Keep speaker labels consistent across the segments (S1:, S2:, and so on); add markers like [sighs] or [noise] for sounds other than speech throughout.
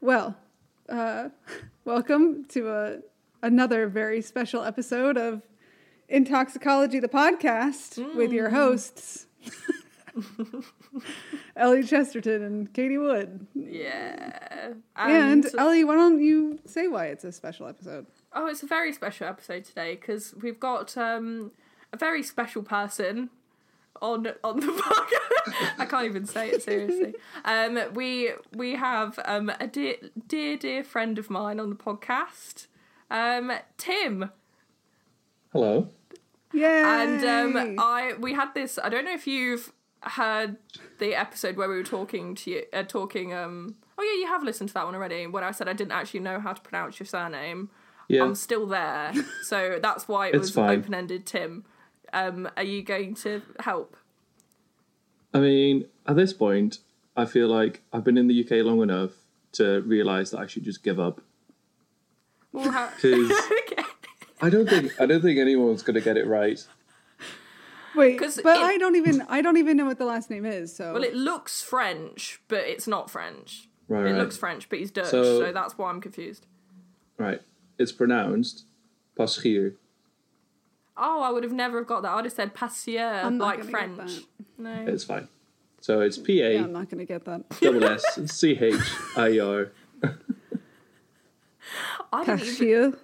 S1: Well, uh, [laughs] welcome to a, another very special episode of Intoxicology, the podcast, with your
S2: Mm.
S1: hosts, [laughs] Ellie Chesterton and Katie Wood.
S2: Yeah.
S1: And, Ellie, why don't you say why it's a special episode?
S2: oh, it's a very special episode today because we've got um, a very special person on on the [laughs] podcast. I can't even say it seriously. Um, we we have um, a dear dear dear friend of mine on the podcast, um, Tim.
S3: Hello.
S1: Yeah.
S2: And um, I we had this. I don't know if you've heard the episode where we were talking to you, uh, talking. Um, oh yeah, you have listened to that one already. When I said I didn't actually know how to pronounce your surname,
S3: Yeah.
S2: I'm still
S3: [laughs]
S2: there. So that's why it
S3: It's
S2: was
S3: fine.
S2: open ended. Tim, um, are you going to help?
S3: I mean, at this point, I feel like I've been in the UK long enough to realise that I should just give up.
S2: Well, how- [laughs]
S3: [laughs] 'Cause
S2: okay.
S3: I don't think I don't think anyone's going to get it right.
S1: Wait,
S2: 'cause
S1: but
S2: it-
S1: I don't even I don't even know what the last name is. So
S2: Well, it looks French, but it's not French.
S3: Right,
S2: it
S3: right.
S2: looks French, but he's Dutch,
S3: So-
S2: so that's why I'm confused.
S3: Right. It's pronounced Paschier.
S2: Oh, I would have never have got that. I'd have said passeur,
S1: I'm not
S2: like
S1: gonna get
S2: French.
S1: that.
S2: No.
S3: It's fine. So it's P
S1: yeah, I'm
S3: A
S1: not gonna get that.
S3: double S C H I R.
S2: I didn't even
S1: Cashew.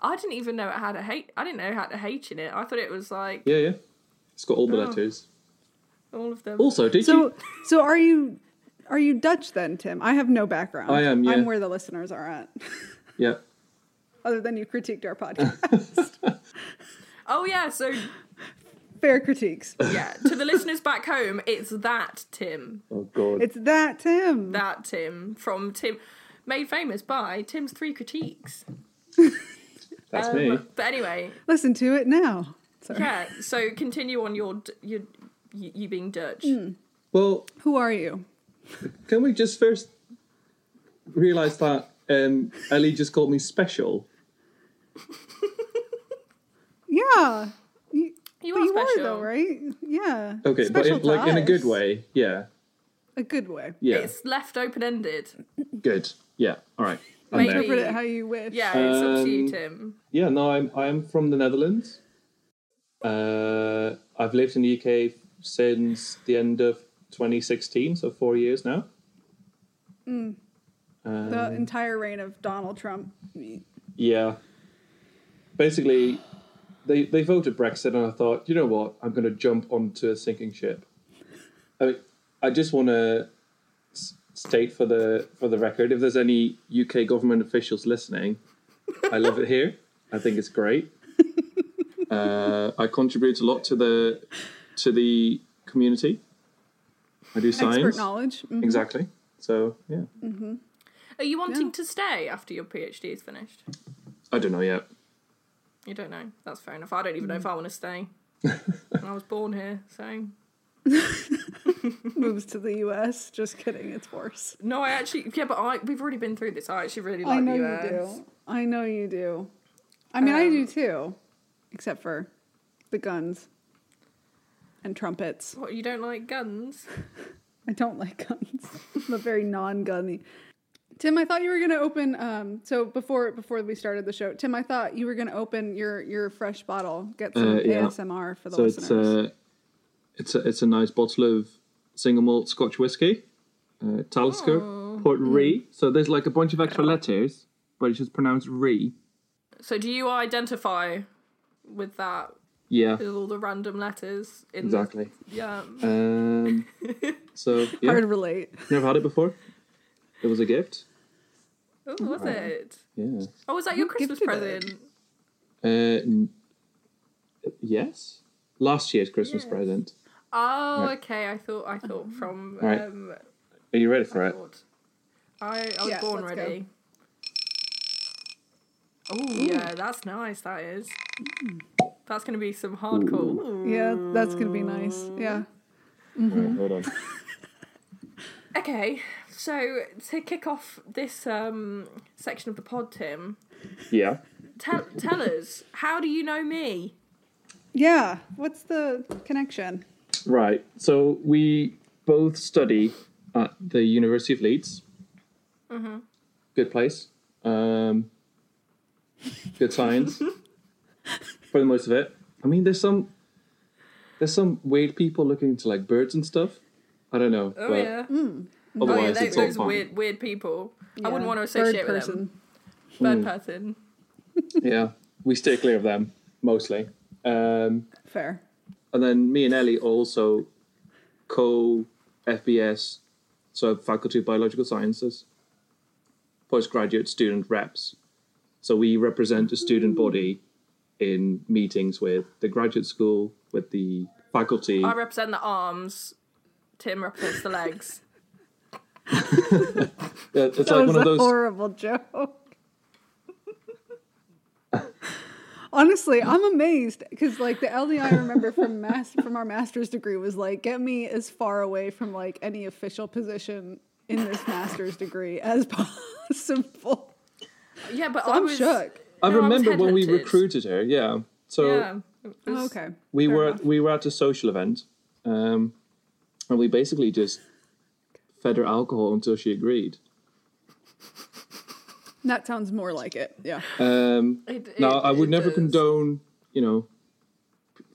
S2: I didn't even know it had a H. I didn't know it had a H in it. I thought it was like
S3: Yeah, yeah. It's got all the
S2: Oh.
S3: letters.
S2: all of them.
S3: Also, did you?
S1: So so are you are you Dutch then, Tim? I have no background.
S3: I am, yeah.
S1: I'm where the listeners are at.
S3: Yeah.
S1: Other than you critiqued our podcast. [laughs]
S2: Oh yeah, so
S1: Fair critiques.
S2: yeah, to the listeners back home, it's that Tim,
S3: Oh God.
S1: It's that Tim.
S2: that Tim from Tim, made famous by Tim's three critiques.
S3: That's
S1: uh,
S2: Um,
S3: me.
S2: But anyway,
S1: Listen to it now. Sorry.
S2: yeah. So continue on your d- your you, you being Dutch.
S1: Hmm.
S3: Well,
S1: Who are you?
S3: can we just first realise that um, Ellie just called me special?
S1: Yeah. You,
S2: You
S1: but
S2: are
S1: you
S2: special,
S1: are though, right? Yeah.
S3: Okay,
S1: Special
S3: but
S1: to
S3: in, like in a
S1: us.
S3: good way. Yeah.
S1: A good way.
S3: Yeah.
S2: It's left open ended.
S3: Good. Yeah. All right. I'm
S2: Maybe-
S3: there.
S1: Interpret it how you wish.
S2: Yeah, it's up to you,
S3: Um,
S2: Tim.
S3: Yeah. No, I'm I'm from the Netherlands. Uh, I've lived in the UK since the end of 2016, so four years now.
S1: The
S3: Um,
S1: entire reign of Donald Trump.
S3: Yeah. Basically, they they voted Brexit, and I thought, you know what, I'm going to jump onto a sinking ship. I mean, I just want to state for the for the record, if there's any UK government officials listening, I love it here. I think
S1: [laughs]
S3: it's great. Uh, I contribute a lot to the to the community. I do science.
S1: Expert knowledge. Mm.
S3: Exactly. So yeah,
S2: Are you wanting to stay after your PhD is finished?
S3: I don't know yet.
S2: You don't know. That's fair enough. I don't even know if I want to
S3: [laughs]
S2: stay. I was born here, so
S1: Moves to the US. Just kidding. It's worse.
S2: no. I actually, yeah, but I we've already been through this. I actually really like
S1: I know
S2: the
S1: you
S2: US.
S1: do. I know you do. I mean, I
S2: Um,
S1: do too, except for the guns and trumpets.
S2: What you don't like guns?
S1: I don't like guns. [laughs] I'm a very non-gunny. Tim, I thought you were going to open. Um, so before before we started the show, Tim, I thought you were going to open your your fresh bottle, get some
S3: Uh, yeah.
S1: ASMR for the
S3: So it's uh,
S1: listeners.
S3: a, it's a it's a nice bottle of single malt Scotch whiskey, uh, Talisker
S1: Oh.
S3: Port
S1: Mm.
S3: Ree. So there's like a bunch of extra letters, but it's just pronounced Ree.
S2: So do you identify with that?
S3: Yeah,
S2: With all the random letters in the-
S3: exactly.
S2: yeah.
S1: [laughs]
S3: Um, so yeah,
S1: Hard to relate.
S3: never had it before. It was a gift.
S2: Oh, was it?
S3: Yeah.
S2: Oh, was that your Christmas
S1: gifted
S2: present?
S3: Uh, n- yes, last year's Christmas
S2: Yes.
S3: present.
S2: Oh,
S3: Right.
S2: okay. I thought I
S1: Oh.
S2: thought from
S3: Right.
S2: um.
S3: Are you ready for it?
S2: God. I, I was
S1: Yeah,
S2: born
S1: let's
S2: ready. Oh yeah, that's nice. That is. That's gonna be some hardcore. Ooh.
S1: Yeah, that's going to be nice. Yeah.
S3: Right, hold on.
S2: Okay, so to kick off this um, section of the pod, Tim,
S3: Yeah.
S2: tell tell us how do you know me?
S1: Yeah, what's the connection?
S3: Right.
S2: Mm-hmm.
S3: So we both study at the University of Leeds. good place. Um, good science
S2: [laughs]
S3: for the most of it. I mean, there's some there's some weird people looking into like birds and stuff. I don't know,
S2: Oh
S3: but
S2: yeah. Oh yeah,
S3: otherwise
S2: they,
S3: it's all
S2: those
S3: fine.
S2: weird weird people.
S1: Yeah.
S2: I wouldn't want to
S1: Bird
S2: associate with
S1: person.
S2: them. Bird
S3: Mm.
S2: person.
S3: Yeah, we stay clear of them mostly. Um,
S1: Fair.
S3: and then me and Ellie are also co FBS, so Faculty of Biological Sciences, postgraduate student reps. So we represent the student body in meetings with the graduate school, with the faculty.
S2: I represent the arms. Tim represents
S1: [laughs]
S2: the legs.
S3: Uh, it's
S1: That
S3: like
S1: was
S3: one of
S1: a
S3: those.
S1: horrible joke. Honestly, I'm amazed because like the LDI I remember from mas- from our master's degree was like get me as far away from like any official position in this master's degree as possible.
S2: Yeah, but I
S1: I'm
S2: was
S1: shook.
S3: I
S2: No, I was
S3: remember when we
S2: headhunted.
S3: recruited her. Yeah. So
S2: Yeah. it was-
S1: Oh, okay.
S3: we
S1: fair
S3: were
S1: enough.
S3: we were at a social event, um, and we basically just fed her alcohol until she agreed.
S1: That sounds more like it. Yeah.
S3: Um,
S2: It- it-
S3: now I would
S2: it
S3: never
S2: is.
S3: condone, you know,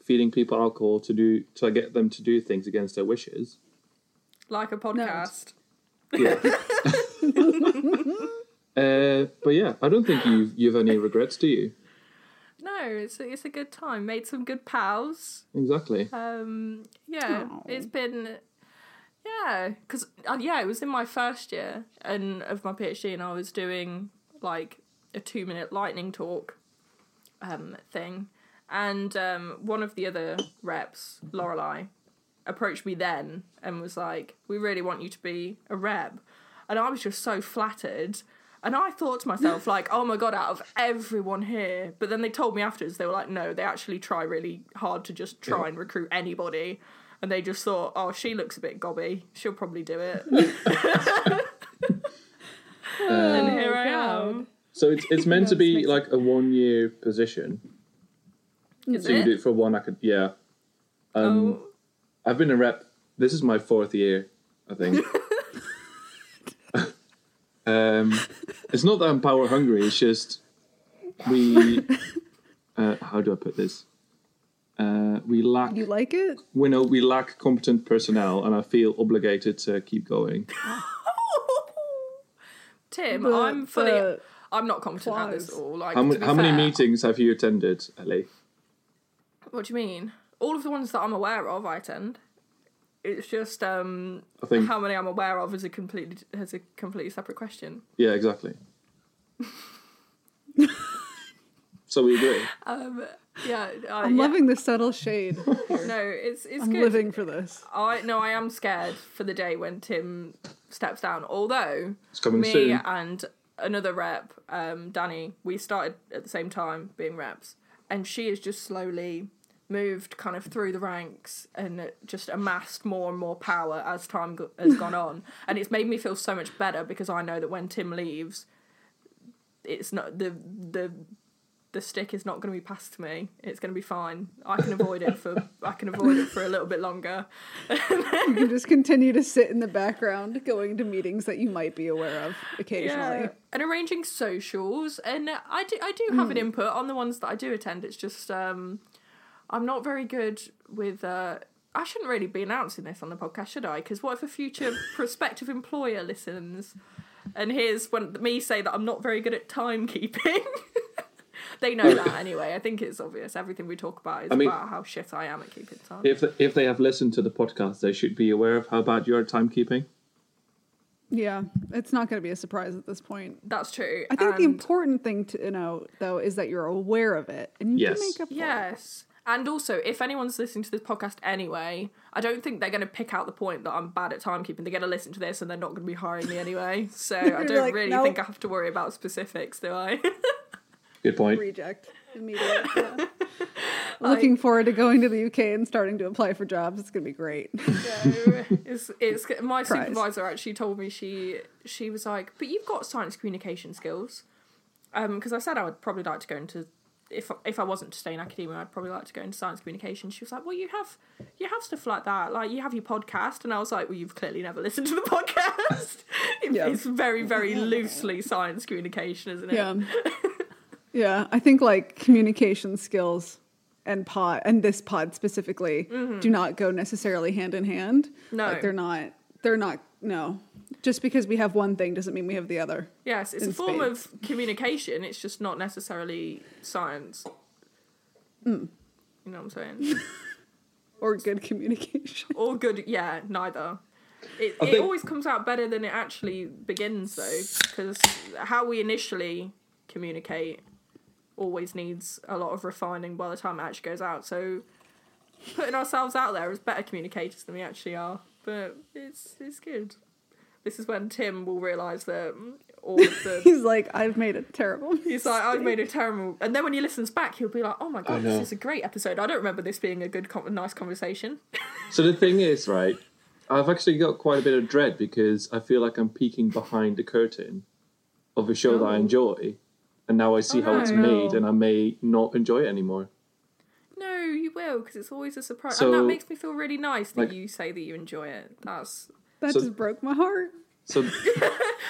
S3: feeding people alcohol to do to get them to do things against their wishes.
S2: Like a podcast. [laughs]
S3: Yeah. [laughs] uh, but yeah, I don't think you've you've any regrets, do you?
S2: No, it's a, it's a good time. Made some good pals.
S3: Exactly.
S2: Um, yeah,
S1: Aw.
S2: it's been. Yeah, because uh, yeah, it was in my first year and of my PhD, and I was doing like a two-minute lightning talk um, thing, and um, one of the other reps, Lorelei, approached me then and was like, "We really want you to be a rep," and I was just so flattered. And I thought to myself, like, "Oh my god, out of everyone here," but then they told me afterwards they were like, "No, they actually try really hard to just try and recruit anybody." And they just thought, "Oh, she looks a bit gobby. She'll probably do [laughs] it." and here I am.
S3: So it's [laughs] it's meant to
S1: That's
S3: be
S1: amazing.
S3: like a one year position.
S2: Is
S3: So you do
S2: it?
S3: it for one. I could yeah. Um,
S2: Oh,
S3: I've been a rep. This is my fourth year, I
S2: [laughs]
S3: think. um, it's not that I'm power hungry. It's just
S2: [laughs]
S3: we. Uh, how do I put this? Uh, we lack.
S1: You like it?
S3: We know we lack competent personnel, and I feel obligated to keep
S2: [laughs]
S3: going.
S2: Tim,
S1: The-
S2: I'm fully.
S1: the
S2: I'm not competent at this at
S1: clause.
S2: all. Like,
S3: How,
S2: to
S3: many,
S2: be
S3: how many
S2: fair-
S3: meetings have you attended, Ellie?
S2: What do you mean? All of the ones that I'm aware of, I attend. It's just um,
S3: I think.
S2: how many I'm aware of is a completely has a completely separate question. [laughs]
S3: Yeah, exactly. so we agree.
S2: Um, yeah, uh,
S1: I'm
S2: yeah.
S1: loving the subtle [laughs] shade.
S2: No, it's it's
S1: I'm
S2: good.
S1: living for this.
S2: I no, I am scared for the day when Tim steps down. Although
S3: It's coming
S2: me
S3: soon.
S2: and another rep, um, Danny, we started at the same time being reps, and she has just slowly moved kind of through the ranks and just amassed more and more power as time go-
S3: [laughs]
S2: has gone on, and it's made me feel so much better because I know that when Tim leaves, it's not the the the stick is not going to be passed to me. It's going to be fine. I can avoid it for I can avoid it for a little bit longer.
S1: You can just continue to sit in the background going to meetings that you might be aware of occasionally.
S2: Yeah, and arranging socials, and I do I do have an
S1: Hmm.
S2: input on the ones that I do attend. It's just um, I'm not very good with. Uh, I shouldn't really be announcing this on the podcast, should I? Because what if
S1: [laughs]
S2: a future prospective employer listens and hears when me say that I'm not very good at timekeeping? [laughs] they
S1: [laughs]
S2: know that anyway. I think it's obvious. Everything we talk about is
S3: mean-
S2: about how shit I am at keeping time.
S3: If they, if they have listened to the podcast, they should be aware of how bad you are at timekeeping.
S1: Yeah, it's not going to be a surprise at this point.
S2: That's true.
S1: I think the
S2: and-
S1: important thing to know, though, is that you're aware of it and you
S3: Yes.
S1: can make up. for it.
S2: Yes. And also, if anyone's listening to this podcast anyway, I don't think they're going to pick out the point that I'm bad at timekeeping. They're going to listen to this and they're not going to be hiring me anyway.
S1: [laughs]
S2: So I
S1: You're
S2: don't
S1: like,
S2: really
S1: "Nope."
S2: think I have to worry about specifics, do I? [laughs]
S3: Good point.
S1: Reject immediately. yeah. Looking forward to going to the UK and starting to apply for jobs. It's going to be great.
S2: no. It's,
S1: [laughs]
S2: it's, my
S1: Prize.
S2: supervisor actually told me she she Um, was like, but you've got science communication skills. Because I said I would probably like to go into if if I wasn't to stay in academia, I'd probably like to go into science communication. She was like, well, you have you have stuff like that, like you have your podcast, and I was like, well, you've clearly never [laughs] listened to the podcast. [laughs] It-
S3: Yeah.
S2: It's very
S1: [laughs]
S2: very loosely science communication, isn't it?
S1: Yeah. yeah. I think like communication skills and pod and this pod specifically do not go necessarily hand in hand.
S2: No.
S1: Like they're not they're not no. Just because we have one thing doesn't mean we have the other.
S2: Yes, it's
S1: In
S2: a form of communication. It's just not necessarily science.
S1: Mm.
S2: You know what
S1: [laughs]
S2: I'm saying?
S1: Or good [laughs] communication.
S2: or good, yeah, neither. It,
S3: I
S2: it
S3: think-
S2: always comes out better than it actually begins, though, because how we initially communicate always needs a lot of refining by the time it actually goes out. So putting ourselves out there as better communicators than we actually are, but it's it's good. This is when Tim will realise that mm, all of the
S3: [laughs]
S1: He's like, I've made a terrible
S2: He's like, I've made a terrible. And then when he listens back, he'll be like, "Oh my god,
S3: know.
S2: this is a great episode. I don't remember this being a good, com- nice conversation."
S3: So the thing is, right? I've actually got quite a bit of dread because I feel like I'm peeking behind the curtain of a show that I
S2: Oh.
S3: enjoy, and now I see how it's
S2: no.
S3: made, and I may not enjoy it anymore.
S2: no, you will, because it's always a surprise, and
S3: So-
S2: that makes me feel really nice that
S3: Like-
S2: you say that you enjoy it. That's
S1: That
S3: So-
S1: just broke my heart.
S3: So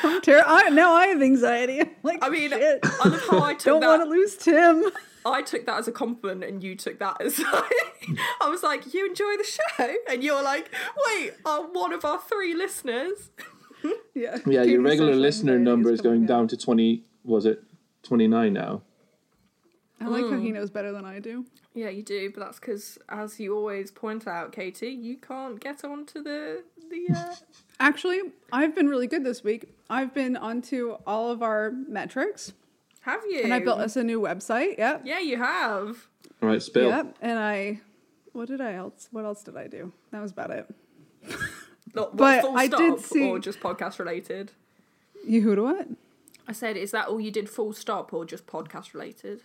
S1: I'm ter- I, now I have anxiety. [laughs] I'm like,
S2: I mean,
S1: shit,
S2: I love how I [laughs] took
S1: don't want to
S2: that.
S1: lose Tim. [laughs]
S2: I took that as a compliment, and you took that as [laughs] like, I was like, "You enjoy the show," [laughs] and you're like, "Wait, are one of our three listeners?" [laughs]
S1: yeah.
S3: yeah, your
S1: Jamie's
S3: regular
S1: social
S3: listener
S1: anxiety
S3: number is
S1: coming
S3: going down to twenty. Was it twenty nine now?
S1: I like how he knows better than I do.
S2: Yeah, you do, but that's because, as you always point out, Katie, you can't get onto the the. Uh, [laughs]
S1: Actually, I've been really good this week. I've been onto all of our metrics,
S2: have you?
S1: and I built us a new website. Yep.
S2: Yeah, you have.
S3: All right, spill.
S1: Yep. And I, what did I else? What else did I do? That was about it.
S2: Not what,
S1: But
S2: full
S1: I
S2: stop
S1: did see-
S2: or just podcast related.
S1: You who do what?
S2: I said, is that all you did full stop or just podcast related?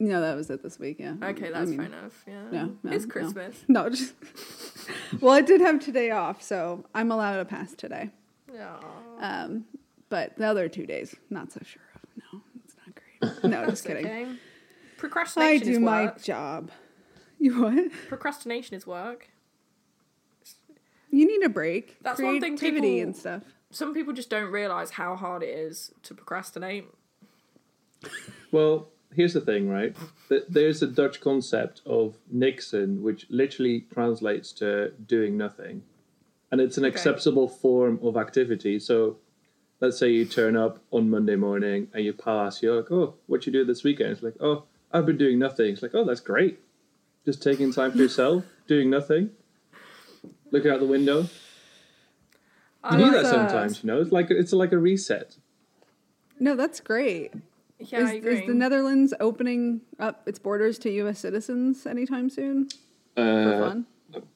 S1: No, that was it this week. Yeah.
S2: Okay,
S1: I
S2: that's
S1: mean,
S2: fair enough. Yeah.
S1: no, no,
S2: it's
S1: no.
S2: Christmas.
S1: No, [laughs] just. well, I did have today off, so I'm allowed a pass today.
S2: Yeah.
S1: Um, but the other two days, not so sure of. No, it's not
S2: [laughs]
S1: great. No, just kidding.
S2: Okay.
S1: I
S2: Procrastination
S1: do
S2: is
S1: my
S2: work.
S1: job. You what?
S2: Procrastination is work.
S1: You need a break.
S2: That's one thing
S1: Creativity
S2: people-
S1: and stuff.
S2: Some people just don't realise how hard it is to procrastinate.
S3: Well, here's the thing, right? Th- There's a Dutch concept of Nixon, which literally translates to doing nothing. And it's an
S2: Okay.
S3: acceptable form of activity. So let's say you turn up on Monday morning and you pass, you're like, oh, what you do this weekend? It's like, oh, I've been doing nothing. It's like, oh, that's great. Just taking time
S2: [laughs]
S3: for yourself, doing nothing, looking out the window.
S2: I
S3: You do
S2: like
S3: that
S2: that.
S3: sometimes, you know? It's like, it's like a reset.
S1: No, that's great.
S2: Yeah,
S1: is,
S2: I
S1: is
S2: agree.
S1: the Netherlands opening up its borders to U.S. citizens anytime soon? For
S3: Uh,
S1: fun?
S2: I think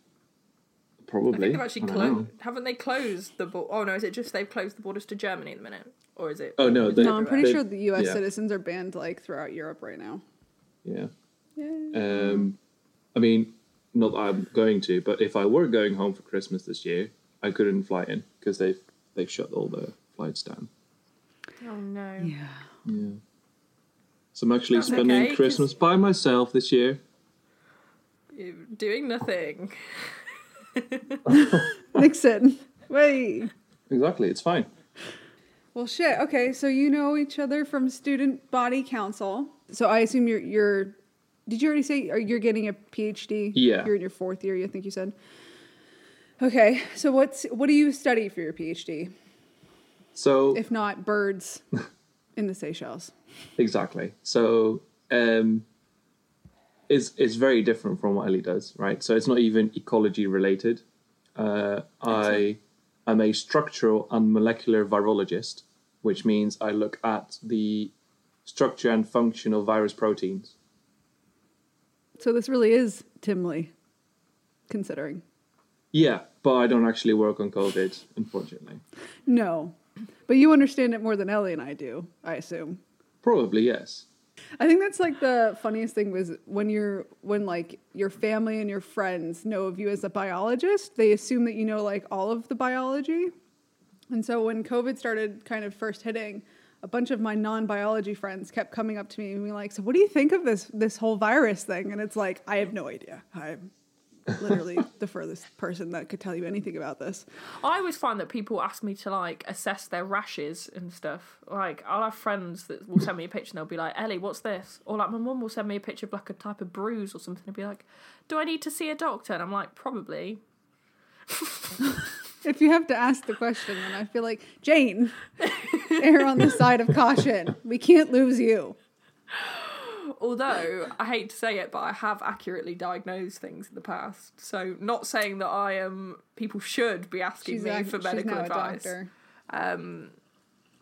S3: probably.
S2: they've actually
S3: I don't know.
S2: closed. Haven't they closed the bo- Oh no, is it just they've closed the borders to Germany at the minute, or is it?
S3: Oh, no, they-
S1: No, I'm pretty
S3: they-
S1: sure the U.S.
S3: yeah.
S1: citizens are banned like throughout Europe right now.
S3: Yeah.
S1: Yay.
S3: Um, I mean, not that I'm going to, but if I were going home for Christmas this year, I couldn't fly in because they've they've shut all the flights down.
S2: Oh no.
S1: Yeah.
S3: Yeah. So I'm actually
S2: That's
S3: spending
S2: okay, 'cause-
S3: Christmas by myself this year.
S2: You're doing nothing.
S1: [laughs]
S2: [laughs]
S1: Nixon. Wait.
S3: Exactly, it's fine.
S1: Well, shit. Okay, so you know each other from student body council. So I assume you're you're. Did you already say are- you're getting a PhD?
S3: Yeah.
S1: You're in your fourth year. I think you said. Okay, so what's what do you study for your PhD?
S3: So
S1: If not birds in the Seychelles.
S3: exactly. So um, it's it's very different from what Ellie does, right? So it's not even ecology related. Uh, I am a structural and molecular virologist, which means I look at the structure and function of virus proteins.
S1: So this really is Timley, considering.
S3: Yeah, but I don't actually work on COVID, unfortunately.
S1: No, but you understand it more than Ellie and I do. I assume.
S3: Probably yes.
S1: I think that's like the funniest thing was when you're when like your family and your friends know of you as a biologist, they assume that you know like all of the biology. And so when COVID started kind of first hitting, a bunch of my non-biology friends kept coming up to me and being like, "So what do you think of this this whole virus thing?" And it's like, I have no idea. I'm literally the furthest person that could tell you anything about this.
S2: I always find that people ask me to like assess their rashes and stuff. Like I'll have friends that will send me a picture and they'll be like, "Ellie, what's this?" Or like my mum will send me a picture of like a type of bruise or something and be like, "Do I need to see a doctor?" And I'm like, "Probably."
S1: If you have to ask the question, then I feel like Jane, err on the side of caution. We can't lose you.
S2: Although I hate to say it, but I have accurately diagnosed things in the past. So not saying that I am. People should be asking
S1: She's,
S2: me
S1: act-
S2: for
S1: she's
S2: medical
S1: now a
S2: advice.
S1: doctor.
S2: Um,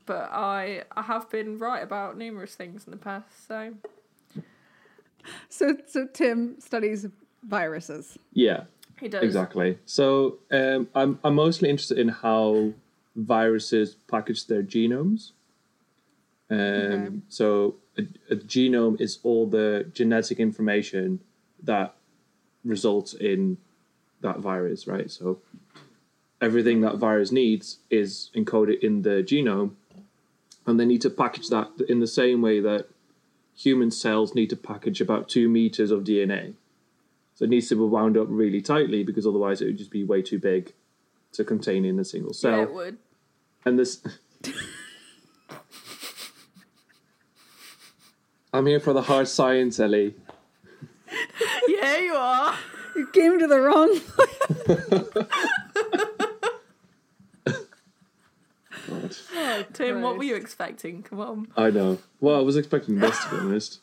S2: but I I have been right about numerous things in the past. So
S1: So, so Tim studies viruses.
S3: Yeah,
S2: he does
S3: exactly. So um, I'm I'm mostly interested in how viruses package their genomes. Um,
S1: Okay.
S3: So a, a genome is all the genetic information that results in that virus, right? So everything that virus needs is encoded in the genome, and they need to package that in the same way that human cells need to package about two meters of DNA. So it needs to be wound up really tightly because otherwise it would just be way too big to contain in a single
S2: Yeah,
S3: cell.
S2: it would. [laughs]
S3: And this. [laughs] I'm here for the hard science, Ellie.
S2: yeah, you are.
S1: You came to the wrong.
S3: God.
S2: Tim, what were
S1: Christ.
S2: you expecting? Come on.
S3: I know. Well, I was expecting this, to be honest.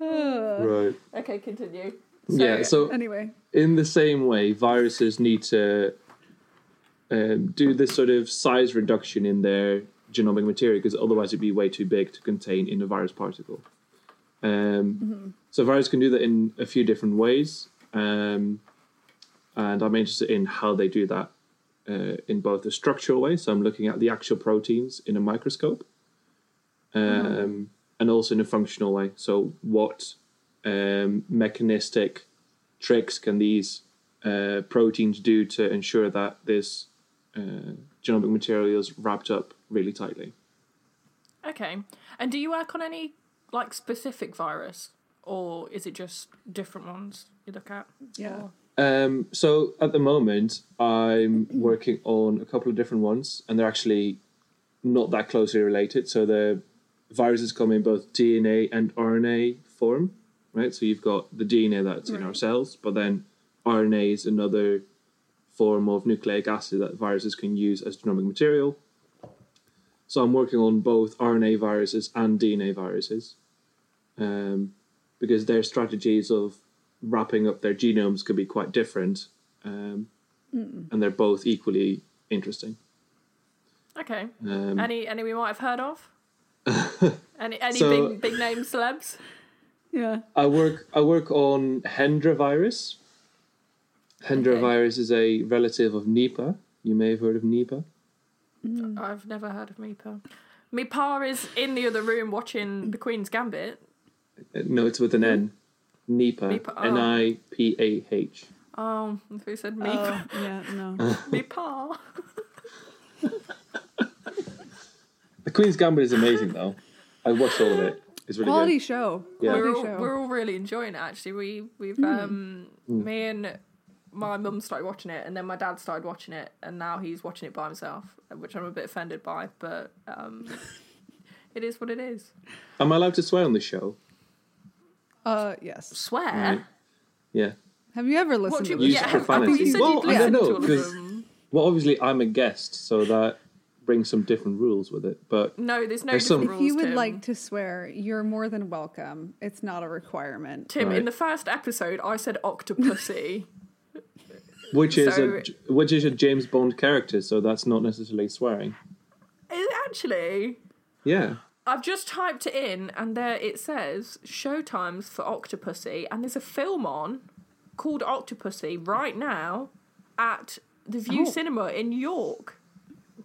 S3: Um, right.
S2: Okay, continue.
S3: yeah, [laughs] so
S1: Anyway,
S3: in the same way, viruses need to um, do this sort of size reduction in their genomic material because otherwise it'd be way too big to contain in a virus particle. Um, So, viruses can do that in a few different ways, um, and I'm interested in how they do that uh, in both a structural way. So, I'm looking at the actual proteins in a microscope, um, and also in a functional way. So, what um, mechanistic tricks can these uh, proteins do to ensure that this uh, genomic material is wrapped up really tightly?
S2: Okay. And do you work on any like specific virus, or is it just different ones you look at?
S1: yeah.
S2: Oh.
S3: Um, so at the moment, I'm working on a couple of different ones, and they're actually not that closely related. So the viruses come in both DNA and RNA form, right? So you've got the DNA that's in our
S1: Right.
S3: cells, but then RNA is another form of nucleic acid that viruses can use as genomic material. So I'm working on both RNA viruses and DNA viruses, um, because their strategies of wrapping up their genomes could be quite different, um, and they're both equally interesting.
S2: Okay.
S3: Um,
S2: Any any we might have heard of?
S3: [laughs]
S2: any any
S3: So-
S2: big big name celebs?
S1: Yeah.
S3: I work I work on Hendra virus. Hendra
S2: Okay.
S3: virus is a relative of Nipah. You may have heard of Nipah.
S2: I've never heard of Meepa. Meepa is in the other room watching The Queen's Gambit.
S3: Uh, No, it's with an N. Nipah.
S2: Nipah, oh.
S3: N I P A H.
S2: Oh, if we said Meepa. [laughs]
S1: Oh, yeah.
S3: [laughs]
S1: No.
S2: Meepa.
S3: The Queen's Gambit is amazing though. I watched all of it. It's really
S1: Quality
S3: good.
S1: show.
S3: Yeah.
S1: Quality
S2: We're all,
S1: show.
S2: we're all really enjoying it actually. We we've
S1: Hmm.
S2: um
S3: Hmm.
S2: me and my mum started watching it and then my dad started watching it and now he's watching it by himself, which I'm a bit offended by, but um [laughs] it is what it is.
S3: Am I allowed to swear on the show?
S1: Uh, yes.
S2: Swear.
S3: Right. Yeah.
S1: Have you ever
S2: What
S1: listened
S2: do
S1: to
S2: you,
S1: the
S3: Use
S2: yeah,
S1: show?
S2: I thought you
S3: profanity.
S2: said
S3: Well,
S2: you'd listen to
S3: I don't know,
S2: all of
S3: 'cause-
S2: them.
S3: Well, obviously I'm a guest, so that brings some different rules with it. But
S2: No, there's no different
S3: There's some-
S2: rules.
S1: If you would
S2: Tim.
S1: like to swear, you're more than welcome. It's not a requirement.
S2: Tim,
S3: Right.
S2: in the first episode I said
S1: [laughs]
S2: octopussy.
S3: which is
S2: So-
S3: a which is a James Bond character, so that's not necessarily swearing.
S2: It actually
S3: Yeah.
S2: I've just typed it in, and there it says showtimes for Octopussy, and there's a film on called Octopussy right now at the View
S1: Oh.
S2: Cinema in York.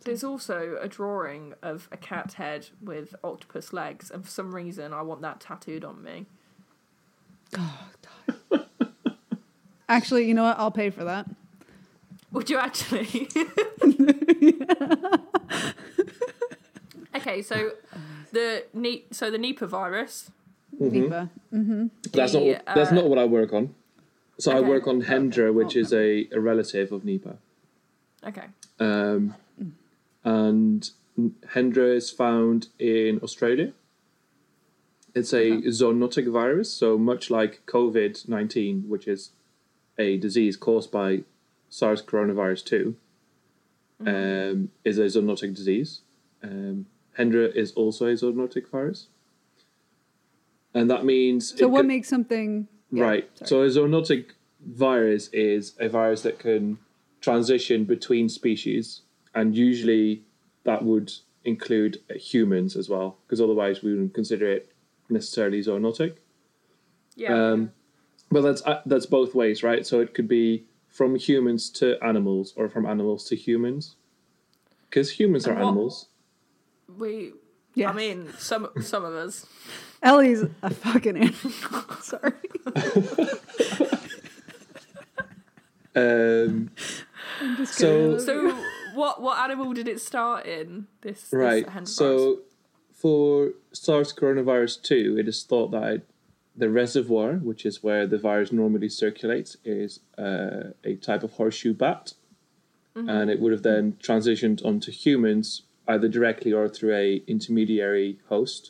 S2: There's also a drawing of a cat head with octopus legs, and for some reason, I want that tattooed on me.
S1: [laughs] Actually, you know what? I'll pay for that.
S2: Would you actually? Okay, so the ne- so the Nipah virus.
S3: Mm-hmm.
S1: Nipah.
S3: That's not
S2: The,
S3: that's
S2: uh,
S3: not what I work on. So I
S2: Okay. Oh.
S3: work on Hendra, which is a, a relative of Nipa.
S2: Okay.
S3: Um, and Hendra is found in Australia. It's a zoonotic virus, so much like COVID 19, which is a disease caused by SARS coronavirus 2,
S1: Mm-hmm.
S3: um, is a zoonotic disease. Um, Hendra is also a zoonotic virus. And that means.
S1: So
S3: it
S1: what
S3: could-
S1: makes something yeah,
S3: right.
S1: sorry.
S3: So a zoonotic virus is a virus that can transition between species, and usually that would include uh, humans as well, because otherwise we wouldn't consider it necessarily zoonotic.
S2: Yeah.
S3: Um, But that's uh, that's both ways, right? So it could be from humans to animals, or from animals to humans, because humans are
S2: And what-
S3: animals.
S2: we.
S1: Yes.
S2: I mean, some some of us.
S1: Ellie's a fucking [laughs] animal. Sorry.
S3: Um,
S1: Just
S3: [laughs] So-
S1: kidding.
S2: So what what animal did it start in? This this
S3: Right.
S2: hand virus?
S3: So for SARS coronavirus 2, it is thought that it- the reservoir, which is where the virus normally circulates, is uh, a type of horseshoe bat.
S2: Mm-hmm.
S3: And it would have then transitioned onto humans either directly or through a intermediary host.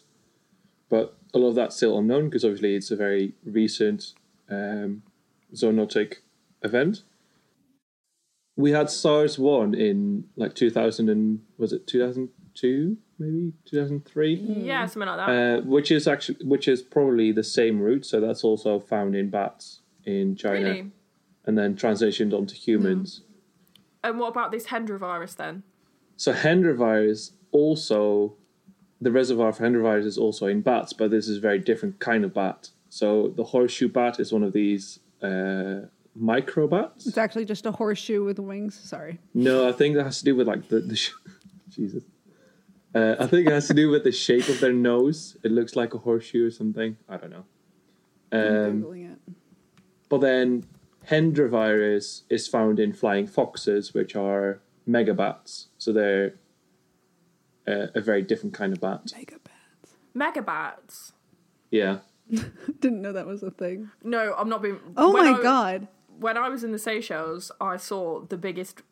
S3: But a lot of that's still unknown because obviously it's a very recent um, zoonotic event we had SARS one in like 2000 and was it 2002 maybe 2003
S2: yeah, something like that.
S3: uh, which is actually which is probably the same route so that's also found in bats in China
S2: really.
S3: and then transitioned onto humans
S2: And what about this Hendra virus then?
S3: so Hendra virus also the reservoir for Hendra virus is also in bats but this is a very different kind of bat so the horseshoe bat is one of these uh, micro bats
S1: It's actually just a horseshoe with wings. Sorry.
S3: No, I think that has to do with like the, the sh- [laughs] Jesus. Uh, I think it has to do with the shape of their nose. It looks like a horseshoe or something. I don't know.
S1: I'm
S3: Um,
S1: Googling it.
S3: but then Hendra virus is found in flying foxes, which are megabats. So they're uh, a very different kind of bat.
S1: Mega bats.
S2: Megabats.
S3: Yeah.
S1: [laughs] Didn't know that was a thing.
S2: No, I'm not being.
S1: Oh
S2: when
S1: my
S2: I-
S1: god.
S2: When I was in the Seychelles, I saw the biggest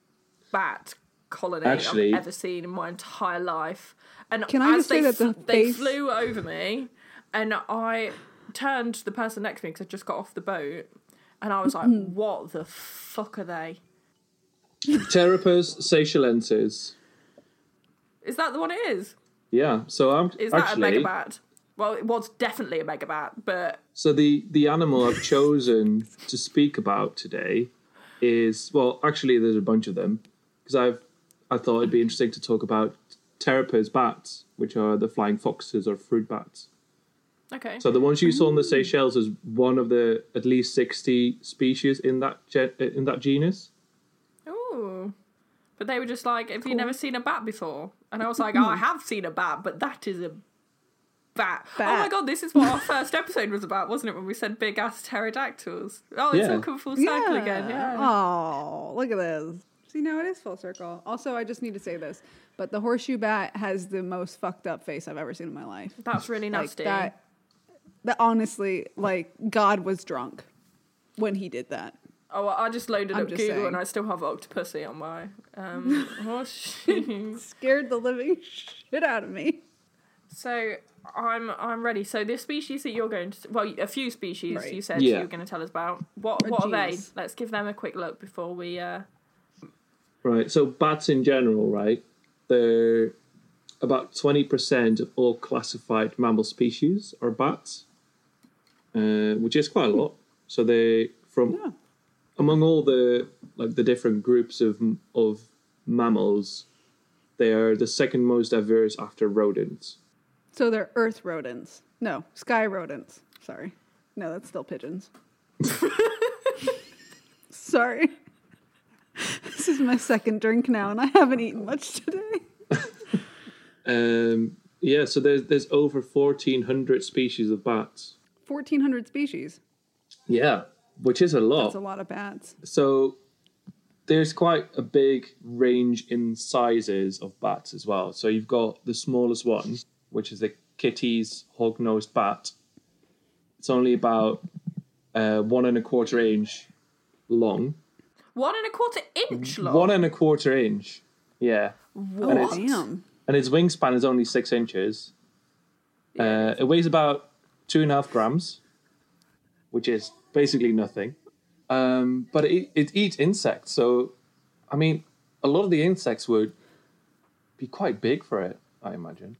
S2: bat colony
S3: Actually-
S2: I've ever seen in my entire life. And
S1: Can I
S2: as
S1: just
S2: they,
S1: say that the
S2: f- they
S1: face-
S2: flew over me, and I turned to the person next to me because I just got off the boat, and I was like,
S1: Mm-hmm.
S2: "What the fuck are they?
S3: Pterapus seychellensis.
S2: Is that the one it is?
S3: Yeah. So I'm
S2: Is that
S3: actually
S2: a megabat?" Well, it was definitely a megabat, but
S3: So the the animal I've chosen to speak about today is well, actually, there's a bunch of them because I've I thought it'd be interesting to talk about pterapus bats, which are the flying foxes or fruit bats.
S2: okay.
S3: So the ones you saw on the Seychelles is one of the at least sixty species in that gen- in that genus.
S2: Ooh. But they were just like, have you never seen a bat before? And I was like, oh,
S1: Hmm.
S2: I have seen a bat, but that is a bat. Oh my
S1: Bat.
S2: god, this is what our first episode was about, wasn't it? When we said big ass pterodactyls. Oh, it's
S3: Yeah.
S2: all come full circle again. Yeah.
S1: Oh, look at this. See, now it is full circle. Also, I just need to say this, but the horseshoe bat has the most fucked up face I've ever seen in my life.
S2: That's really nasty.
S1: Like that, that honestly, like God was drunk when he did that.
S2: Oh, well, I just loaded
S1: I'm
S2: up
S1: just
S2: Google
S1: saying.
S2: and I still have octopussy on my.
S1: [laughs]
S2: Um, oh, shit.
S1: Scared the living [laughs] shit out of me.
S2: so I'm I'm ready. So the species that you're going to well, a few species
S1: Right.
S2: you said
S3: Yeah.
S2: you were going to tell us about. What what are they?
S1: genus.
S2: Let's give them a quick look before we. Uh,
S3: Right. So bats in general, right? They're about twenty percent of all classified mammal species are bats, uh, which is quite a lot. So they from
S1: Yeah.
S3: among all the like the different groups of of mammals, they are the second most diverse after rodents.
S1: So they're earth rodents. No, sky rodents. Sorry. No, that's still pigeons. [laughs] Sorry. This is my second drink now, and I haven't eaten much today.
S3: Um, yeah. So there's there's over fourteen hundred species of bats.
S1: 1,400 species.
S3: Yeah, which is a lot.
S1: That's a lot of bats.
S3: So there's quite a big range in sizes of bats as well. So you've got the smallest one, which is the Kitty's hog-nosed bat. It's only about uh, one and a quarter inch long.
S2: One and a quarter inch long.
S3: One and a quarter inch. Yeah.
S1: Oh,
S3: it's-
S1: damn.
S3: And its wingspan is only six inches. Uh, it weighs about two and a half grams, which is basically nothing. Um, but it, it eats insects. So, I mean, a lot of the insects would be quite big for it, I imagine.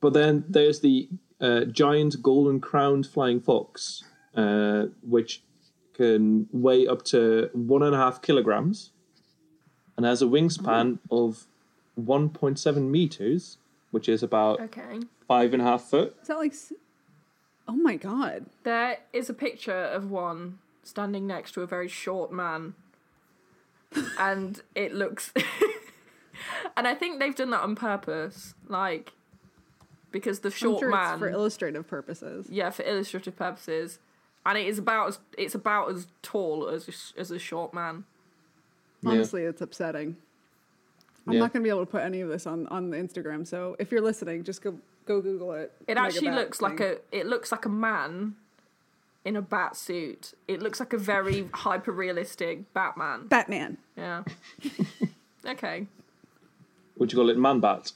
S3: But then there's the uh, giant golden crowned flying fox, uh, which can weigh up to one and a half kilograms and has a wingspan of 1.7 meters, which is about
S2: Okay.
S3: five and a half foot.
S1: Is that like. s- Oh my god.
S2: There is a picture of one standing next to a very
S1: [laughs]
S2: short man. And it looks. [laughs] and I think they've done that on purpose. Like, because the
S1: I'm
S2: short
S1: sure
S2: man.
S1: it's for illustrative purposes.
S2: yeah, for illustrative purposes. And it is about as, it's about as tall as a, sh- as a short man.
S3: Yeah.
S1: Honestly, it's upsetting. I'm
S3: Yeah.
S1: not going to be able to put any of this on, on the Instagram. So if you're listening, just go go Google it.
S2: It actually looks like a it looks like a man in a bat suit. It looks like
S1: [laughs]
S2: a very hyper realistic Batman.
S1: Batman. [laughs]
S2: Yeah. okay.
S3: Would you call it man bat?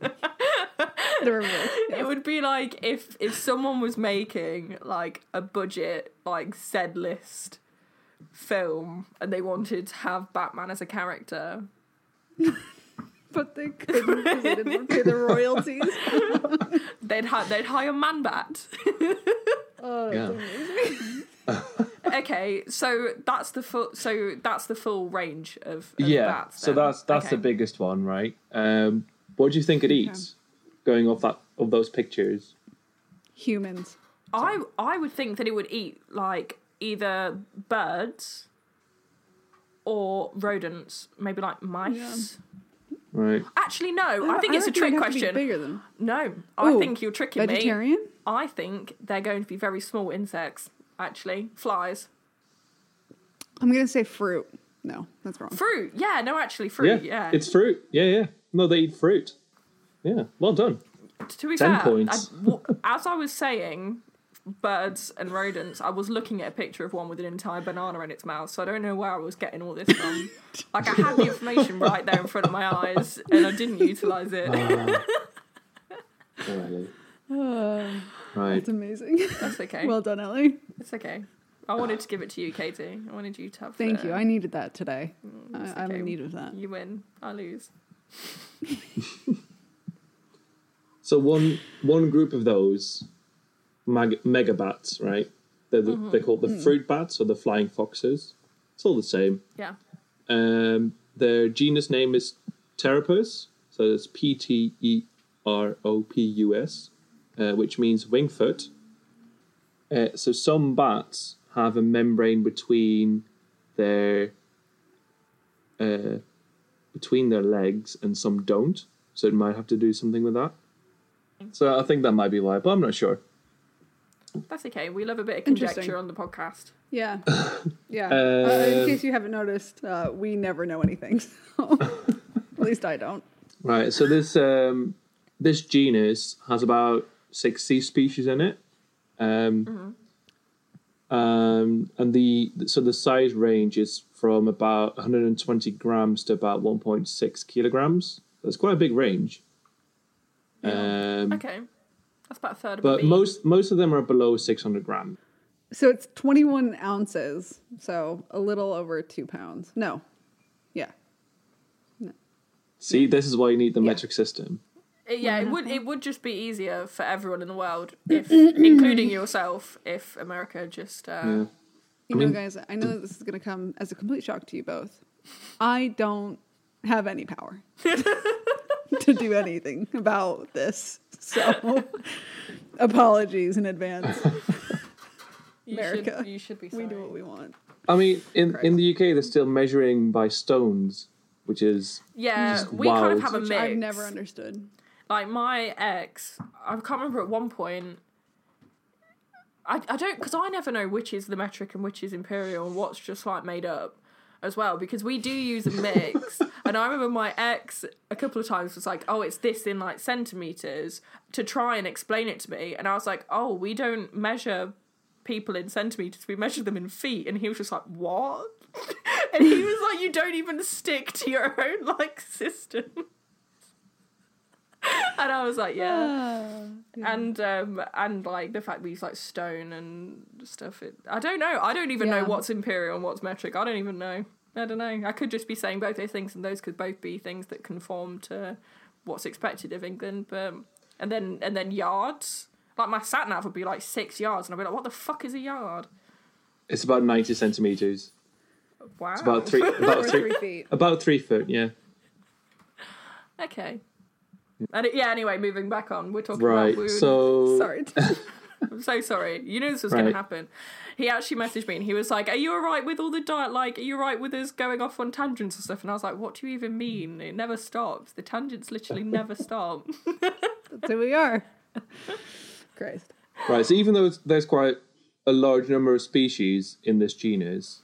S1: The reverse.
S2: It would be like if if someone was making like a budget like said list film and they wanted to have Batman as a character.
S1: but they couldn't because they didn't pay [laughs] the royalties.
S2: They'd hi- they'd hire Manbat.
S1: Oh,
S3: Yeah.
S2: [laughs] okay, so that's the full so that's the full range of, of
S3: yeah.
S2: bats.
S3: so
S2: then.
S3: that's that's the
S2: Okay.
S3: biggest one, right? Um, what do you think it eats? Going off that of those pictures.
S1: Humans.
S2: I I would think that it would eat like either birds or rodents, maybe like mice.
S3: Right.
S2: Actually, no. I, think it's a
S1: reckon
S2: trick
S1: it'd have to be
S2: question.
S1: Bigger than
S2: No, I
S1: Ooh,
S2: think you're tricking me.
S1: vegetarian.
S2: I think they're going to be very small insects. Actually, flies,
S1: I'm gonna say fruit. No, that's wrong.
S2: fruit. Yeah, no, actually,
S3: Yeah.
S2: fruit. Oh, Yeah,
S3: It's fruit. Yeah, yeah. No, they eat fruit. Yeah. Well done.
S2: to be fair,
S3: 10 points.
S2: I- w- as I was saying, birds and rodents. I was looking at a picture of one with an entire banana in its mouth, so I don't know where I was getting all this
S3: [laughs]
S2: from. like I had the information right there in front of my eyes, and I didn't utilize it.
S3: Alrighty.
S1: Uh,
S3: Right.
S1: that's amazing.
S2: That's [laughs] okay.
S1: well done, Ellie.
S2: it's okay. I wanted to give it to you, Katie. I wanted you to have.
S1: Thank
S2: the-
S1: you. I needed that today. I,
S2: Mm, it's
S1: I'm
S2: okay.
S1: in need of that.
S2: You win. I lose.
S3: So one one group of those mag- mega bats, right? They're, the,
S2: Mm-hmm.
S3: they're called the fruit bats or the flying foxes. It's all the same.
S2: Yeah.
S3: Um, their genus name is Pteropus, so it's P T E R O P U S, uh, which means wingfoot. Uh, so some bats have a membrane between their uh, between their legs, and some don't. So it might have to do something with that. So I think that might be why, but I'm not sure.
S2: That's okay. We love a bit of
S1: Interesting.
S2: conjecture on the podcast.
S1: Yeah,
S2: [laughs]
S1: yeah. Uh, in
S3: Uh,
S1: case you haven't noticed, uh, we never know anything. [laughs] So. At least I don't.
S3: Right. So this um, this genus has about sixty species in it, um,
S2: Mm-hmm.
S3: um, and the so the size range is from about one hundred and twenty grams to about one point six kilograms. That's quite a big range. Um,
S2: Okay. That's about a third of a
S3: But
S2: bee.
S3: most most of them are below six hundred grams.
S1: So it's 21 ounces, so a little over two pounds. No, yeah,
S2: Mm-hmm.
S3: See, this is why you need the metric system.
S2: Uh, Yeah, it would it would just be easier for everyone in the
S1: [clears throat]
S2: world, if including yourself, if America just uh,
S3: Yeah.
S1: You know, guys, I know that this is going to come as a complete shock to you both. I don't have any
S3: [laughs]
S1: power to do anything about this. So,
S3: [laughs]
S1: apologies in advance.
S2: you
S1: America.
S2: Should, you should be. Sorry.
S1: We do what we want.
S3: I mean, in in the UK, they're still measuring by stones, which is
S2: Yeah,
S3: Just
S2: we kind
S3: wild.
S2: of have a
S1: Which
S2: mix.
S1: I've never understood.
S2: like my ex, I can't remember at one point. I, I don't because I never know which is the metric and which is imperial and what's just like made up as well because we do use a mix and I remember my ex a couple of times was like oh it's this in like centimeters to try and explain it to me and I was like oh we don't measure people in centimeters we measure them in feet and he was just like what [laughs] and he was like you don't even stick to your own like [laughs] system and I was
S3: Ah.
S2: like yeah
S1: Uh,
S2: and um and like the fact we use like stone and stuff it i don't know i don't even know
S1: Yeah.
S2: what's imperial and what's metric i don't even know i don't know i could just be saying both those things and those could both be things that conform to what's expected of england but and then and then yards like my sat nav would be like six yards and i'd be like what the fuck is a yard
S3: It's about ninety centimeters.
S2: wow
S3: It's about three. About
S1: Or [laughs]
S3: three.
S1: three feet.
S3: About three foot. Yeah.
S2: okay and it- yeah anyway moving back on we're talking
S3: Right.
S2: about wound.
S3: So
S1: Sorry.
S2: I'm so sorry. You knew this was going
S3: Right.
S2: to happen. He actually messaged me and he was like, Are you all right with all the diet? Like, are you all right with us going off on tangents and stuff? And I was like, What do you even mean? It never stops. The tangents literally [laughs] never stop.
S1: That's who we are. Christ.
S3: right. So even though it's, there's quite a large number of species in this genus,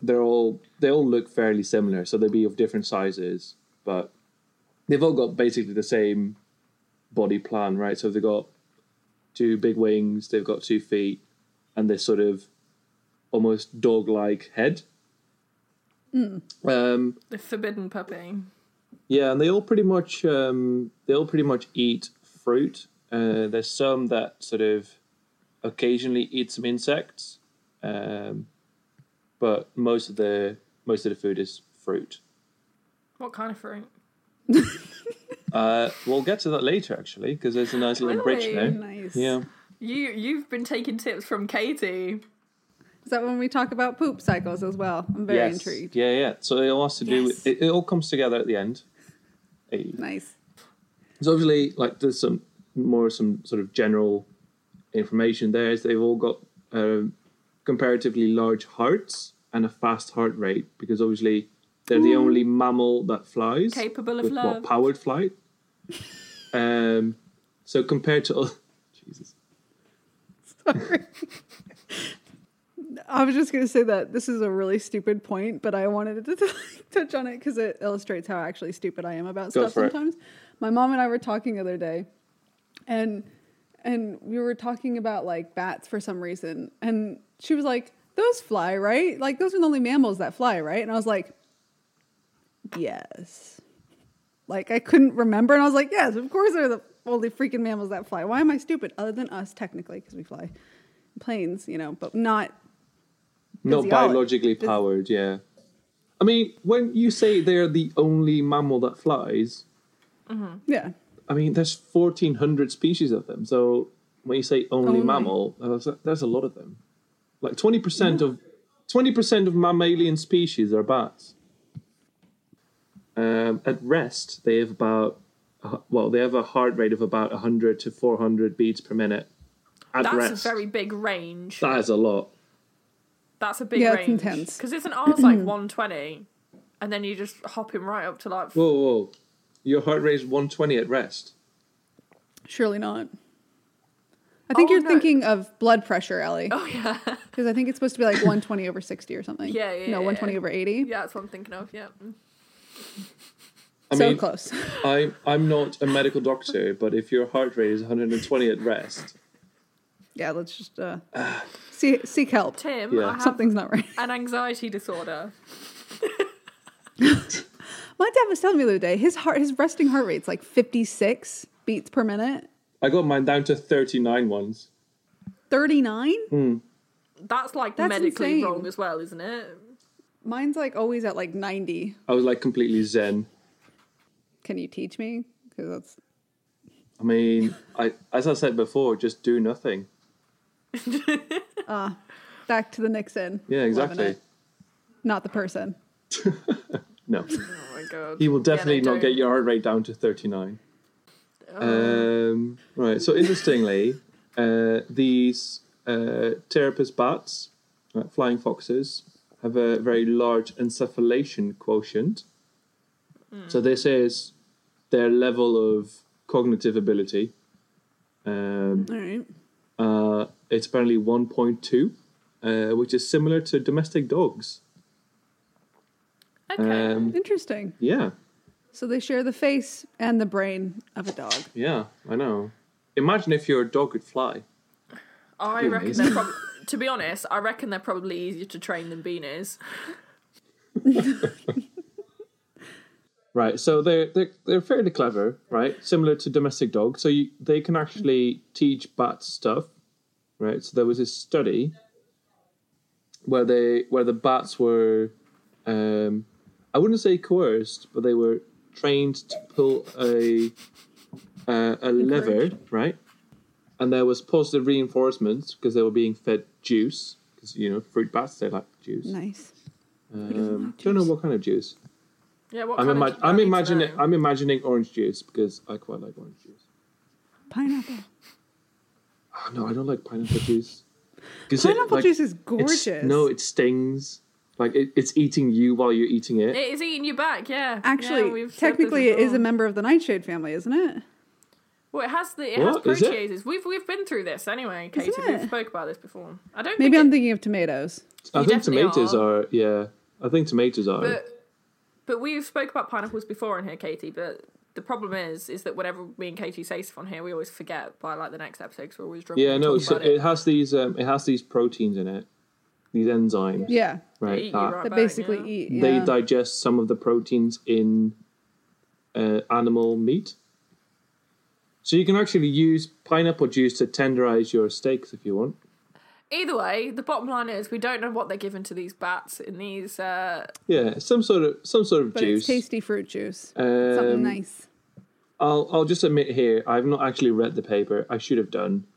S3: they're all they all look fairly similar. So they'd be of different sizes, but they've all got basically the same body plan, right? So they've got two big wings, they've got two feet, and this sort of almost dog-like head. Um,
S2: the forbidden puppy.
S3: Yeah, and they all pretty much um, they all pretty much eat fruit. Uh, there's some that sort of occasionally eat some insects, um, but most of the most of the food is fruit.
S2: What kind of fruit?
S3: Uh, we'll get to that later, actually, because there's a nice little bridge
S2: Really?
S3: there.
S1: Nice.
S3: Yeah,
S2: You, you've been taking tips from Katie.
S1: Is that when we talk about poop cycles as well? I'm very
S3: Yes.
S1: intrigued.
S3: Yeah, yeah. So it all has to do with
S2: Yes.
S3: it, it. All comes together at the end. Hey.
S1: Nice.
S3: So obviously, like there's some more some sort of general information there. Is they've all got um comparatively large hearts and a fast heart rate because obviously they're the only mammal that flies
S2: Capable of
S3: with
S2: love.
S3: what
S2: [laughs]
S3: powered flight. um, so compared to oth- Jesus,
S1: I was just going to say that this is a really stupid point, but I wanted to [laughs] touch on it because it illustrates how actually stupid I am about
S3: Go
S1: stuff
S3: for it.
S1: sometimes. My mom and I were talking the other day, and and we were talking about like bats for some reason, and she was like, "Those fly, right? Like those are the only mammals that fly, right?" And I was like, "Yes." Like I couldn't remember, and I was like, "Yes, of course they're the only freaking mammals that fly. Why am I stupid? Other than us, technically, because we fly." Planes, you know, but not
S3: not
S1: Physiology.
S3: biologically powered. Yeah, I mean when you say they're the only mammal that flies,
S1: Yeah.
S3: I mean, there's 1,400 species of them. So when you say only,
S1: Only.
S3: mammal, there's a, there's a lot of them. Like 20% of 20% of mammalian species are bats. Um, at rest, they have about uh, well, they have a heart rate of about 100 to 400 beats per minute. At
S2: That's
S3: rest,
S2: a very big range.
S3: that is a lot.
S2: That's a big
S1: Yeah, it's
S2: range.
S1: intense.
S2: Because isn't ours
S1: [clears throat]
S2: like 120? And then you just hop him right up to like.
S3: Whoa, whoa! Your heart rate is 120 at rest.
S1: Surely not. I think
S2: Oh,
S1: you're
S2: no.
S1: thinking of blood pressure, Ellie,
S2: Oh, yeah. [laughs]
S1: because I think it's supposed to be like 120 over 60 or something.
S2: Yeah, yeah, yeah,
S1: No, 120
S2: yeah.
S1: over 80.
S2: yeah, that's what I'm thinking of. Yeah.
S3: I
S1: so
S3: mean,
S1: close. [laughs]
S3: I, I'm not a medical doctor, but if your heart rate is 120 at rest,
S1: Yeah, let's just uh, see, seek help.
S2: Tim,
S3: Yeah.
S2: I have
S1: Something's not right. [laughs]
S2: an anxiety disorder.
S1: My dad was telling me the other day his heart, his resting heart rate's like 56 beats per minute.
S3: I got mine down to 39 once.
S1: 39?
S3: Hmm.
S2: That's like
S1: That's
S2: medically
S1: insane.
S2: wrong as well, isn't it?
S1: Mine's like always at like 90.
S3: I was like completely zen.
S1: Can you teach me? Because that's
S3: I mean, I as I said before, just do nothing.
S1: back to the Nixon.
S3: Yeah,
S1: Loving
S3: exactly.
S1: it. Not the person.
S3: No,
S2: Oh my god.
S3: he will
S2: Yeah,
S3: definitely
S2: no,
S3: not get
S2: don't.
S3: your heart rate down to 39.
S1: Oh.
S3: Um, right. So interestingly, uh, these uh, Terapus bats, uh, flying foxes, have a very large encephalation quotient.
S1: Hmm.
S3: So this is their level of cognitive ability. Um,
S1: All right.
S3: uh, it's apparently 1.2, uh, which is similar to domestic dogs.
S2: Okay.
S3: Um,
S1: Interesting.
S3: yeah,
S1: So they share the face and the brain of a dog.
S3: yeah, I know. Imagine if your dog could fly.
S2: I
S3: pretty
S2: reckon
S3: amazing.
S2: they're prob- to be honest, I reckon they're probably easier to train than beaners.
S3: Right, so they're they're they're fairly clever, right? Similar to domestic dogs, so you, they can actually teach bats stuff, right? So there was this study where they where the bats were, um, I wouldn't say coerced, but they were trained to pull a uh, a lever, right? And there was positive reinforcement because they were being fed juice, because you know fruit bats they like juice.
S1: Nice.
S3: Um, don't know what kind of juice.
S2: Yeah, what
S3: I'm,
S2: kind
S3: imag-
S2: of
S3: I'm
S2: I need to
S3: imagining
S2: know.
S3: I'm imagining orange juice because I quite like orange juice.
S1: Pineapple.
S3: Oh, no, I don't like pineapple juice. 'Cause it,
S1: Pineapple
S3: like,
S1: juice is
S3: it's-
S1: gorgeous.
S3: No, it stings. Like it, it's eating you while you're eating it.
S2: It is eating you back, yeah. Yeah,
S1: Actually,
S2: we've said this
S1: technically, it is a
S2: before.
S1: member of the nightshade family, isn't it?
S2: Well, it has the it
S3: What?
S2: has
S3: Is it?
S2: proteases. We've we've been through this anyway, Katie.
S1: Isn't
S2: We've
S1: it?
S2: spoke about this before. I don't
S1: Maybe I'm
S2: think it-
S1: thinking of tomatoes.
S3: I think
S2: definitely
S3: tomatoes
S2: are.
S3: are. Yeah, I think tomatoes are.
S2: but but we've spoke about pineapples before in here, Katie. But the problem is, is that whenever me and Katie say stuff on here, we always forget by like the next episode because we're always drunk.
S3: yeah,
S2: and
S3: no,
S2: talk
S3: so
S2: about
S3: it has these um, it has these proteins in it, these enzymes,
S1: Yeah,
S3: right?
S2: eat you
S3: that-
S2: right
S1: that
S2: back,
S1: basically
S2: yeah.
S1: eat.
S3: They
S1: yeah.
S3: digest some of the proteins in uh, animal meat. So you can actually use pineapple juice to tenderize your steaks if you want.
S2: Either way, the bottom line is we don't know what they're giving to these bats in these. Uh,
S3: Yeah, some sort of some sort of
S1: but
S3: juice.
S1: it's tasty fruit juice.
S3: Um,
S1: Something nice.
S3: I'll I'll just admit here, I've not actually read the paper. I should have done.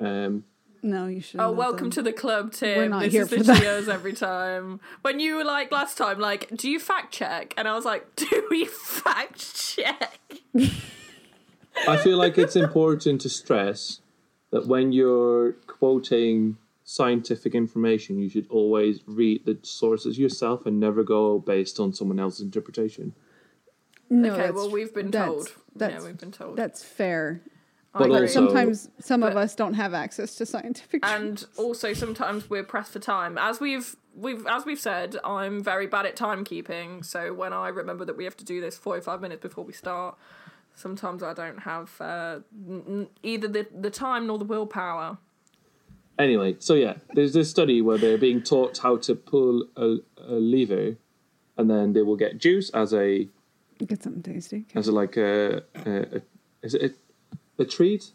S3: Um,
S1: No, you should.
S2: oh, welcome to the club, Tim.
S1: We're not
S2: this
S1: here
S2: is
S1: for
S2: the
S1: that.
S2: cheers every time. When you were like last time, like, do you fact check? And I was like, [laughs] do we fact check?
S3: I feel like it's important to stress that when you're quoting scientific information, you should always read the sources yourself and never go based on someone else's interpretation.
S1: No,
S2: okay,
S1: that's-
S2: well we've been
S1: that's-
S2: told.
S1: That's
S2: yeah, we've been told.
S1: that's fair.
S3: But
S2: agree.
S3: also,
S1: Sometimes some of
S2: But-
S1: us don't have access to scientific.
S2: and also sometimes we're pressed for time. As we've we've as we've said, I'm very bad at timekeeping. So when I remember that we have to do this 45 minutes before we start, sometimes I don't have uh, n- n- either the the time nor the willpower.
S3: Anyway, so yeah, there's this study where they're being taught how to pull a, a lever, and then they will get juice as a
S1: [laughs] get something tasty.
S3: as a, like a, a, a is it a, a treat?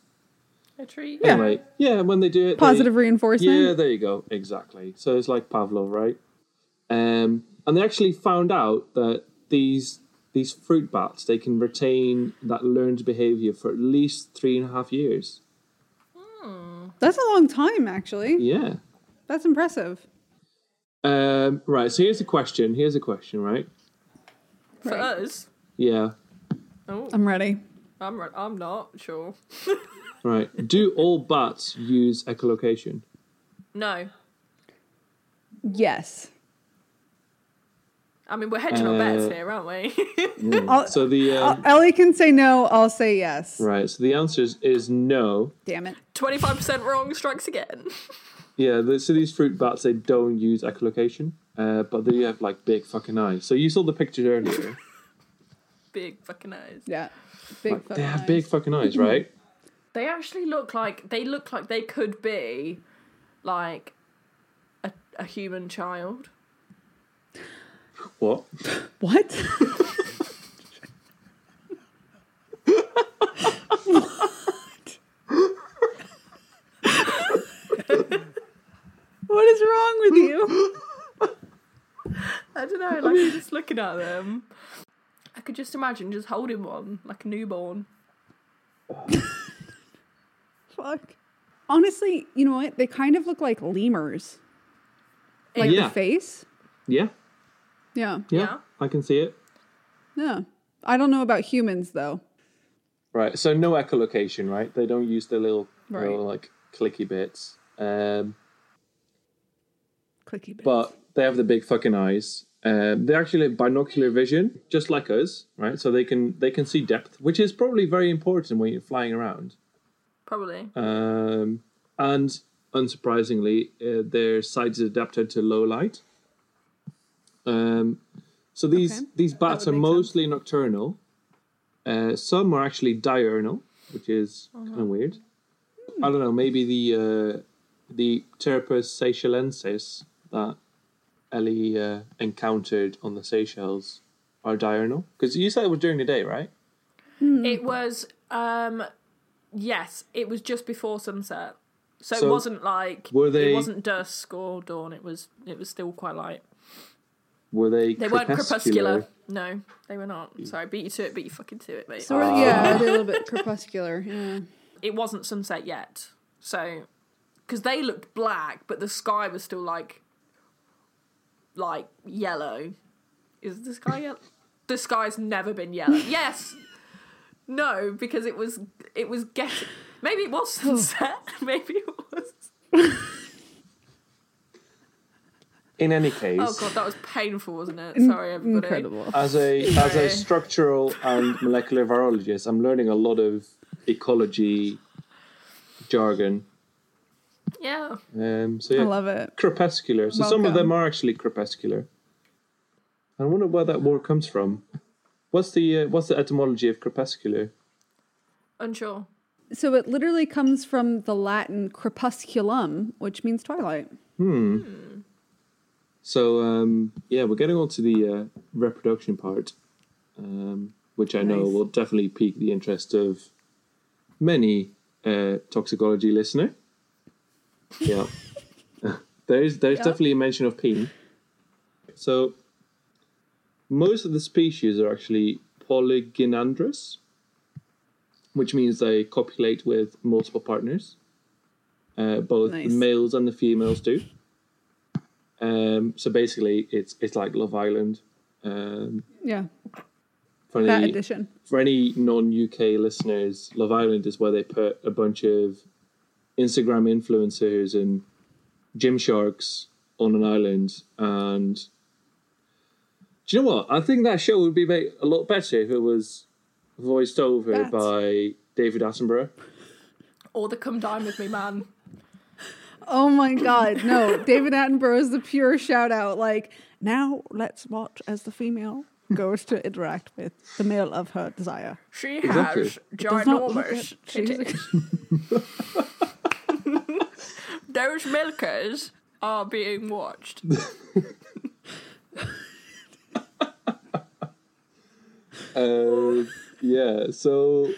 S2: A treat.
S1: Yeah.
S3: Anyway, yeah, when they do it, they-
S1: Positive reinforcement.
S3: Yeah, there you go, exactly. So it's like Pavlov, right? Um, and they actually found out that these these fruit bats they can retain that learned behavior for at least three and a half years.
S1: That's a long time, actually.
S3: Yeah.
S1: That's impressive.
S3: Um, right. So here's a question. Here's a question. Right.
S2: For
S1: Right.
S2: us.
S3: Yeah.
S2: Oh,
S1: I'm ready.
S2: I'm ri- I'm not sure.
S3: Right. Do all bats use echolocation?
S2: No.
S1: Yes.
S2: I mean, we're hedging our bets
S3: Uh,
S2: here, aren't we? [laughs]
S1: I'll-
S3: So the um,
S1: I'll- Mm. Ellie can say no. I'll say yes.
S3: right. So the answer is, is no.
S1: Damn it.
S2: 25% wrong strikes again. [laughs]
S3: Yeah, the, so these fruit bats they don't use echolocation, uh, but they have like big fucking eyes. So you saw the picture earlier.
S2: Big fucking eyes.
S1: Yeah. Big.
S3: Like, they
S1: fucking
S3: have
S1: eyes.
S3: big fucking eyes, right?
S2: They actually look like they look like they could be like a, a human child.
S3: What?
S1: What? What is wrong with you?
S2: I don't know, like I'm just looking at them. I could just imagine just holding one like a newborn.
S1: Fuck. Honestly, you know what? They kind of look like lemurs. Like
S3: Uh, Yeah.
S1: the face.
S3: Yeah,
S1: Yeah.
S3: yeah,
S2: Yeah.
S3: I can see it.
S1: Yeah. I don't know about humans though.
S3: Right, so no echolocation, right? They don't use the little,
S1: Right.
S3: little like clicky bits, um,
S1: Clicky bits.
S3: but they have the big fucking eyes. Um, they actually have binocular vision, just like us, right? So they can they can see depth, which is probably very important when you're flying around.
S2: Probably.
S3: Um, and unsurprisingly, uh, their sight is adapted to low light. Um, so these
S1: Okay.
S3: these bats
S1: would
S3: are
S1: make sense.
S3: mostly nocturnal. Uh, some are actually diurnal, which is
S1: Uh-huh.
S3: kind of weird. I don't know. Maybe the uh, the Pterapus seychellensis that Ellie uh, encountered on the Seychelles are diurnal. Because you said it was during the day, right?
S2: It was, um, yes, it was just before sunset. So,
S3: So
S2: it wasn't like
S3: were they-
S2: it wasn't dusk or dawn. It was it was still quite light.
S3: Were they?
S2: They weren't crepuscular. No, they were not. Sorry, beat you to it. Beat you fucking to it, mate.
S1: So we're- yeah,
S2: Um,
S1: a
S2: [laughs]
S1: little bit crepuscular. Yeah.
S2: It wasn't sunset yet. So, because they looked black, but the sky was still like, like yellow. Is the sky yellow?
S1: [laughs]
S2: the sky's never been yellow. Yes. No, because it was it was getting. Maybe it
S1: [laughs]
S2: was sunset. [laughs] Maybe it was.
S3: In any case,
S2: Oh god, that was painful, wasn't it? Sorry, everybody.
S1: Incredible.
S3: as a as
S2: Sorry.
S3: a structural and molecular virologist, I'm learning a lot of ecology jargon.
S2: Yeah.
S3: Um, so
S1: I
S3: yeah,
S1: love it.
S3: crepuscular. So some
S1: Welcome.
S3: of them are actually crepuscular. I wonder where that word comes from. What's the uh, what's the etymology of crepuscular?
S2: Unsure.
S1: So it literally comes from the Latin crepusculum, which means twilight.
S3: So um, yeah, we're getting on to the uh, reproduction part, um, which I know
S1: Nice.
S3: will definitely pique the interest of many uh,
S1: [laughs]
S3: toxicology listener. Yeah, [laughs] there's there's
S1: Yeah.
S3: definitely a mention of peen. So most of the species are actually polygynandrous, which means they copulate with multiple partners. Uh, both
S1: Nice.
S3: the males and the females do. Um, so basically, it's it's like Love Island. Um,
S1: Yeah,
S3: for
S1: that
S3: any,
S1: edition.
S3: for any non-UK listeners, Love Island is where they put a bunch of Instagram influencers and gym sharks on an island. And do you know what? I think that show would be made a lot better if it was voiced over
S1: Bats.
S3: by David Attenborough.
S2: Or the come dine with me man.
S1: Oh my God.
S2: [laughs]
S1: No, David Attenborough is the pure shout out. Like, now let's watch as the female goes to interact with the male of her desire.
S2: She
S3: Exactly.
S2: has
S1: Does not look
S2: ginormous
S1: at- she's-
S2: [laughs] titties. Those milkers are being watched.
S3: Uh, yeah, so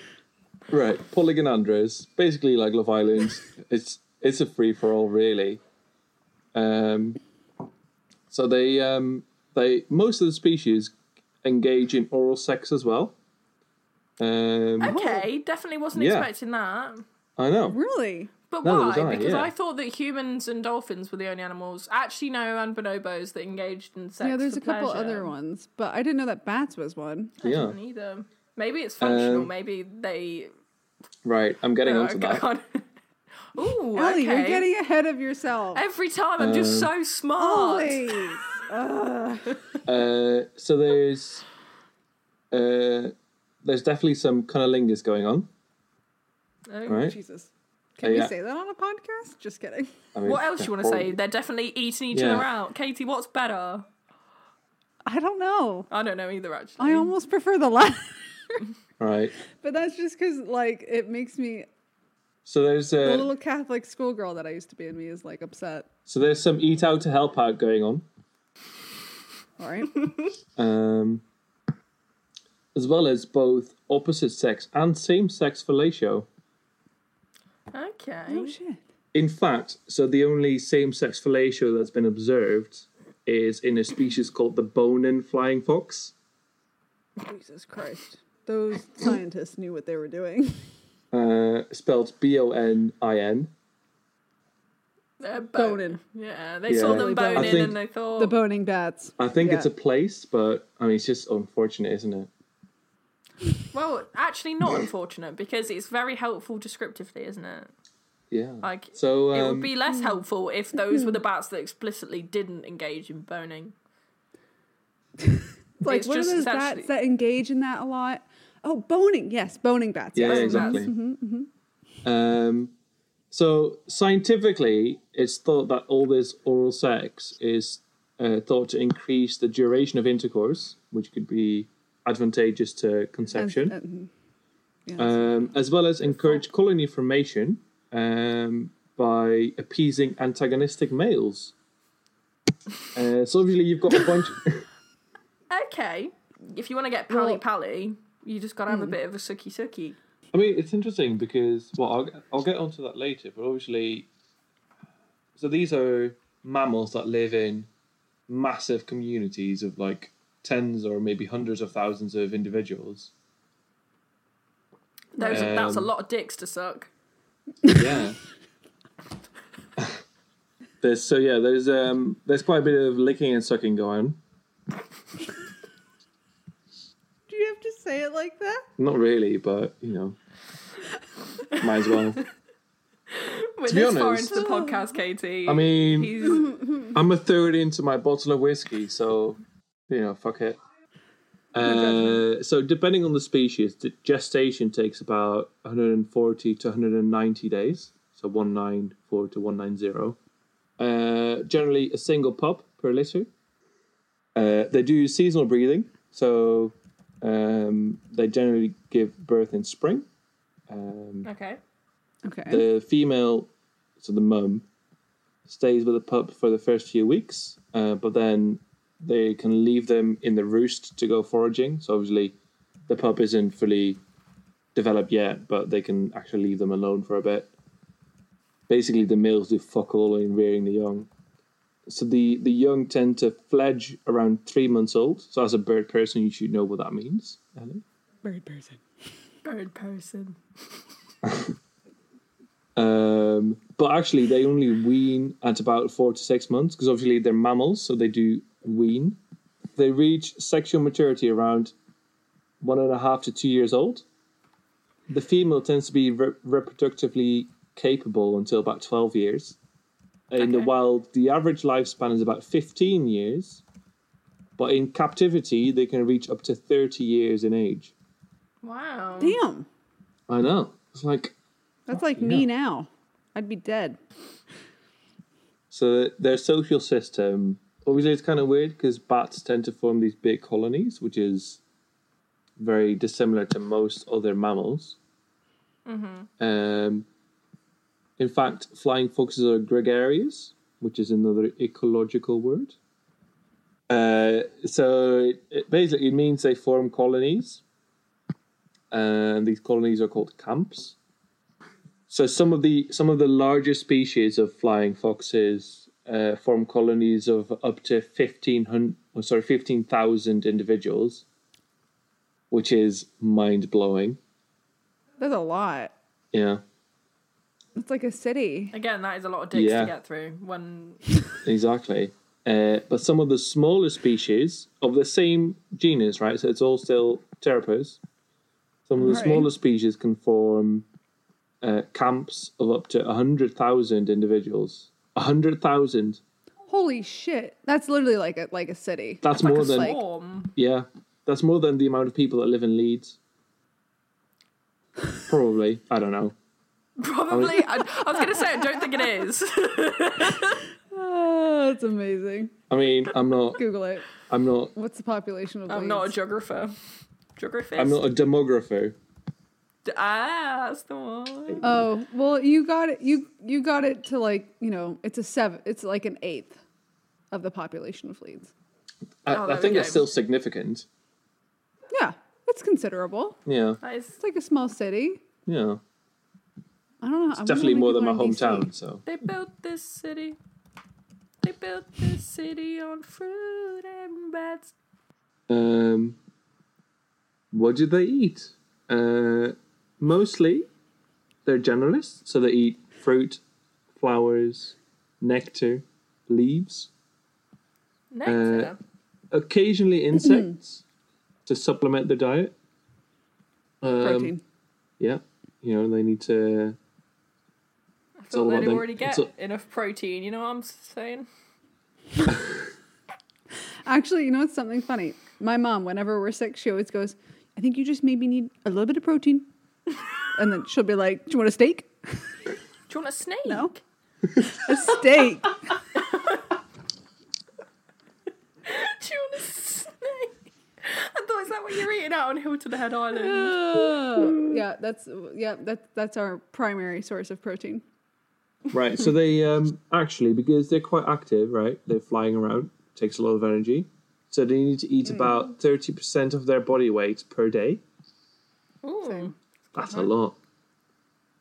S3: right, Polygon Andres, basically like Love Island. It's it's a free for all really. Um, so they um, they most of the species engage in oral sex as well. Um,
S2: Okay, definitely wasn't
S3: Yeah.
S2: expecting that.
S3: I know.
S1: Really?
S2: But
S3: Neither
S2: why?
S3: was I,
S2: because
S3: yeah.
S2: I thought that humans and dolphins were the only animals. Actually, no, and bonobos that engaged in sex.
S1: yeah, there's
S2: for
S1: a couple
S2: pleasure.
S1: other ones, but I didn't know that bats was one.
S2: I
S3: Yeah,
S2: didn't either. Maybe it's functional.
S3: Um,
S2: Maybe they.
S3: right. I'm getting
S2: Oh, [laughs]
S3: onto that.
S2: God. Ooh,
S1: [laughs] Ellie,
S2: okay.
S1: you're getting ahead of yourself.
S2: Every time I'm just
S3: Um,
S2: so smart.
S1: Always.
S3: Uh, so there's uh, there's definitely some cunnilingus going on,
S2: Oh,
S3: right?
S1: Jesus. Can
S3: Uh,
S1: we
S3: yeah.
S1: say that on a podcast? Just kidding.
S3: I mean,
S2: What else do you want to
S3: they're
S2: say? They're definitely eating each
S3: Yeah.
S2: other out. Katie, what's better?
S1: I don't know.
S2: I don't know either, actually.
S1: I almost prefer the latter,
S3: horrible. Right.
S1: [laughs] but that's just because like it makes me
S3: So there's uh,
S1: the little Catholic schoolgirl that I used to be in me is like upset.
S3: So there's some eat out to help out going on,
S1: All right.
S3: um, as well as both opposite sex and same sex fellatio.
S2: Okay.
S1: [laughs] oh shit.
S3: In fact, so the only same sex fellatio that's been observed is in a species called the bonin flying fox.
S1: Jesus Christ. Those scientists knew what they were [laughs] doing.
S3: Uh, spelled B O N I N.
S2: They're bo-
S1: Boning.
S2: Yeah, they saw them
S3: Yeah.
S1: Really boning.
S2: boning
S3: I think-
S2: and they thought.
S1: The boning bats.
S3: I think it's a
S1: Yeah.
S3: place, but I mean, it's just unfortunate, isn't it?
S2: well, actually, not unfortunate because it's very helpful descriptively, isn't it?
S3: Yeah.
S2: Like,
S3: so
S2: it
S3: um,
S2: would be less helpful if those were the bats that explicitly didn't engage in boning.
S1: Like
S2: It's
S1: what
S2: just-
S1: are those
S2: it's
S1: bats
S2: actually-
S1: that engage in that a lot? Oh, boning. Yes, mm-hmm. boning bats.
S3: yeah,
S1: yes.
S2: that's-
S3: exactly. Um, So scientifically, it's thought that all this oral sex is uh, thought to increase the duration of intercourse, which could be advantageous to
S1: As-
S3: conception,
S1: uh, mhm. yeah, that's-
S3: um, as well as encourage colony formation um, by appeasing antagonistic males. Uh, so obviously, you've got a
S1: [laughs]
S3: bunch.
S2: Okay. If you want to get pally
S1: Well-
S2: pally, you just got to have a bit of a sucky sucky.
S3: I mean, it's interesting because well, I'll, I'll get onto that later. But obviously, so these are mammals that live in massive communities of like tens or maybe hundreds of thousands of individuals.
S2: Those, that's a
S3: Um,
S2: lot of dicks to suck.
S3: Yeah. [laughs] there's so yeah, there's um there's quite a bit of licking and sucking going.
S1: Do you have to say it like that?
S3: Not really, but you know, might as well.
S2: We're
S3: be
S2: this far
S3: honest-
S2: into the podcast, Katie.
S3: I mean,
S2: [laughs] he's
S3: I'm a third into my bottle of whiskey, so you know, fuck it. Uh, so depending on the species, the gestation takes about 140 to 190 days. So 194 to 190. Uh, generally, a single pup per litter. Uh, they do seasonal breeding, so um, they generally give birth in spring. Um,
S2: okay.
S1: Okay.
S3: the female, so the mum, stays with the pup for the first few weeks, uh, but then they can leave them in the roost to go foraging. So obviously, the pup isn't fully developed yet, but they can actually leave them alone for a bit. Basically, the males do fuck all in rearing the young. So the, the young tend to fledge around three months old. So as a bird person, you should know what that means. Ellie.
S1: Bird person.
S2: Bird person.
S3: Um, but actually, they only wean at about four to six months because obviously they're mammals, so they do wean. They reach sexual maturity around one and a half to two years old. The female tends to be re- reproductively capable until about 12 years. In the
S2: Okay.
S3: wild, the average lifespan is about 15 years, but in captivity, they can reach up to 30 years in age.
S2: Wow.
S1: Damn.
S3: I know. It's like,
S1: That's like me now. I'd be dead.
S3: So their social system, obviously, it's kind of weird because bats tend to form these big colonies, which is very dissimilar to most other mammals. Um, in fact, flying foxes are gregarious, which is another ecological word. Uh, so it, it basically it means they form colonies, and these colonies are called camps. So some of the some of the larger species of flying foxes uh, form colonies of up to fifteen hundred, sorry, fifteen thousand individuals, which is mind blowing.
S1: That's a lot.
S3: Yeah,
S1: It's like a city.
S2: Again, that is a lot of dicks
S3: Yeah.
S2: to get through. When
S3: exactly. Uh, but some of the smaller species of the same genus, right? So it's all still pteropods. Some of the
S1: Right.
S3: smaller species can form uh, camps of up to hundred thousand individuals. hundred thousand.
S1: Holy shit. That's literally like a like a city.
S3: That's
S2: like
S3: more
S2: a
S3: than
S2: swarm.
S3: Yeah, that's more than the amount of people that live in Leeds. Probably, I don't know.
S2: Probably. I, I was going to say, I don't think it is.
S3: [laughs]
S1: Oh, that's amazing.
S3: I mean, I'm not,
S1: Google it.
S3: I'm not,
S1: What's the population of
S2: I'm not a
S1: Leeds?
S2: geographer. Geographist.
S3: I'm not a demographer.
S2: Ah, that's the one.
S1: Oh, well, you got it you you got it to like, you know, it's a seven it's like an eighth of the population of Leeds.
S3: I,
S2: Oh,
S3: I
S2: there we
S3: think
S2: go.
S3: that's still significant.
S1: Yeah. That's considerable.
S3: Yeah,
S2: That is,
S1: It's like a small city.
S3: yeah.
S1: I don't know. It's
S3: Definitely more than my hometown. So
S2: they built this city. They built this city on fruit and bats.
S3: Um, what do they eat? Uh, mostly, they're generalists, so they eat fruit, flowers, nectar, leaves,
S2: Nectar.
S3: Uh, occasionally insects to supplement their diet. Um,
S1: Protein.
S3: Yeah, you know they need to.
S2: I
S3: all
S2: thought
S3: about
S2: they'd
S3: them.
S2: already get
S3: It's all-
S2: enough protein. You know what I'm saying?
S1: Actually, you know what's something funny? My mom, whenever we're sick, she always goes, I think you just maybe need a little bit of protein. and then she'll be like, Do you want a steak?
S2: you want a snake?
S1: No. A steak.
S2: [laughs] Do you want a snake? [laughs] I thought, is that what you're eating out on Hilton Head
S1: [laughs]
S2: Island?
S1: yeah, that's yeah, that that's our primary source of protein.
S3: [laughs] Right. So they um, actually, because they're quite active, right? They're flying around, takes a lot of energy. So they need to eat about 30% of their body weight per day.
S2: Ooh,
S1: [laughs] Same.
S3: That's a lot.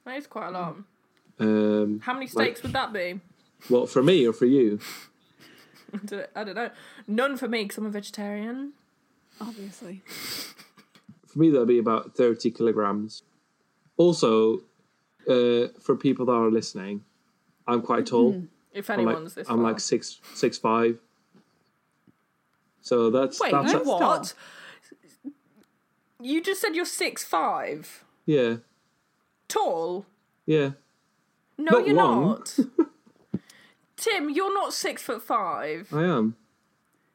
S2: that is quite a lot.
S3: Um,
S2: How many steaks
S3: Like-
S2: would that be? [laughs]
S3: well, for me or for you?
S2: I don't know. None for me because I'm a vegetarian.
S1: Obviously.
S3: For me, that'd be about 30 kilograms. Also, uh, for people that are listening, I'm quite tall.
S2: If
S3: I'm,
S2: anyone's
S3: like,
S2: this
S3: I'm
S2: far.
S3: like six, six five. So that's
S2: Wait,
S3: that's
S1: no.
S3: a-
S2: what?
S1: tall.
S2: You just said you're six five.
S3: yeah,
S2: Tall?
S3: yeah.
S2: No,
S3: Not
S2: you're
S3: long. [laughs]
S2: not. Tim, you're not six foot five.
S3: I am.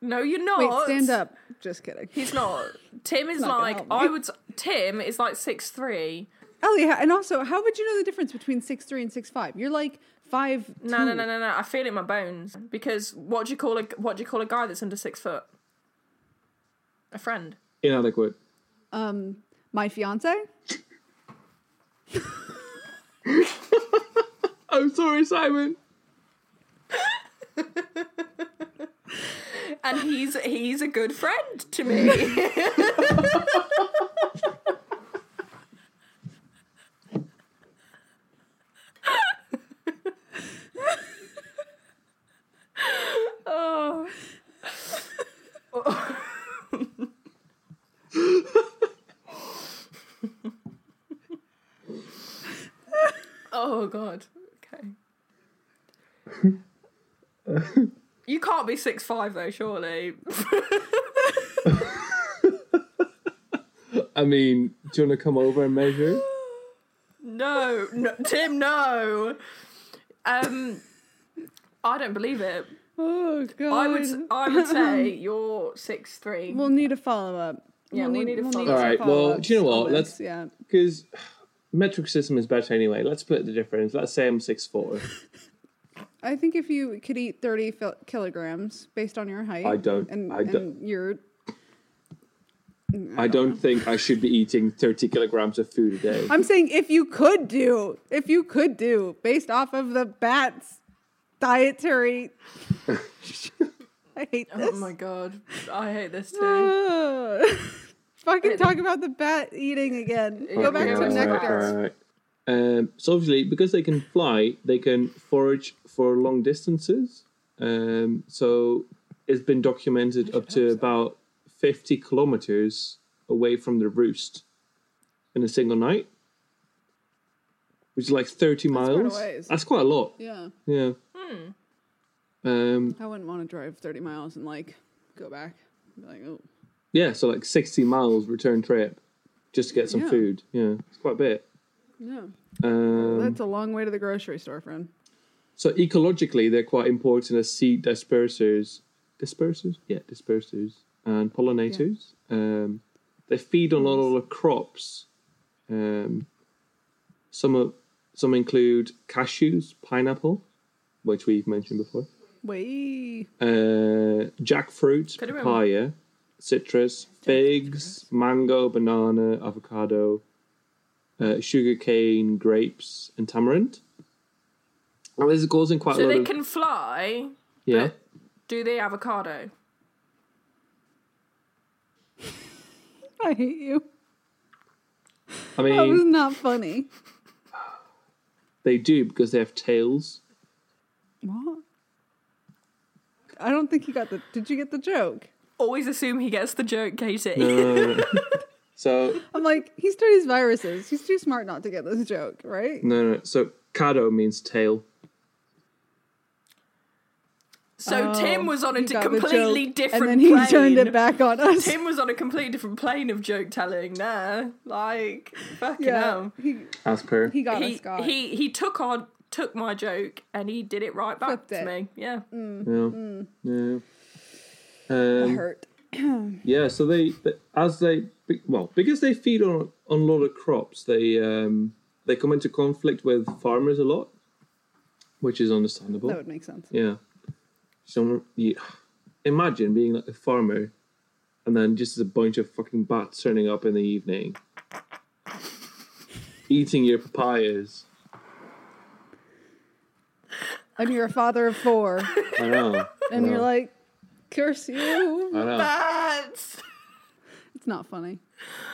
S2: No, you're not.
S1: Wait, stand up. Just kidding.
S2: He's not. Tim is
S1: not gonna
S2: like
S1: help me.
S2: I would. Tim is like six three.
S1: Ellie, and also, how would you know the difference between six three and six five? You're like five.
S2: No, no, no, no, no. I feel it in my bones because what do you call a what do you call a guy that's under six foot? A friend.
S3: Inadequate.
S1: Um, my fiance.
S3: I'm sorry, Simon.
S2: and he's he's a good friend to me. oh. [laughs] oh god. Okay. You can't be six five though, surely. [laughs]
S3: I mean, do you want to come over and measure?
S2: No, no, Tim, no. Um, I don't believe it.
S1: Oh god.
S2: I would, I
S1: [laughs]
S2: would say you're six three.
S1: We'll need a follow up.
S2: Yeah, we'll need a follow-up.
S3: All right, well, do you know what? Let's-
S1: Yeah.
S3: Because metric system is better anyway. Let's split the difference. Let's say I'm six four.
S1: I think if you could eat thirty fil- kilograms based on your height,
S3: I don't-
S1: and,
S3: I don't-
S1: and your
S3: I don't think I should be eating thirty kilograms of food a day.
S1: I'm saying if you could do, if you could do, based off of the bat's dietary. I hate
S2: Oh
S1: this. [laughs]
S2: my god, I hate this too.
S1: Ugh. Fucking talk about the bat eating again. Go back
S2: Yeah,
S1: to
S2: that's
S1: nectar.
S2: right.
S3: Um, so obviously, because they can fly, they can forage for long distances. Um, so it's been documented up to about fifty kilometers away from the roost in a single night, which is like thirty
S1: quite a
S3: miles.
S1: ways.
S3: That's quite a lot.
S1: Yeah, Hmm.
S3: Yeah. Um,
S1: I wouldn't want to drive 30 miles and like go back. Be like, oh,
S3: yeah, so like 60 miles return trip just to get some
S1: Yeah.
S3: food. Yeah, it's quite a bit.
S1: no.
S3: Um,
S1: That's a long way to the grocery store, friend.
S3: so ecologically, they're quite important as seed dispersers. Dispersers? Yeah, dispersers and pollinators. Um, they feed on a lot of crops. Um, some of some include cashews, pineapple, which we've mentioned before.
S1: Wait.
S3: uh, jackfruit,
S2: Could have been.
S3: papaya, citrus, figs, mango, banana, avocado, uh, sugarcane, grapes, and tamarind. And this is causing quite a
S2: So
S3: lot
S2: they
S3: of
S2: can fly.
S3: yeah.
S2: Do they avocado?
S1: I hate you.
S3: I
S1: That was
S3: mean,
S1: not funny.
S3: they do because they have tails.
S1: What? I don't think you got the. Did you get the joke?
S2: Always assume he gets the joke, Katie.
S1: [laughs]
S3: Uh, so
S1: I'm like, he studies viruses. He's too smart not to get this joke, right?
S3: no, no. So cado means tail.
S2: So
S1: Oh,
S2: Tim was on a
S1: he
S2: d-
S1: got the
S2: completely
S1: joke,
S2: different
S1: And then he
S2: plane.
S1: turned it back on us.
S2: Tim was on a completely different plane of joke telling. There, like
S1: [laughs]
S2: fucking
S1: yeah,
S2: hell.
S1: he,
S3: As per
S1: he got
S2: He,
S1: us, Scott.
S2: he he took on took my joke and he did it right back
S1: Flipped
S2: to
S1: it.
S2: me. Yeah.
S3: yeah.
S1: mm.
S3: yeah. Um,
S1: hurt.
S3: Yeah, so they, th as they be- well because they feed on on a lot of crops, they um, they come into conflict with farmers a lot which is understandable.
S1: That would make sense.
S3: Yeah. Some yeah. imagine being like a farmer, and then just a bunch of fucking bats turning up in the evening, eating your papayas.
S1: And you're a father of four,
S3: I know.
S1: and
S3: I
S1: you're
S3: know,
S1: like, curse you.
S3: I know.
S2: Bats!
S1: It's not funny.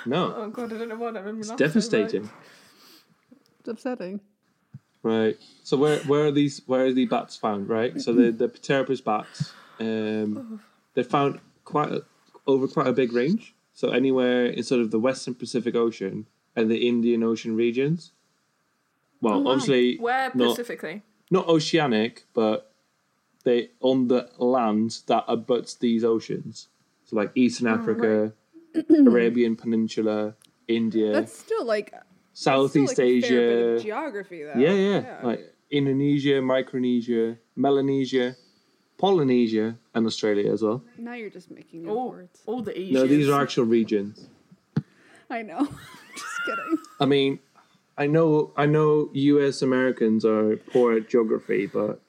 S3: No,
S2: Oh god, I don't know what I remember.
S3: it's devastating.
S1: It's upsetting.
S3: Right. So where where are these where are the bats found? Right. So the the Pterapus bats,
S1: Oh.
S3: um, they're found quite a, over quite a big range. So anywhere in sort of the Western Pacific Ocean and the Indian Ocean regions. Well,
S1: Oh, wow.
S3: obviously
S2: Where
S3: not
S2: specifically?
S3: not oceanic, but they on the land that abuts these oceans. So like Eastern
S1: Oh,
S3: Africa, Arabian Peninsula, India,
S1: That's still like
S3: Southeast
S1: still, like, a
S3: Asia.
S1: fair bit of geography, though.
S3: Yeah, Oh, yeah. Like Indonesia, Micronesia, Melanesia, Polynesia, and Australia as well.
S1: now you're just making up
S2: All,
S1: words.
S2: all the Asians.
S3: No, these are actual regions.
S1: I know. [laughs] just kidding.
S3: I mean, I know, I know, U.S. Americans are poor at geography, but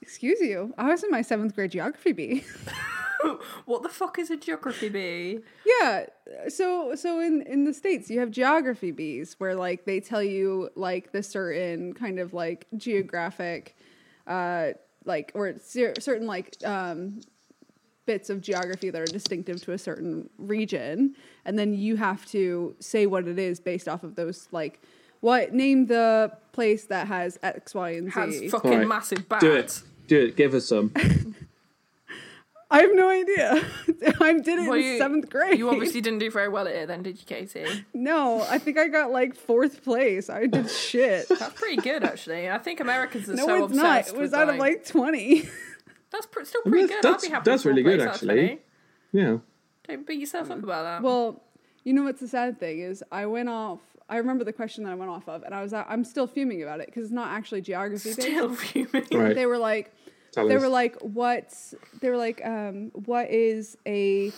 S1: Excuse you. I was in my seventh grade geography bee.
S2: What the fuck is a geography bee?
S1: yeah. uh, So so in in the states you have geography bees where like they tell you like the certain kind of like geographic, uh, like or cer- certain like um bits of geography that are distinctive to a certain region and then you have to say what it is based off of those like what name the place that has x y and z
S2: Has fucking
S3: Alright,
S2: massive bats.
S3: do it, do it, give us some. [laughs]
S1: I have no idea. [laughs] I did it
S2: Well,
S1: in
S2: you-
S1: seventh grade.
S2: You obviously didn't do very well at it then, did you, [laughs] Katie?
S1: no. I think I got like fourth place. I did
S2: [laughs]
S1: shit.
S2: That's pretty good, actually. I think Americans are
S1: No,
S2: so
S1: it's not.
S2: obsessed
S1: It was
S2: with,
S1: out
S2: like,
S1: of like twenty. [laughs]
S2: That's pr- still pretty
S3: That's-
S2: good. I'd
S3: that's-
S2: be happy.
S3: that's
S2: with four
S3: really good,
S2: plates,
S3: actually. Yeah,
S2: Don't beat yourself up about that.
S1: well, you know what's the sad thing is I went off. I remember the question that I went off of, and I was I'm still fuming about it because it's not actually geography based.
S2: still [laughs] fuming.
S3: right.
S1: They were like,
S3: Tell
S1: they
S3: us.
S1: were like what's they were like um what is a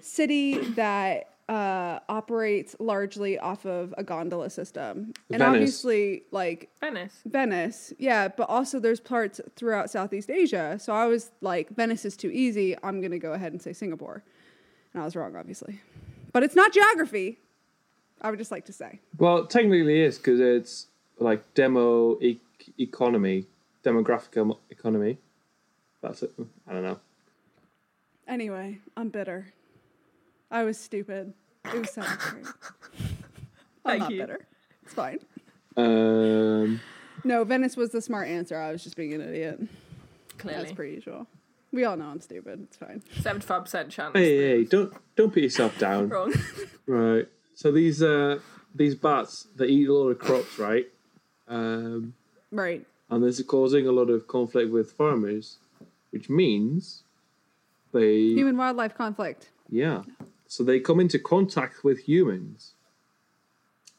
S1: city that uh operates largely off of a gondola system and
S3: Venice.
S1: obviously like
S2: Venice.
S1: Venice, yeah, but also there's parts throughout Southeast Asia. So I was like, Venice is too easy. I'm going to go ahead and say Singapore. And I was wrong, obviously. But it's not geography, I would just like to say.
S3: Well, technically it is because it's like demo e- economy, demographic em- economy. That's it. I don't know.
S1: Anyway, I'm bitter. I was stupid. It was seventh grade.
S2: [laughs]
S1: I'm
S2: Thank
S1: not
S2: you.
S1: bitter. It's fine.
S3: Um,
S1: No, Venice was the smart answer. I was just being an idiot. That's
S2: Clearly,
S1: pretty usual. We all know I'm stupid. It's fine.
S2: seventy-five percent chance.
S3: hey, hey, don't don't put yourself down.
S2: Wrong. [laughs]
S3: Right. So these uh these bats they eat a lot of crops, right? Um,
S1: Right.
S3: and this is causing a lot of conflict with farmers, which means they
S1: Human wildlife conflict.
S3: yeah. So they come into contact with humans.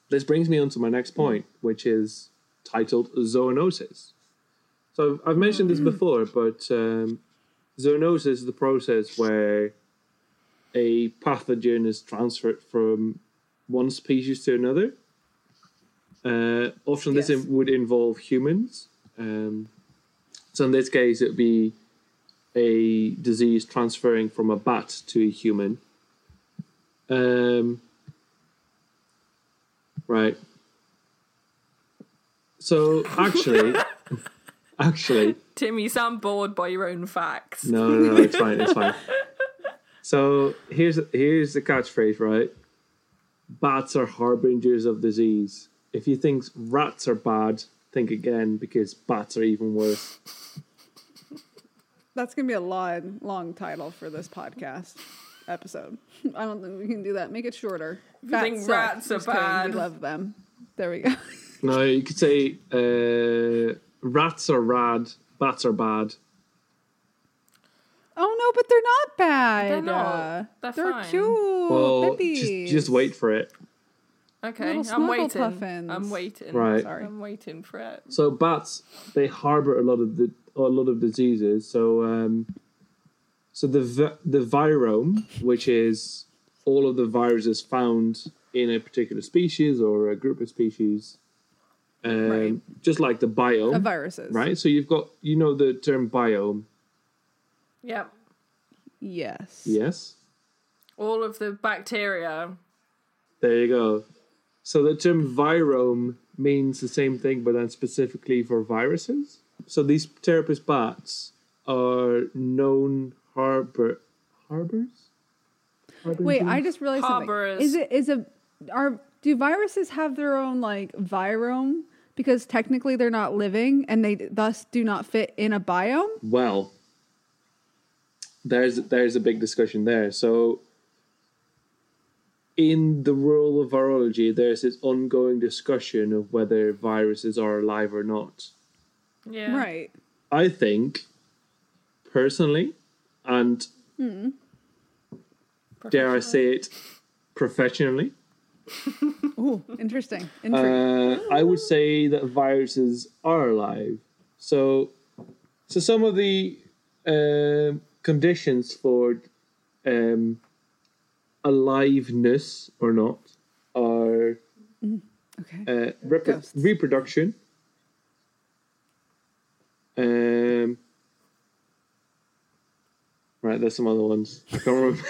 S3: This brings me on to my next point, which is titled zoonosis. So I've, I've mentioned this before, but um, zoonosis is the process where a pathogen is transferred from one species to another. Uh, often this
S1: Yes.
S3: in- would involve humans. Um, so in this case, it would be a disease transferring from a bat to a human. Um, right. So actually, actually,
S2: Tim, you sound bored by your own facts.
S3: no, no, no, it's fine, it's fine. So here's here's the catchphrase, right? Bats are harbingers of disease. If you think rats are bad, think again because bats are even worse.
S1: That's gonna be a long, long title for this podcast episode. [laughs] I don't think we can do that. Make it shorter.
S2: you think
S1: suck.
S2: rats are
S1: Just kidding.
S2: bad.
S1: We love them. There we go. [laughs]
S3: No, you could say uh, rats are rad, bats are bad.
S1: oh no, but they're not bad.
S2: They're not.
S1: Uh,
S2: They're fine.
S1: cute.
S3: Well,
S1: puppies.
S3: just, just wait for it.
S2: Okay,
S1: Little
S2: I'm
S1: snuggle
S2: waiting.
S1: puffins.
S2: I'm waiting.
S3: Right.
S1: Sorry.
S2: I'm waiting for it.
S3: So bats, they harbor a lot of the, a lot of diseases. So um, so the vi- the virome, which is all of the viruses found in a particular species or a group of species, um,
S1: Right.
S3: just like the biome,
S1: Of viruses.
S3: right? So you've got you know the term biome,
S2: Yeah.
S1: Yes.
S3: yes?
S2: All of the bacteria.
S3: There you go. So the term virome means the same thing, but then specifically for viruses. So these pterapus bats are known harbor harbors. Harbingers?
S1: Wait, I just realized
S2: Harbours.
S1: something. Is it is a are do viruses have their own like virome? Because technically they're not living and they thus do not fit in a biome.
S3: well. There's there's a big discussion there. So in the world of virology, there's this ongoing discussion of whether viruses are alive or not.
S2: Yeah.
S1: Right.
S3: I think, personally, and dare I say it, professionally,
S1: Ooh, interesting. Intriguing.
S3: uh, I would say that viruses are alive. So, so some of the um conditions for um, aliveness or not are
S1: okay.
S3: uh, rep-
S1: Ghosts.
S3: reproduction. Um, right, there's some other ones. I can't remember.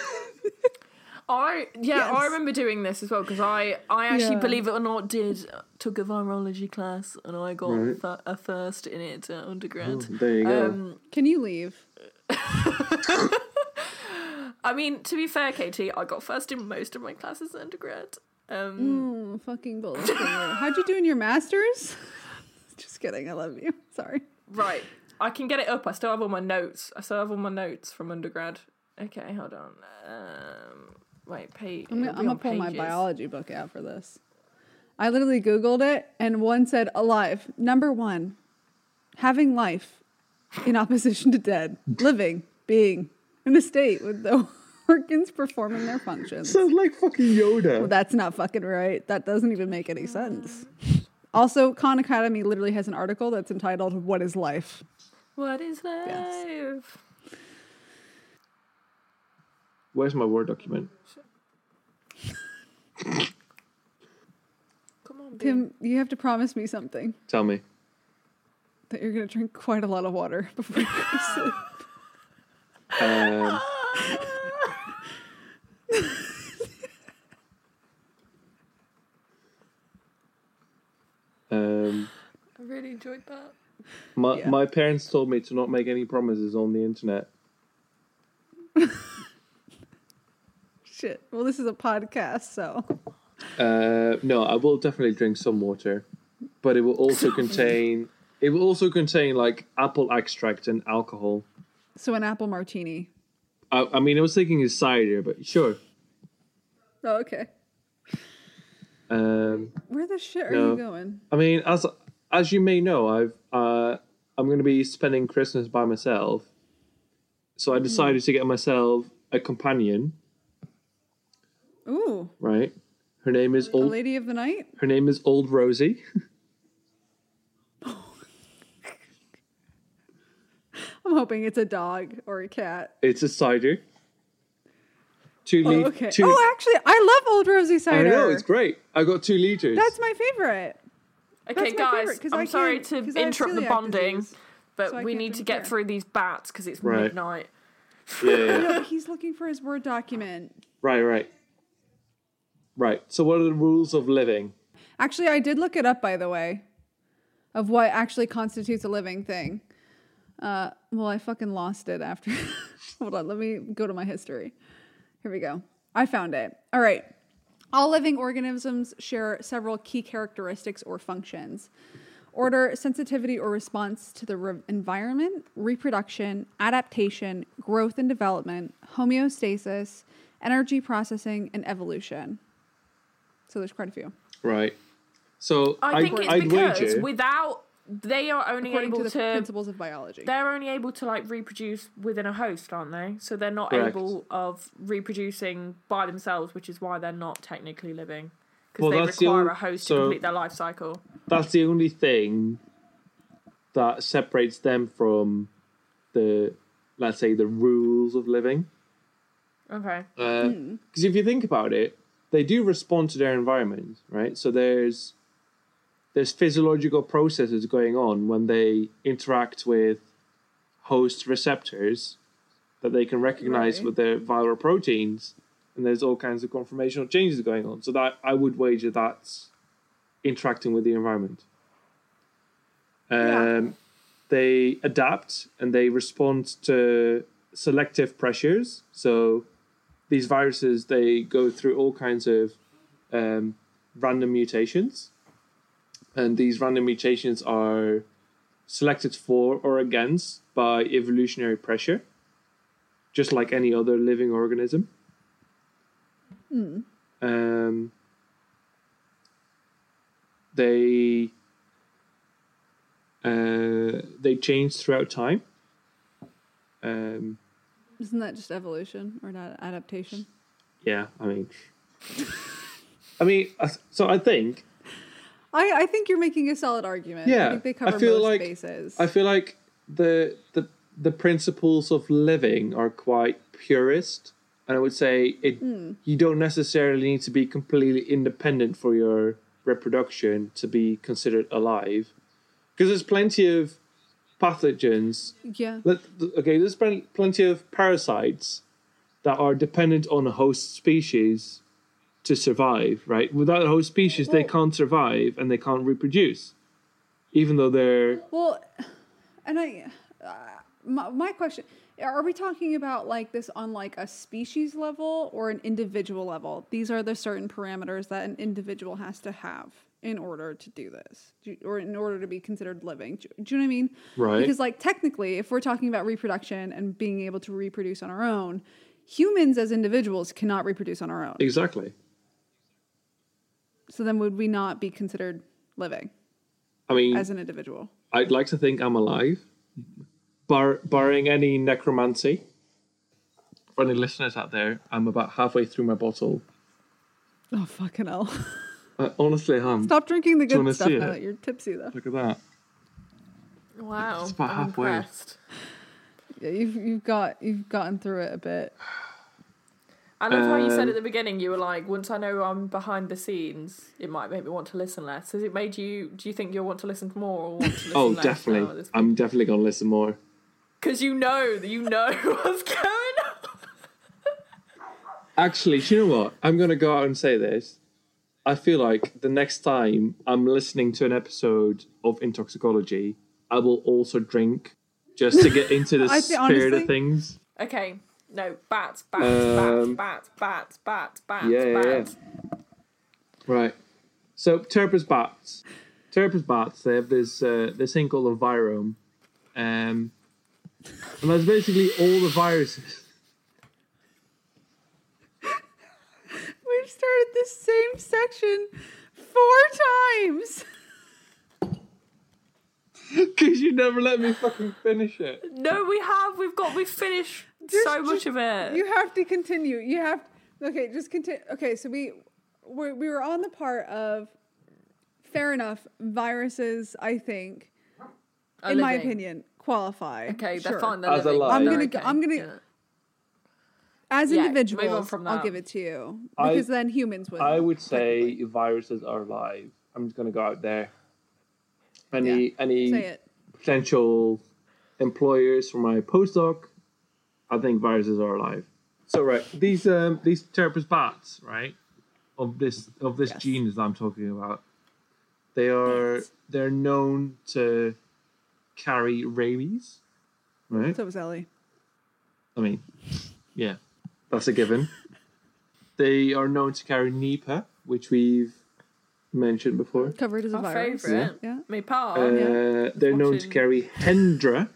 S2: I yeah, I
S1: Yes.
S2: remember doing this as well because I I actually
S1: Yeah.
S2: believe it or not did took a virology class and I got
S3: Right. Oh.
S2: fir- a first in it at undergrad.
S3: there you go.
S2: Um,
S1: Can you leave?
S2: I mean, to be fair, Katie, I got first in most of my classes at undergrad. Um,
S1: Mm, fucking bullshit. How'd you do in your masters? [laughs] Just kidding. I love you. Sorry.
S2: Right, I can get it up. I still have all my notes. I still have all my notes from undergrad. Okay, hold on. Um, wait, Pete.
S1: I'm gonna, I'm gonna pull my biology book out for this. I literally Googled it and one said alive. Number one, having life in opposition to dead, living, being in a state with the [laughs] organs performing their functions.
S3: Sounds like fucking Yoda.
S1: Well, that's not fucking right. That doesn't even make any sense. Also, Khan Academy literally has an article that's entitled What is Life?
S2: What is life?
S1: Yes.
S3: Where's my Word document?
S2: Come on, Pete.
S1: Tim, you have to promise me something
S3: Tell me.
S1: that you're going to drink quite a lot of water [laughs] before you go to sleep.
S3: Um, um,
S2: I really enjoyed that.
S3: my,
S1: Yeah.
S3: my parents told me to not make any promises on the internet.
S1: Shit. Well, this is a podcast, so.
S3: Uh, no, I will definitely drink some water, but it
S1: [laughs]
S3: will also contain it will also contain like apple extract and alcohol.
S1: So, an apple martini.
S3: I, I mean, I was thinking is cider, but sure.
S1: Oh, okay.
S3: Um,
S1: Where the shit are
S3: No.
S1: you going?
S3: I mean, as as you may know, I've uh, I'm going to be spending Christmas by myself, so I decided
S1: Hmm.
S3: to get myself a companion.
S1: Ooh,
S3: Right, her name is
S1: the
S3: old.
S1: lady of the night?
S3: Her name is Old Rosie. [laughs]
S1: I'm hoping it's a dog or a cat.
S3: It's a cider. Two
S1: Oh,
S3: liters.
S1: okay. Oh, actually, I love Old Rosie
S3: I
S1: cider.
S3: know it's great. I got two liters.
S1: That's my favorite.
S2: Okay,
S1: That's my
S2: guys,
S1: favourite, 'cause I
S2: I'm sorry
S1: can't-
S2: to
S1: 'cause I have
S2: interrupt the
S1: celiac
S2: bonding,
S1: disease,
S2: but
S1: so I
S2: we
S1: can't
S2: need to
S1: drink
S2: get
S1: beer.
S2: through these bats because it's
S3: Right.
S2: midnight.
S3: Yeah, yeah, yeah.
S1: No, he's looking for his Word document.
S3: [laughs] right, right, right. So, what are the rules of living?
S1: Actually, I did look it up, by the way, of what actually constitutes a living thing. Uh, well, I fucking lost it after. [laughs] Hold on, let me go to my history. Here we go. I found it. All right. All living organisms share several key characteristics or functions order, sensitivity or response to the re- environment, reproduction, adaptation, growth and development, homeostasis, energy processing, and evolution. So there's quite a few.
S3: Right. So
S2: I think
S3: I'd,
S2: it's
S3: I'd
S2: because
S3: wager.
S2: without they are only
S1: according
S2: able
S1: to
S2: to,
S1: the principles of biology.
S2: they're only able to like reproduce within a host, aren't they? So they're not
S3: Correct.
S2: able of reproducing by themselves, which is why they're not technically living because
S3: Well,
S2: they
S3: that's the
S2: require
S3: only-
S2: a host
S3: so-
S2: to complete their life cycle.
S3: that's the only thing that separates them from the let's say the rules of living
S2: Okay.
S3: Uh, because
S1: Hmm.
S3: if you think about it they do respond to their environment right so there's there's physiological processes going on when they interact with host receptors that they can recognize
S1: Right.
S3: with their viral proteins and there's all kinds of conformational changes going on so that i would wager that's interacting with the environment um,
S1: Yeah.
S3: they adapt and they respond to selective pressures so these viruses they go through all kinds of um, random mutations and these random mutations are selected for or against by evolutionary pressure just like any other living organism um, they uh, they change throughout time um,
S1: Isn't that just evolution or not adaptation?
S3: yeah i mean i mean I- so i think
S1: I, I think you're making a solid argument.
S3: Yeah,
S1: I think
S3: I
S1: they cover
S3: feel
S1: most
S3: like-
S1: bases.
S3: I feel like the the the principles of living are quite purist, and I would say it you don't necessarily need to be completely independent for your reproduction to be considered alive, because there's plenty of pathogens.
S1: yeah.
S3: Let, okay, there's plen- plenty of parasites that are dependent on a host species to survive. Right, without a host species, they
S1: Well-
S3: can't survive and they can't reproduce, even though they're
S1: Well, and I, uh, my, my question are we talking about like this on like a species level or an individual level? These are the certain parameters that an individual has to have in order to do this do- or in order to be considered living. Do, do you know what I mean?
S3: Right.
S1: Because, like, technically, if we're talking about reproduction and being able to reproduce on our own, humans as individuals cannot reproduce on our own.
S3: Exactly.
S1: So then would we not be considered living
S3: I mean,
S1: as an individual?
S3: I'd like to think I'm alive, bar- barring any necromancy. For any listeners out there, I'm about halfway through my bottle.
S1: Oh, fucking hell. [laughs]
S3: I honestly am.
S1: Stop drinking the
S3: Do you wanna
S1: good stuff
S3: see
S1: now
S3: it?
S1: that you're tipsy, though.
S3: Look at that. Oh,
S2: Wow.
S3: It's about
S2: I'm
S3: halfway.
S2: impressed.
S1: Yeah, you've you've got you've gotten through it a bit.
S2: I love how you said
S3: Um,
S2: at the beginning you were like, once I know I'm behind the scenes, it might make me want to listen less. Has it made you? Do you think you'll want to listen more or want to listen
S3: Oh,
S2: less?
S3: definitely. I'm definitely going to listen more.
S2: Because you know that you know [laughs] what's going on.
S3: Actually, do you know what? I'm going to go out and say this. I feel like the next time I'm listening to an episode of Intoxicology, I will also drink just to
S1: [laughs]
S3: get into the
S1: I thi-
S3: spirit
S1: honestly-
S3: of things.
S2: Okay. No, bats, bats,
S3: Um,
S2: bats, bats, bats, bats,
S3: yeah, yeah,
S2: bats,
S3: yeah.
S2: bats.
S3: Right. So Terpus bats, Terpus bats, they have this uh, this thing called a virome, um, and that's basically all the viruses. [laughs]
S1: We've started this same section four times. [laughs]
S3: Because you never let me fucking finish it.
S2: No, we have. We've got. We've finished
S1: Just-
S2: so much
S1: just-
S2: of it.
S1: You have to continue. You have okay. Just continue. Okay, so we we we were on the part of fair enough. Viruses, I think,
S2: Are
S1: in my
S2: living.
S1: opinion, qualify.
S2: Okay, they're
S1: Sure.
S2: fine. They're
S3: As
S2: living.
S3: alive.
S1: I'm
S2: They're
S1: gonna go-
S2: okay.
S1: I'm gonna-
S2: Yeah.
S1: As
S2: Yeah, move on
S1: individuals,
S2: from
S1: I'll
S2: that.
S1: give it to you
S3: I-
S1: because then humans would.
S3: I would say viruses are alive. I'm just gonna go out there. Any any
S1: say it.
S3: potential employers for my postdoc, I think viruses are alive. So right, these um these terpus bats, right, of this of this
S1: Yes.
S3: genus I'm talking about, they are
S1: Bats.
S3: they're known to carry rabies, right?
S1: So was Ellie.
S3: I mean, yeah, that's a given. they are known to carry Nipah, which we've mentioned before.
S1: Covered as a
S2: My
S1: virus.
S2: favourite.
S1: Oh, Yeah.
S2: Me part.
S3: Uh, they're known to
S2: watching-
S3: carry Hendra,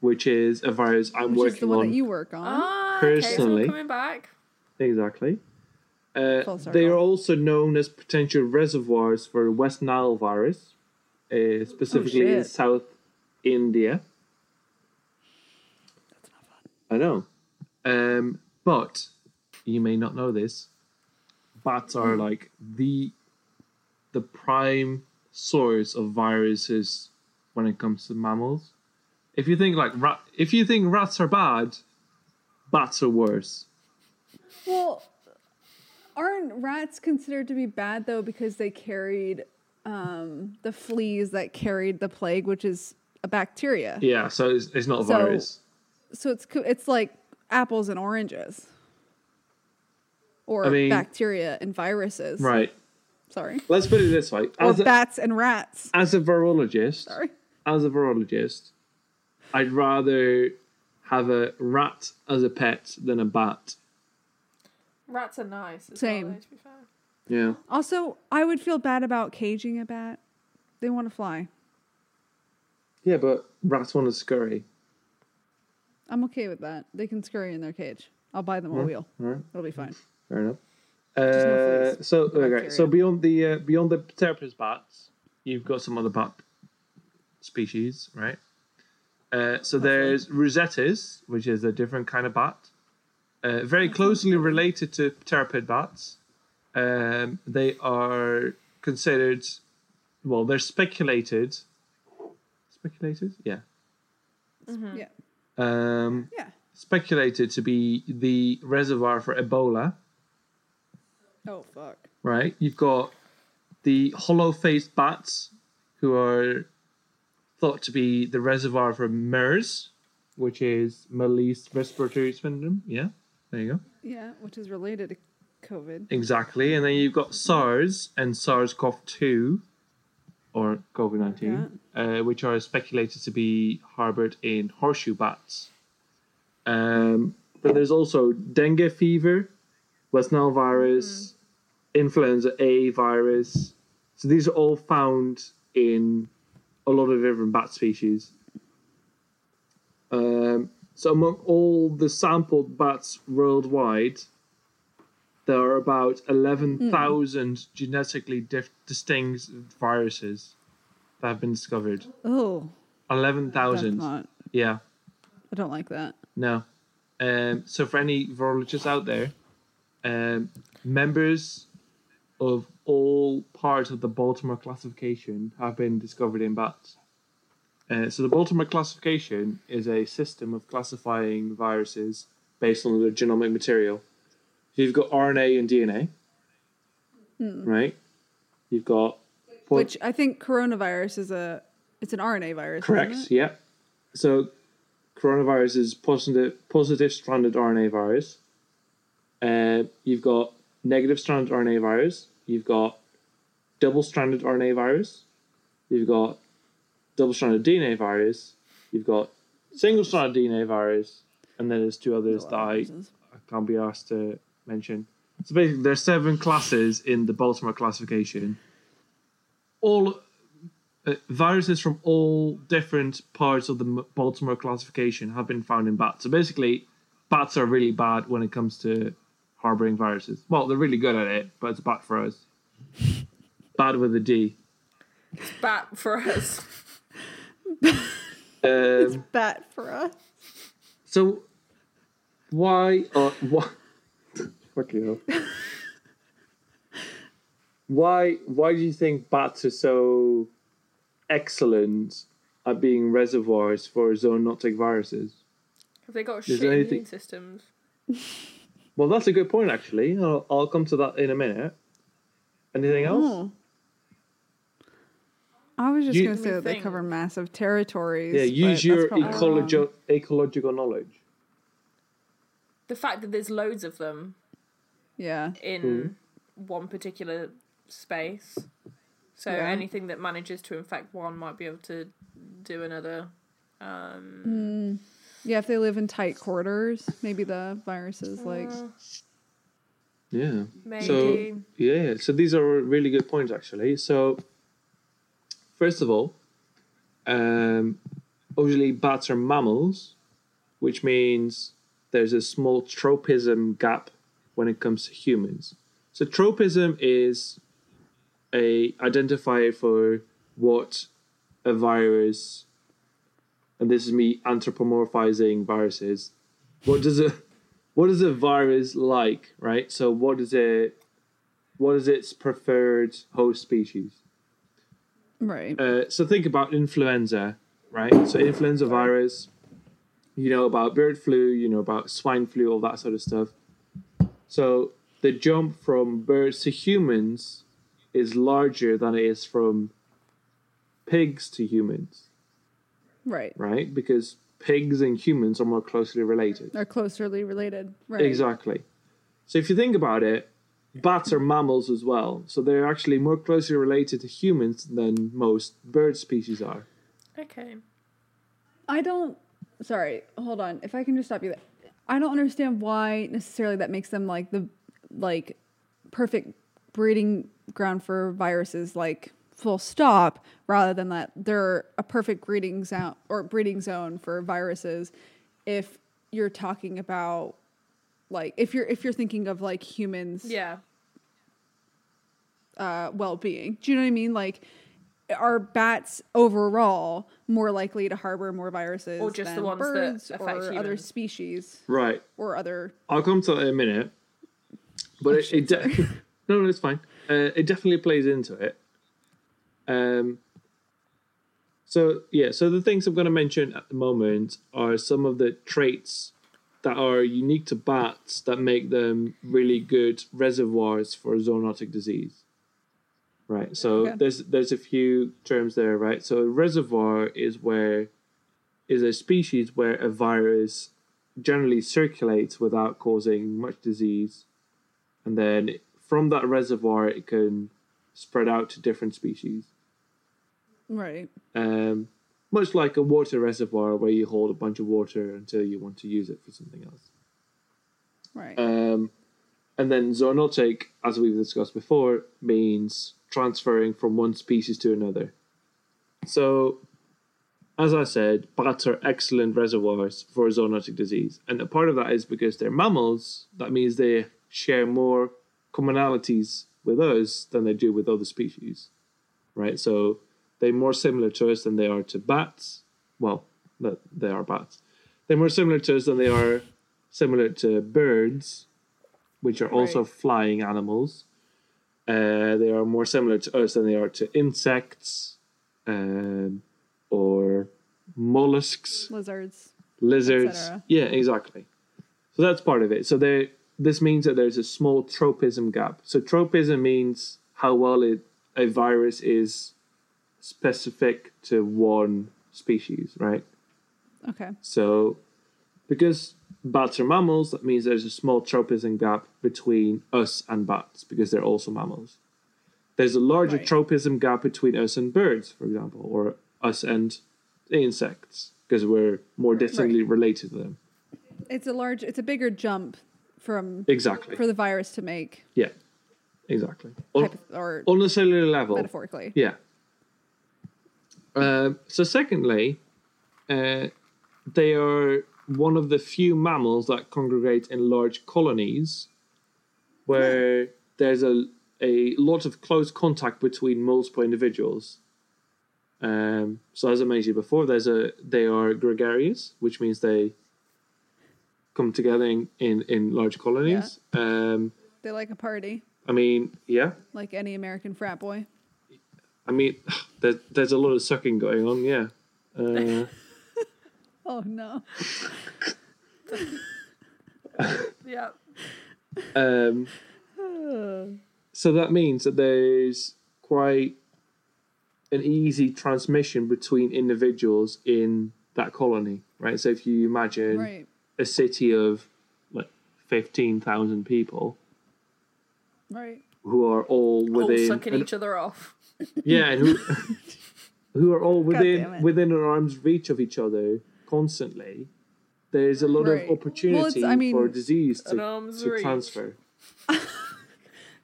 S3: which is a virus I'm
S1: Which is the
S3: working
S1: one
S3: on.
S1: that you work on.
S2: Ah, Okay,
S3: personally-
S2: so we're coming back.
S3: Exactly. Uh,
S1: Full
S3: they are
S1: circle.
S3: also known as potential reservoirs for West Nile virus, uh, specifically in
S1: shit.
S3: South India. That's not fun. I know. Um, but you may not know this. Bats are like the the prime source of viruses when it comes to mammals. If you think like rat, if you think rats are bad, bats are worse.
S1: Well, aren't rats considered to be bad though because they carried um, the fleas that carried the plague, which is a bacteria.
S3: Yeah, so it's, it's not a
S1: So-
S3: virus.
S1: So it's co- it's like apples and oranges, or
S3: I mean-
S1: bacteria and viruses.
S3: Right.
S1: Sorry.
S3: Let's put it this way.
S1: Or
S3: As a,
S1: bats and rats.
S3: as a virologist,
S1: Sorry.
S3: as a virologist, I'd rather have a rat as a pet than a bat.
S2: Rats are nice. As
S1: Same.
S2: Well, though, to be fair.
S3: Yeah.
S1: Also, I would feel bad about caging a bat. They want to fly.
S3: Yeah, but rats want to scurry.
S1: I'm okay with that. They can scurry in their cage. I'll buy them a wheel.
S3: alright.
S1: It'll be fine.
S3: Fair enough.
S1: no
S3: Uh,
S1: fleas.
S3: so okay,
S1: Bacteria.
S3: so beyond the uh, beyond the pterapis bats, you've got some other bat species, right? Uh, so there's rosettas, which is a different kind of bat, uh, very closely related to pterapid bats. Um, they are considered, well, they're speculated, speculated, yeah,
S1: Yeah.
S3: um,
S1: Yeah.
S3: speculated to be the reservoir for Ebola.
S1: Oh fuck.
S3: right? You've got the hollow faced bats who are thought to be the reservoir for MERS, which is Malaise Respiratory Syndrome. Yeah, there you go.
S1: Yeah, which is related to COVID.
S3: Exactly. And then you've got SARS and SARS CoV 2 or COVID 19, uh, which are speculated to be harbored in horseshoe bats. Um, but there's also dengue fever, West Nile virus, influenza A virus. So these are all found in a lot of different bat species. Um, so among all the sampled bats worldwide, there are about 11,000 genetically dif- distinct viruses that have been discovered.
S1: Oh, that's
S3: 11,000.
S1: not.
S3: Yeah,
S1: I don't like that.
S3: no. Um, so, for any virologists out there, um, members of all parts of the Baltimore classification have been discovered in bats. Uh, so, the Baltimore classification is a system of classifying viruses based on their genomic material. So you've got RNA and DNA, right? You've got Well-
S1: Which I think coronavirus is a. It's an RNA virus. isn't
S3: Correct.
S1: it?
S3: Yeah. So, coronavirus is positive positive stranded RNA virus. Uh, you've got negative stranded RNA virus. You've got double stranded RNA virus. You've got double stranded DNA virus. You've got single stranded DNA virus, and then there's two others that I, I can't be asked to mention. So basically, there's seven classes in the Baltimore classification. All uh, viruses from all different parts of the M- Baltimore classification have been found in bats. So basically, bats are really bad when it comes to harboring viruses. Well, they're really good at it, but it's bad for us. Bad with a D.
S2: Bat for us.
S3: Um,
S1: Bat for us.
S3: so, why are why? Uh, [laughs] Fuck you. Why why do you think bats are so excellent at being reservoirs for zoonotic viruses?
S2: [laughs] Have they got shit
S3: there anything-
S2: immune systems?
S3: Well, that's a good point, actually. I'll, I'll come to that in a minute. Anything else?
S1: Oh. I was just
S3: You-
S1: going to say
S2: Let me
S1: that they
S2: think.
S1: cover massive territories.
S3: yeah,
S1: but
S3: use
S1: that's
S3: your E.
S1: probably wrong.
S3: ecologi- ecological knowledge.
S2: The fact that there's loads of them
S1: Yeah.
S2: in
S3: Hmm.
S2: one particular space. So
S1: Yeah.
S2: anything that manages to infect one might be able to do another.
S1: Yeah, if they live in tight quarters, maybe the virus is like.
S3: Yeah.
S2: Maybe.
S3: So yeah, so these are really good points actually. So first of all, um, obviously bats are mammals, which means there's a small tropism gap when it comes to humans. So tropism is a identifier for what a virus, and this is me anthropomorphizing viruses. What does a what is a virus like, right? So what is it what is its preferred host species?
S1: Right.
S3: Uh, so think about influenza, right? So influenza virus, you know about bird flu, you know about swine flu, all that sort of stuff. So the jump from birds to humans is larger than it is from pigs to humans,
S1: Right.
S3: right? Because pigs and humans are more closely related.
S1: Are closely related. Right.
S3: Exactly. So if you think about it, bats are mammals as well. So they're actually more closely related to humans than most bird species are.
S2: Okay.
S1: I don't. Sorry, hold on. If I can just stop you there, I don't understand why necessarily that makes them like the like perfect breeding ground for viruses, like full stop, rather than that they're a perfect breeding zone or breeding zone for viruses. If you're talking about like if you're if you're thinking of like humans,
S2: Yeah.
S1: uh, well-being. Do you know what I mean? Like, are bats overall more likely to harbor more viruses,
S2: Or just
S1: than
S2: the ones that
S1: birds
S2: affect
S1: or other
S2: humans?
S1: species
S3: Right.
S1: or other?
S3: I'll come to that in a minute. But it, it de- no, no, it's fine. Uh, it definitely plays into it. Um. So yeah, so the things I'm going to mention at the moment are some of the traits that are unique to bats that make them really good reservoirs for zoonotic disease. Right. So
S1: Okay.
S3: there's there's a few terms there, right? So a reservoir is where is a species where a virus generally circulates without causing much disease. And then from that reservoir, it can spread out to different species.
S1: Right.
S3: Um, much like a water reservoir where you hold a bunch of water until you want to use it for something else.
S1: Right.
S3: Um, and then zoonotic, as we've discussed before, means transferring from one species to another. So, as I said, bats are excellent reservoirs for zoonotic disease. And a part of that is because they're mammals, that means they share more commonalities with us than they do with other species, right? So, they're more similar to us than they are to bats. Well, that they are bats. They're more similar to us than they are similar to birds, which are also
S1: Right.
S3: flying animals. Uh, they are more similar to us than they are to insects um, or mollusks,
S1: Lizards.
S3: lizards.
S1: cetera.
S3: Yeah, exactly. So that's part of it. So there, this means that there's a small tropism gap. So tropism means how well it, a virus is specific to one species, right?
S1: Okay.
S3: So, because bats are mammals, that means there's a small tropism gap between us and bats because they're also mammals. There's a larger
S1: Right.
S3: tropism gap between us and birds, for example, or us and insects because we're more distantly related to them.
S1: It's a large. It's a bigger jump from
S3: Exactly.
S1: for the virus to make
S3: yeah. Exactly. On,
S1: hypo- or
S3: on a cellular level.
S1: metaphorically.
S3: Yeah. Um, so, secondly, uh, they are one of the few mammals that congregate in large colonies
S1: Hmm.
S3: where there's a, a lot of close contact between multiple individuals. Um, so, as I mentioned before, there's a they are gregarious, which means they come together in, in, in large colonies. Um,
S1: They like a party,
S3: I mean, yeah,
S1: like any American frat boy.
S3: I mean, [sighs] there, there's a lot of sucking going on, yeah. Uh,
S1: Oh no.
S2: Yeah.
S3: um, so that means that there's quite an easy transmission between individuals in that colony, right? So if you imagine
S1: Right.
S3: a city of like 15,000 people
S1: Right.
S3: who are all
S2: All
S3: within
S2: sucking
S3: an-
S2: each other off.
S3: yeah, and who,
S1: [laughs]
S3: who are all
S1: damn
S3: within
S1: it.
S3: within an arm's reach of each other constantly. There's a lot
S1: Right.
S3: of
S1: Well, it's-
S3: opportunity
S1: I mean-
S3: for disease to,
S2: An arm's
S3: to
S2: reach.
S3: transfer.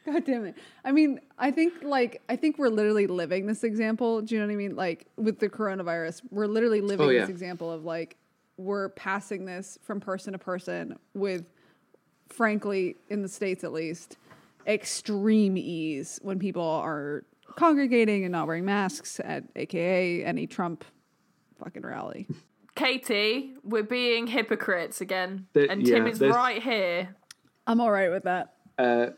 S1: God damn it. I mean, I think like I think we're literally living this example. Do you know what I mean? Like with the coronavirus, we're literally living
S3: Oh, yeah.
S1: this example of like we're passing this from person to person with frankly in the states at least extreme ease when people are congregating and not wearing masks at aka any Trump fucking rally.
S2: Katie, we're being hypocrites again.
S3: There-
S2: and Tim
S3: yeah,
S2: is
S3: there's-
S2: right here.
S1: [laughs] I'm all right with that.
S3: Uh,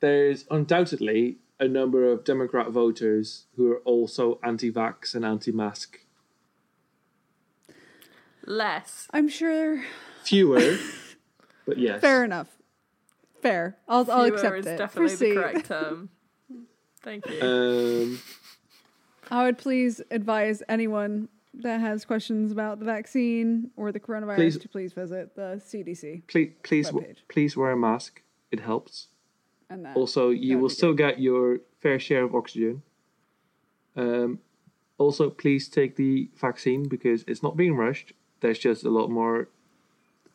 S3: there's undoubtedly a number of Democrat voters who are also anti-vax and anti-mask.
S2: Less.
S1: I'm sure [laughs]
S3: Fewer, but yes.
S1: fair enough. Fair. I'll I'll
S2: Fewer
S1: accept
S2: is
S1: it.
S2: definitely
S1: Proceed. [laughs]
S2: the correct term. Thank you.
S3: Um,
S1: I would please advise anyone that has questions about the vaccine or the coronavirus
S3: Please-
S1: to please visit the CDC
S3: please, please, w-
S1: Webpage.
S3: please wear a mask. It helps.
S1: and that.
S3: Also, you
S1: That'd
S3: will
S1: be
S3: still get your fair share of oxygen. Um, also, please take the vaccine because it's not being rushed. There's just a lot more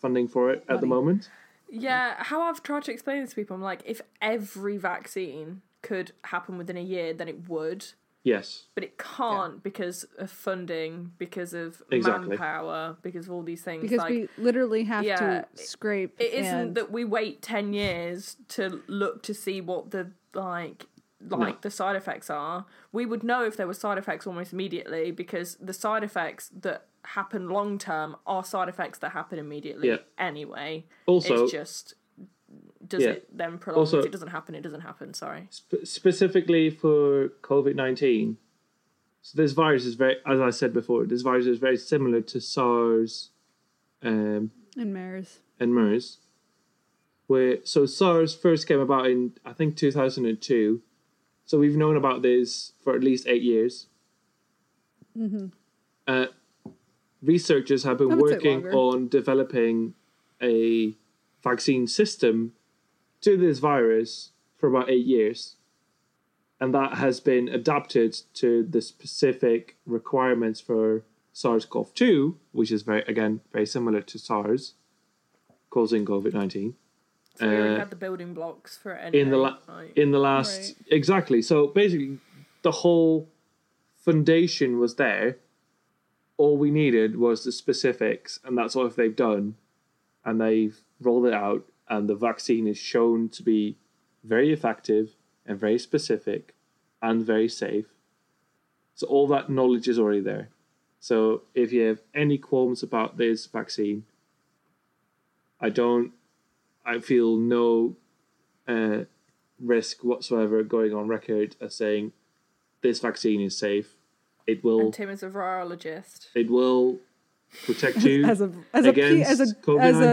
S3: funding for it at the
S1: Money.
S3: moment.
S2: Yeah, how I've tried to explain this to people, I'm like, if every vaccine could happen within a year, then it would.
S3: Yes.
S2: But it can't because of funding, because of
S3: Exactly.
S2: manpower, because of all these things.
S1: because
S2: like,
S1: we literally have
S2: yeah,
S1: to scrape.
S2: it isn't
S1: and-
S2: that we wait 10 years to look to see what the like like the side effects are we would know if there were side effects almost immediately because the side effects that happen long term are side effects that happen immediately
S3: Yeah.
S2: anyway
S3: Also-
S2: it's just does
S3: Yeah.
S2: it then prolong
S3: Also-
S2: if it doesn't happen it doesn't happen sorry
S3: Sp- specifically for COVID 19. So, this virus is very, as I said before, this virus is very similar to SARS um,
S1: and mares.
S3: and MERS. Where so SARS first came about in I think 2002, so we've known about this for at least eight years. Uh, researchers have
S1: I
S3: been
S1: would say
S3: working
S1: longer.
S3: on developing a vaccine system to this virus for about eight years, and that has been adapted to the specific requirements for SARS-CoV-2, which is very again very similar to SARS causing COVID nineteen.
S2: so we already
S3: Uh,
S2: had the building blocks for it
S3: in
S2: anyway,
S3: the la-
S2: like-
S3: in the last exactly. So basically, the whole foundation was there. All we needed was the specifics, and that's what they've done, and they've rolled it out, and the vaccine is shown to be very effective and very specific and very safe. So all that knowledge is already there. So if you have any qualms about this vaccine, I don't. I feel no uh, risk whatsoever going on record as saying this vaccine is safe. It will.
S2: and tim is a virologist
S3: It will protect
S1: [laughs]
S3: you.
S1: As a as a P- as
S3: against
S1: a as a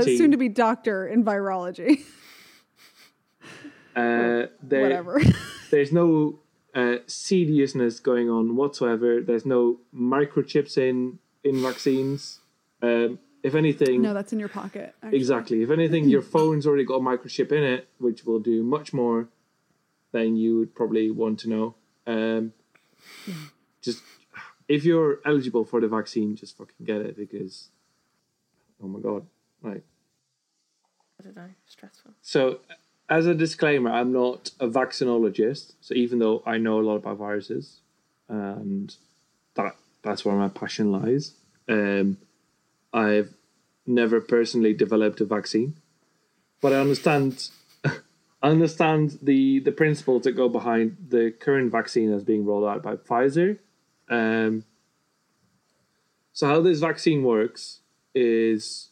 S3: COVID-19.
S1: soon to be doctor in virology,
S3: uh,
S1: [laughs]
S3: there, [laughs]
S1: whatever.
S3: There's no uh, seriousness going on whatsoever. There's no microchips in in vaccines. Um, if anything,
S1: no, that's in your pocket. actually.
S3: Exactly. If anything, your phone's already got a microchip in it, which will do much more than you would probably want to know. Um, just if you're eligible for the vaccine, just fucking get it because, oh my god, like
S2: i don't know stressful
S3: so. As a disclaimer, I'm not a vaccinologist, so even though I know a lot about viruses, and that that's where my passion lies, um, I've never personally developed a vaccine, but I understand [laughs] I understand the the principles that go behind the current vaccine that's being rolled out by Pfizer. Um, so how this vaccine works is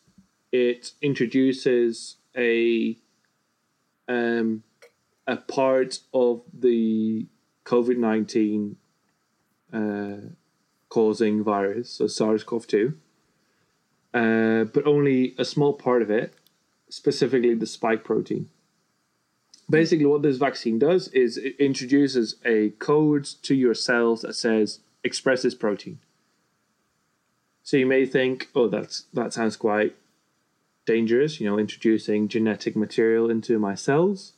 S3: it introduces a um, a part of the COVID nineteen uh, causing virus, so SARS-CoV-2, uh, but only a small part of it, specifically the spike protein. Basically, what this vaccine does is it introduces a code to your cells that says express this protein. So you may think, oh, that's that sounds quite dangerous, you know, introducing genetic material into my cells.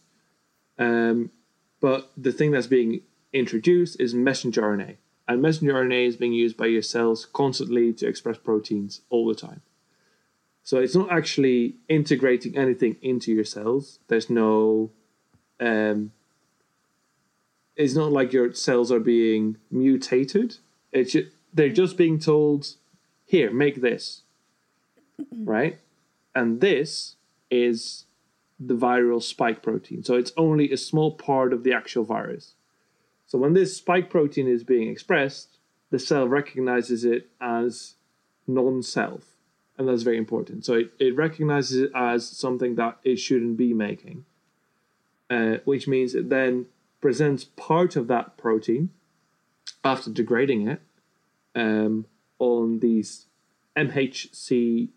S3: Um, but the thing that's being introduced is messenger RNA. And messenger RNA is being used by your cells constantly to express proteins all the time. So it's not actually integrating anything into your cells. There's no. Um, it's not like your cells are being mutated. It's ju- they're just being told, here, make this. Right? And this is the viral spike protein. So it's only a small part of the actual virus. So when this spike protein is being expressed, the cell recognizes it as non self. And that's very important. So it, it recognizes it as something that it shouldn't be making, uh, which means it then presents part of that protein after degrading it um, on these MHC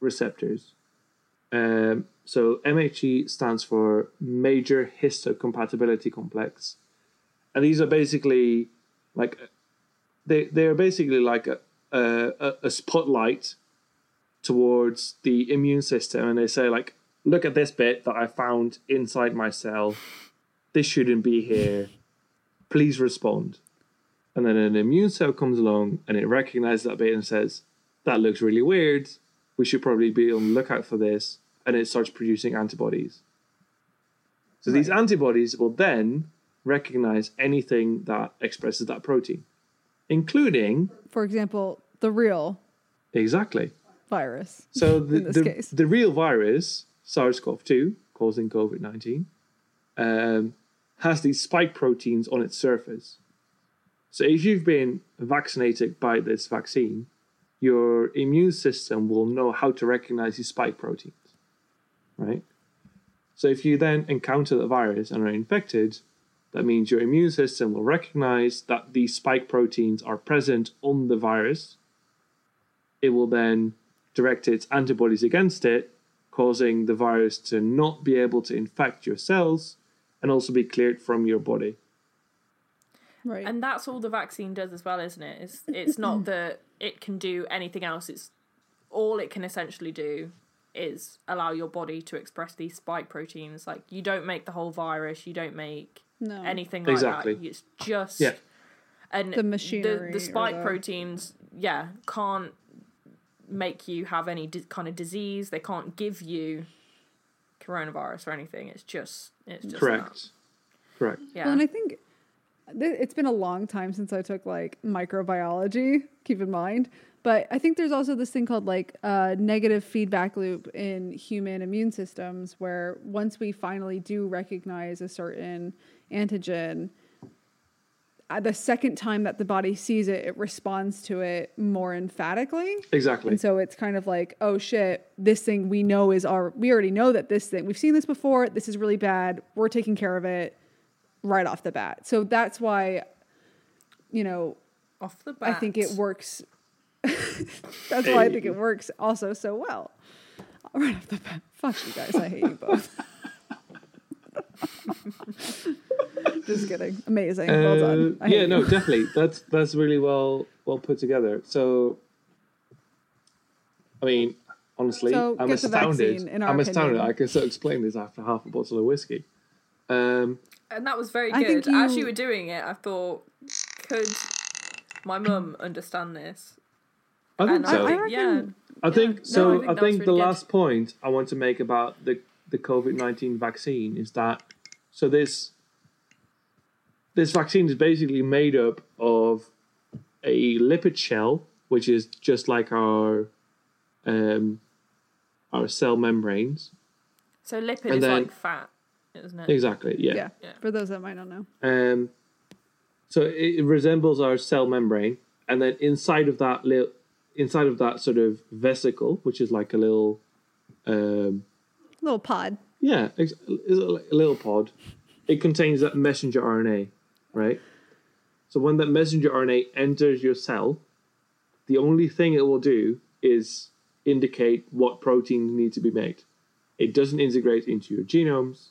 S3: receptors. Um, E so MHE stands for major histocompatibility complex, and these are basically like they they are basically like a a, a- a spotlight towards the immune system, and they say like, look at this bit that I found inside my cell. This shouldn't be here. Please respond. And then an immune cell comes along and it recognizes that bit and says, that looks really weird. We should probably be on the lookout for this. And it starts producing antibodies. So these antibodies will then recognize anything that expresses that protein, including
S1: For example, the real
S3: exactly.
S1: virus. [laughs]
S3: So the,
S1: this
S3: the,
S1: case.
S3: the real virus, SARS-CoV-2, causing COVID-19, um, has these spike proteins on its surface. So if you've been vaccinated by this vaccine, your immune system will know how to recognize these spike proteins, right? So if you then encounter the virus and are infected, that means your immune system will recognize that these spike proteins are present on the virus. It will then direct its antibodies against it, causing the virus to not be able to infect your cells and also be cleared from your body.
S1: Right.
S2: And that's all the vaccine does as well, isn't it? It's
S1: [laughs]
S2: it's not that it can do anything else. It's all it can essentially do is allow your body to express these spike proteins. Like you don't make the whole virus, you don't make
S1: No.
S2: anything like
S3: Exactly.
S2: that. It's just
S3: Yeah.
S2: and
S1: The machinery
S2: the,
S1: or
S2: the spike
S1: the-
S2: proteins, yeah, can't make you have any di- kind of disease. They can't give you coronavirus or anything. It's just it's just
S3: Correct. Correct.
S2: that. Yeah.
S1: Well, and I think th- it's been a long time since I took like microbiology, keep in mind. But I think there's also this thing called like uh, negative feedback loop in human immune systems, where once we finally do recognize a certain antigen, uh, the second time that the body sees it, it responds to it more emphatically.
S3: Exactly.
S1: And so it's kind of like, oh shit, this thing we know is our, we already know that this thing, we've seen this before, this is really bad, we're taking care of it right off the bat. So that's why, you know,
S2: Off the bat.
S1: I think it works. [laughs] that's why I think it works also so well. Right off the bat. Fuck you guys, I hate you both. [laughs] Just kidding. Amazing. well done.
S3: Uh,
S1: I hate
S3: yeah, no,
S1: you. [laughs]
S3: definitely. That's that's really well well put together. So, I mean, honestly,
S1: So,
S3: I'm
S1: get the
S3: astounded.
S1: vaccine, in
S3: I'm
S1: our
S3: astounded.
S1: opinion.
S3: I can still explain this after half a bottle of whiskey. Um,
S2: And that was very
S1: I
S2: good.
S1: think
S2: As
S1: you-
S2: you were doing it, I thought, could my mum understand this?
S3: I think
S2: And
S3: so.
S1: I
S2: I, yeah,
S1: reckon-
S3: I think so.
S2: No, I
S3: I
S2: think that was
S3: think, the
S2: really good.
S3: last point I want to make about the the COVID nineteen vaccine is that so this this vaccine is basically made up of a lipid shell, which is just like our um, our cell membranes.
S2: so lipid
S3: And
S2: is
S3: then-
S2: like fat, isn't it?
S3: Exactly. Yeah.
S1: yeah.
S2: Yeah.
S1: For those that might not know.
S3: Um, so it, it resembles our cell membrane, and then inside of that little, inside of that sort of vesicle, which is like a little. Um,
S1: Little pod.
S3: Yeah, ex- is it like a little pod? It contains that messenger RNA, right? So when that messenger RNA enters your cell, the only thing it will do is indicate what proteins need to be made. It doesn't integrate into your genomes.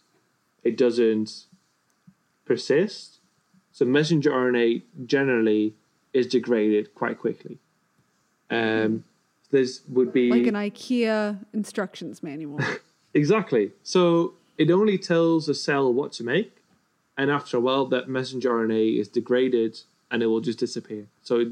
S3: It doesn't persist. So messenger RNA generally is degraded quite quickly. Um, this would be
S1: Like an IKEA instructions manual.
S3: Exactly. So it only tells the cell what to make, and after a while, that messenger RNA is degraded and it will just disappear. So it-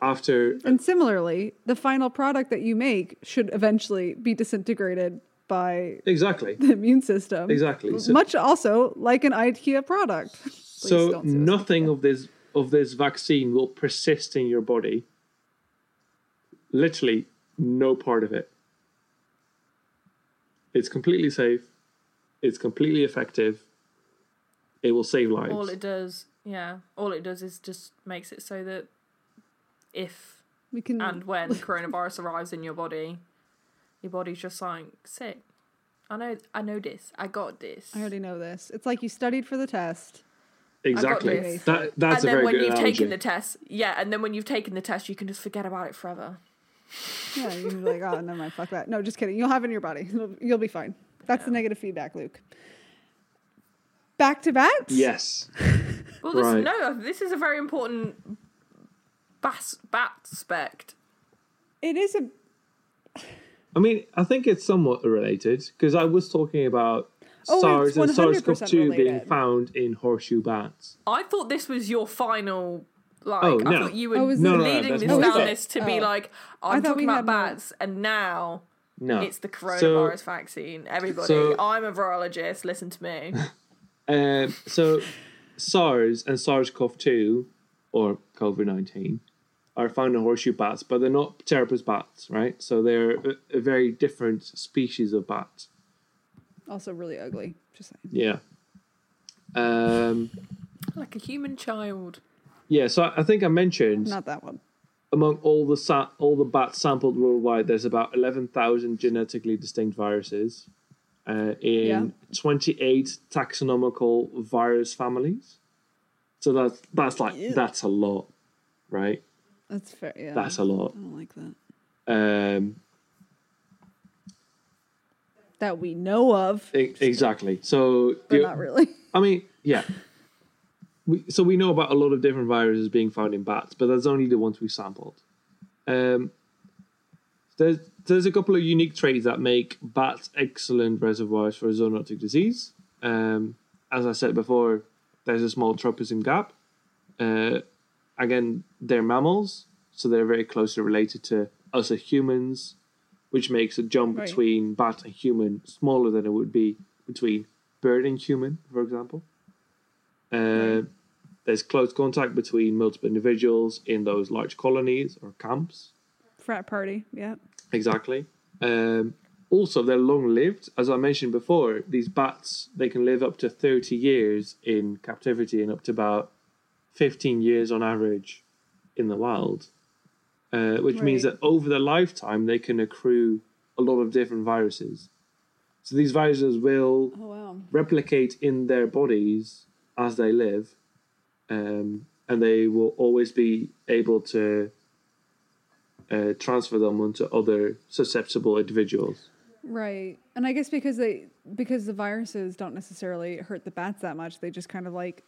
S3: after
S1: And similarly, the final product that you make should eventually be disintegrated by [laughs]
S3: exactly,
S1: the immune system.
S3: exactly. So,
S1: Much also like an IKEA product. Please
S3: so
S1: don't sue us.
S3: nothing of this of this vaccine will persist in your body. Literally, no part of it. It's completely safe. It's completely effective. It will save lives.
S2: All it does, yeah, all it does is just makes it so that if
S1: We can
S2: and when coronavirus arrives in your body, your body's just like sick. I know, I know this. I got this.
S1: I already know this. It's like you studied for the test.
S3: exactly.
S1: this.
S3: That, that's
S2: and
S3: a
S2: then
S3: very
S2: when
S3: good
S2: you've
S3: analogy.
S2: taken the test, yeah, and then when you've taken the test, you can just forget about it forever.
S1: Yeah, you're like, oh, [laughs] never mind, fuck that. No, just kidding. You'll have it in your body. You'll, you'll be fine. That's the negative feedback, Luke. Back to bats?
S3: Yes.
S2: Well, this,
S3: Right.
S2: no, uh, this is a very important bas- bat spect.
S1: It is a
S3: I mean, I think it's somewhat related because I was talking about
S1: Oh,
S3: SARS
S1: it's
S3: and SARS
S1: 100%
S3: CoV 2 being
S1: related.
S3: found in horseshoe bats.
S2: I thought this was your final. Like,
S3: Oh,
S2: I
S3: no.
S2: thought you were
S1: Oh, is
S3: No, it- no, no,
S2: leading
S3: that's
S2: this
S3: my
S2: down
S1: fault.
S2: this to
S1: Oh.
S2: be like, I'm
S1: thought we
S2: talking about
S1: had more.
S2: bats, and now
S3: No.
S2: it's the
S3: So-
S2: coronavirus vaccine. Everybody,
S3: So-
S2: I'm a virologist. Listen to
S3: [laughs]
S2: me.
S3: Um, so SARS and SARS-CoV-2 or COVID-19 are found in horseshoe bats, but they're not pterapus bats, right? So they're a, a very different species of bat.
S1: also really ugly. Just saying.
S3: Yeah. Um,
S2: like a human child.
S3: yeah. So I- I think I mentioned
S1: Not that one.
S3: among all the sa- all the bats sampled worldwide, there's about eleven thousand genetically distinct viruses uh, in
S1: Yeah.
S3: twenty-eight taxonomical virus families. So that's that's like that's a lot, right?
S1: That's fair. Yeah.
S3: That's a lot.
S1: I don't like that.
S3: Um,
S1: That we know of,
S3: e- exactly. So
S1: but
S3: you-
S1: not really. [laughs]
S3: I mean, yeah. We, so we know about a lot of different viruses being found in bats, but that's only the ones we sampled. Um, there's there's a couple of unique traits that make bats excellent reservoirs for zoonotic disease. Um, as I said before, there's a small tropism gap. Uh, again, they're mammals, so they're very closely related to us as humans, which makes a jump
S1: Right.
S3: between bat and human smaller than it would be between bird and human, for example. Uh, There's close contact between multiple individuals in those large colonies or camps.
S1: Frat party. Yeah.
S3: Exactly. Um, also, they're long lived. As I mentioned before, these bats they can live up to thirty years in captivity and up to about fifteen years on average in the wild, uh, which means
S1: Right.
S3: that over their lifetime they can accrue a lot of different viruses. So these viruses will
S1: Oh wow.
S3: replicate in their bodies as they live, um, and they will always be able to uh, transfer them onto other susceptible individuals.
S1: Right. And I guess because they because the viruses don't necessarily hurt the bats that much, they just kind of like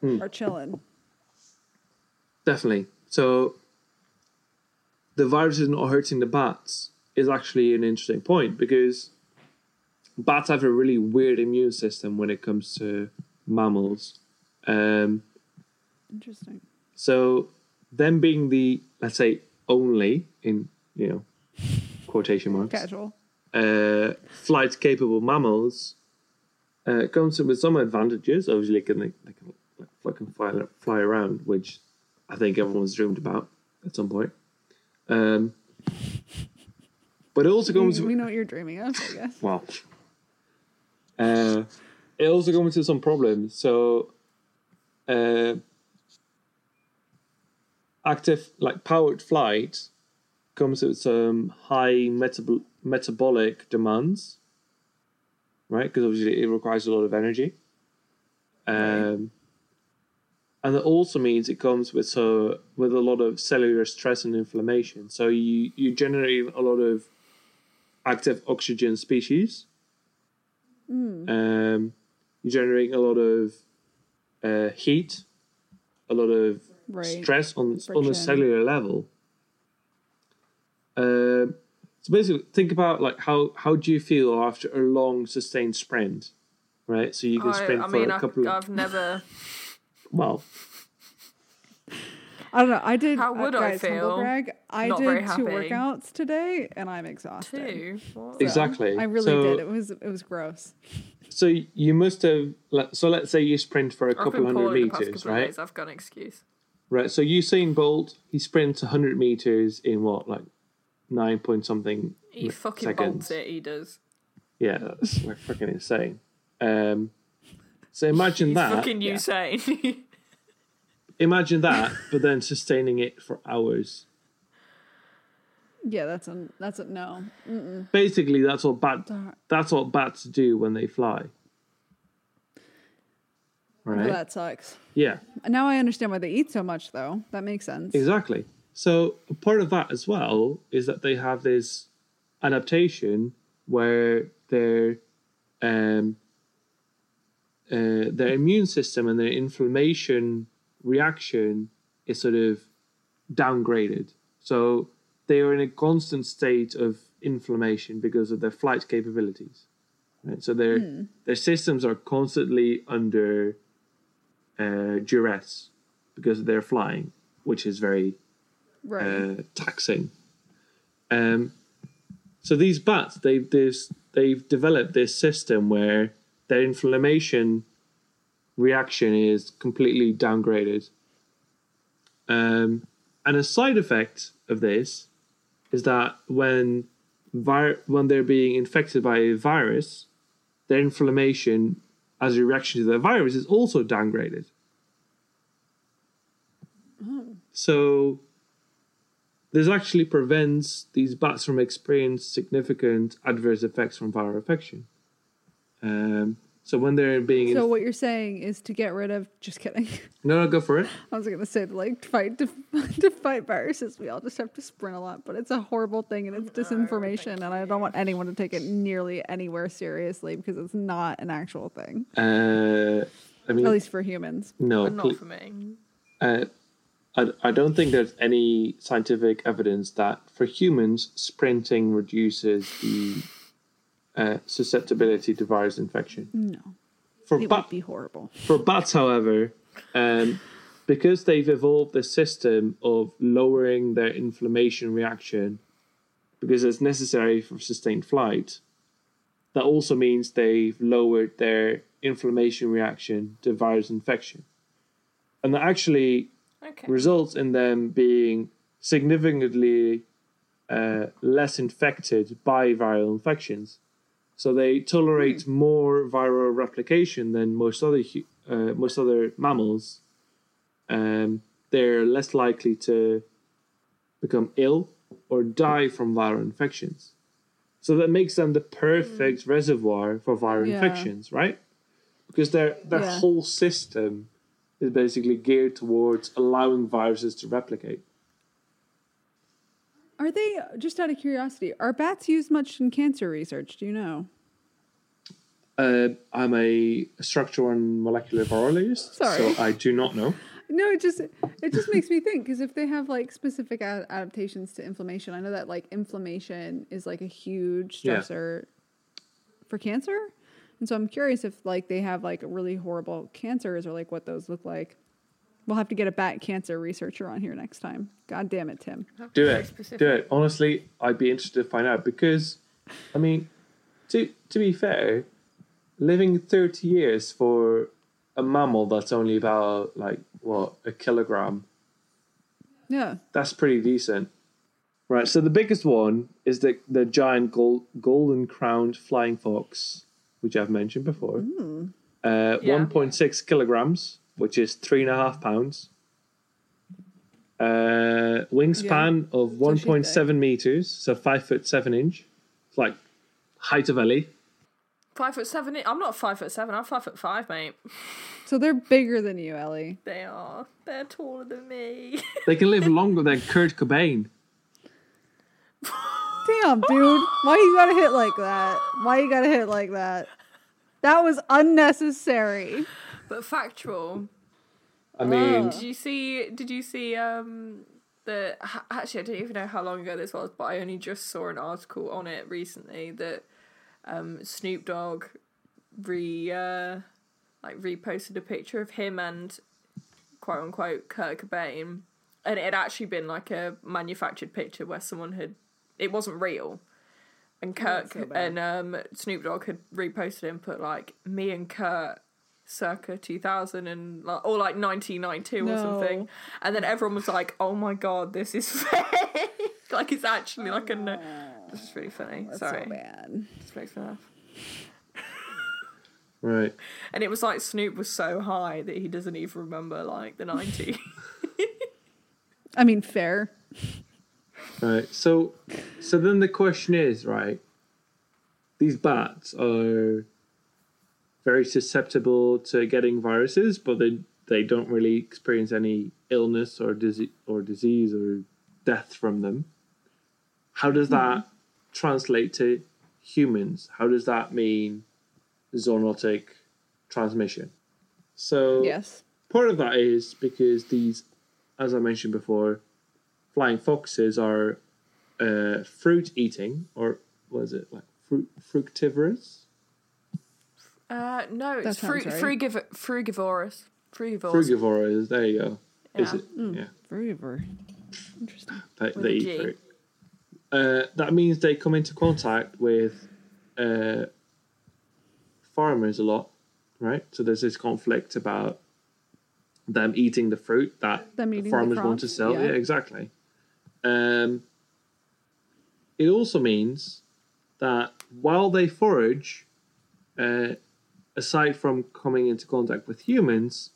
S3: Hmm.
S1: are chilling.
S3: Definitely. So the virus is not hurting the bats is actually an interesting point because bats have a really weird immune system when it comes to mammals. Um,
S1: Interesting.
S3: So them being the let's say only in you know quotation marks
S1: Casual.
S3: uh, flight capable mammals uh, comes with some advantages. Obviously, can they, they can like, fucking fly fly around, which I think everyone's dreamed about at some point. Um, but it also
S1: We,
S3: comes
S1: we know what you're dreaming of, I guess.
S3: well, uh, it also comes into some problems. So, uh, active like powered flight comes with some high metab- metabolic demands, right? Because obviously it requires a lot of energy, um, and it also means it comes with so with a lot of cellular stress and inflammation. So you you generate a lot of active oxygen species. Um, you generate a lot of uh, heat, a lot of
S1: Right.
S3: stress on on a
S1: Friction.
S3: cellular level. Um, so basically, think about like how how do you feel after a long sustained sprint, right? So you can
S2: I,
S3: sprint
S2: I
S3: for
S2: mean,
S3: a
S2: I,
S3: couple of
S2: I've
S3: [laughs]
S2: never.
S3: well,
S1: I don't know. I did
S2: How would
S1: uh,
S2: I
S1: guys, humble
S2: feel?
S1: brag, I
S2: Not
S1: did
S2: very
S1: two
S2: happy.
S1: workouts today and I'm exhausted.
S2: Two. What?
S1: So,
S3: Exactly.
S1: I really
S3: So-
S1: did. It was it was gross.
S3: so you must have like, so let's say you sprint for a
S2: I've
S3: couple
S2: been
S3: hundred
S2: poorly the past
S3: meters,
S2: couple of
S3: right?
S2: days. I've got an excuse.
S3: Right. So Usain Bolt, he sprints 100 meters in what, like nine point something
S2: He
S3: m-
S2: fucking
S3: seconds.
S2: bolts it. He does.
S3: Yeah, that's like fucking insane. Um, so imagine
S2: He's
S3: that.
S2: fucking Usain.
S3: Imagine that, but then sustaining it for hours.
S1: Yeah, that's a that's a no.
S3: Basically, that's what bat.
S1: Dar-
S3: That's what bats do when they fly. Right.
S1: Well, that sucks.
S3: yeah.
S1: Now I understand why they eat so much though. That makes sense.
S3: Exactly. So part of that as well is that they have this adaptation where their um, uh, uh, their immune system and their inflammation reaction is sort of downgraded. So they are in a constant state of inflammation because of their flight capabilities. Right? So their their systems are constantly under uh, duress because they're flying, which is very
S1: Right.
S3: uh, taxing. Um, so these bats, they've this, they've developed this system where their inflammation reaction is completely downgraded. Um, and a side effect of this is that when vir- when they're being infected by a virus, their inflammation as a reaction to the virus is also downgraded. So this actually prevents these bats from experiencing significant adverse effects from viral infection. Um, so when they're being
S1: so
S3: inf-
S1: what you're saying is to get rid of. Just kidding. [laughs]
S3: no, no, go for it.
S1: I was gonna say like to fight to, [laughs] to fight viruses. We all just have to sprint a lot, but it's a horrible thing and it's disinformation, and I don't want anyone to take it nearly anywhere seriously because it's not an actual thing,
S3: Uh, I mean,
S1: at least for humans.
S3: no,
S2: But [laughs]
S3: pl-
S2: not for me.
S3: uh, I, I don't think there's any scientific evidence that for humans, sprinting reduces the uh, susceptibility to virus infection.
S1: No,
S3: For
S1: it
S3: bat,
S1: would be horrible.
S3: For bats, however, um, because they've evolved the system of lowering their inflammation reaction because it's necessary for sustained flight, that also means they've lowered their inflammation reaction to virus infection. And that actually
S2: Okay.
S3: results in them being significantly uh, less infected by viral infections. So they tolerate more viral replication than most other hu- uh, most other mammals. Um, they're less likely to become ill or die from viral infections. So that makes them the perfect reservoir for viral
S1: Yeah.
S3: infections, right? Because their their
S1: Yeah.
S3: whole system is basically geared towards allowing viruses to replicate.
S1: Are they just out of curiosity? Are bats used much in cancer research? Do you know?
S3: Uh, I'm a structural and molecular virologist,
S1: Sorry.
S3: so I do not know.
S1: No, it just it just makes me think because if they have like specific ad- adaptations to inflammation, I know that like inflammation is like a huge
S3: Yeah.
S1: stressor for cancer, and so I'm curious if like they have like really horrible cancers or like what those look like. We'll have to get a bat cancer researcher on here next time. God damn it, Tim!
S3: Do
S2: Very
S3: it,
S2: specific.
S3: do it. Honestly, I'd be interested to find out because, I mean, to to be fair, living 30 years for a mammal that's only about like what a kilogram
S1: Yeah,
S3: that's pretty decent. Right, so the biggest one is the the giant gold, golden crowned flying fox, which I've mentioned before.
S1: Hmm.
S3: Uh,
S2: Yeah.
S3: One point six kilograms, which is three and a half pounds. Uh, wingspan of one
S1: she's big.
S3: point seven meters, so five foot seven inch, it's like height of Ellie.
S2: Five foot seven. I'm not five foot seven. I'm five foot five, mate.
S1: so they're bigger than you, Ellie.
S2: They are. They're taller than me.
S3: They can live longer than Kurt Cobain.
S1: Damn, dude, why you gotta hit like that? Why you gotta hit like that? That was unnecessary.
S2: [laughs] but factual.
S1: [laughs]
S3: I mean,
S2: Did you see? Did you see? Um, the ha- actually, I don't even know how long ago this was, but I only just saw an article on it recently that um, Snoop Dogg re uh, like reposted a picture of him and quote unquote Kurt Cobain, and it had actually been like a manufactured picture where someone had it wasn't real. And Kurt
S1: so bad.
S2: and um, Snoop Dogg had reposted it and put like me and Kurt circa 2000 and like, or like 1992 or
S1: No.
S2: something and then everyone was like oh my god this is [laughs] fake like it's actually like a no this is really funny sorry
S1: Oh. So bad.
S2: This makes me laugh.
S3: right?
S2: and it was like snoop was so high that he doesn't even remember like the 90s
S1: I mean, fair.
S3: Right. So, so then the question is, right? These bats are very susceptible to getting viruses, but they they don't really experience any illness or disease or disease or death from them. How does that translate to humans? How does that mean zoonotic transmission. So
S1: Yes.
S3: part of that is because these, as I mentioned before, flying foxes are uh, fruit eating or what is it like fruit fructivorous?
S2: Uh, no,
S1: That
S2: it's
S1: sounds
S2: frug-
S1: right.
S2: frugiv- frugivorous. Frugivorous.
S3: Frugivorous. There you go. Is
S2: Yeah. Mm.
S3: it? Yeah.
S1: Vertebrae. Interesting.
S3: They,
S2: With
S3: they
S2: a
S3: eat
S2: G.
S3: fruit. Uh, that means they come into contact with uh, farmers a lot, right? So there's this conflict about them eating the fruit that
S1: Them
S3: the
S1: eating the
S3: farmers want
S1: crop,
S3: to sell. Yeah,
S1: yeah.
S3: exactly. Um, it also means that while they forage, uh, aside from coming into contact with humans,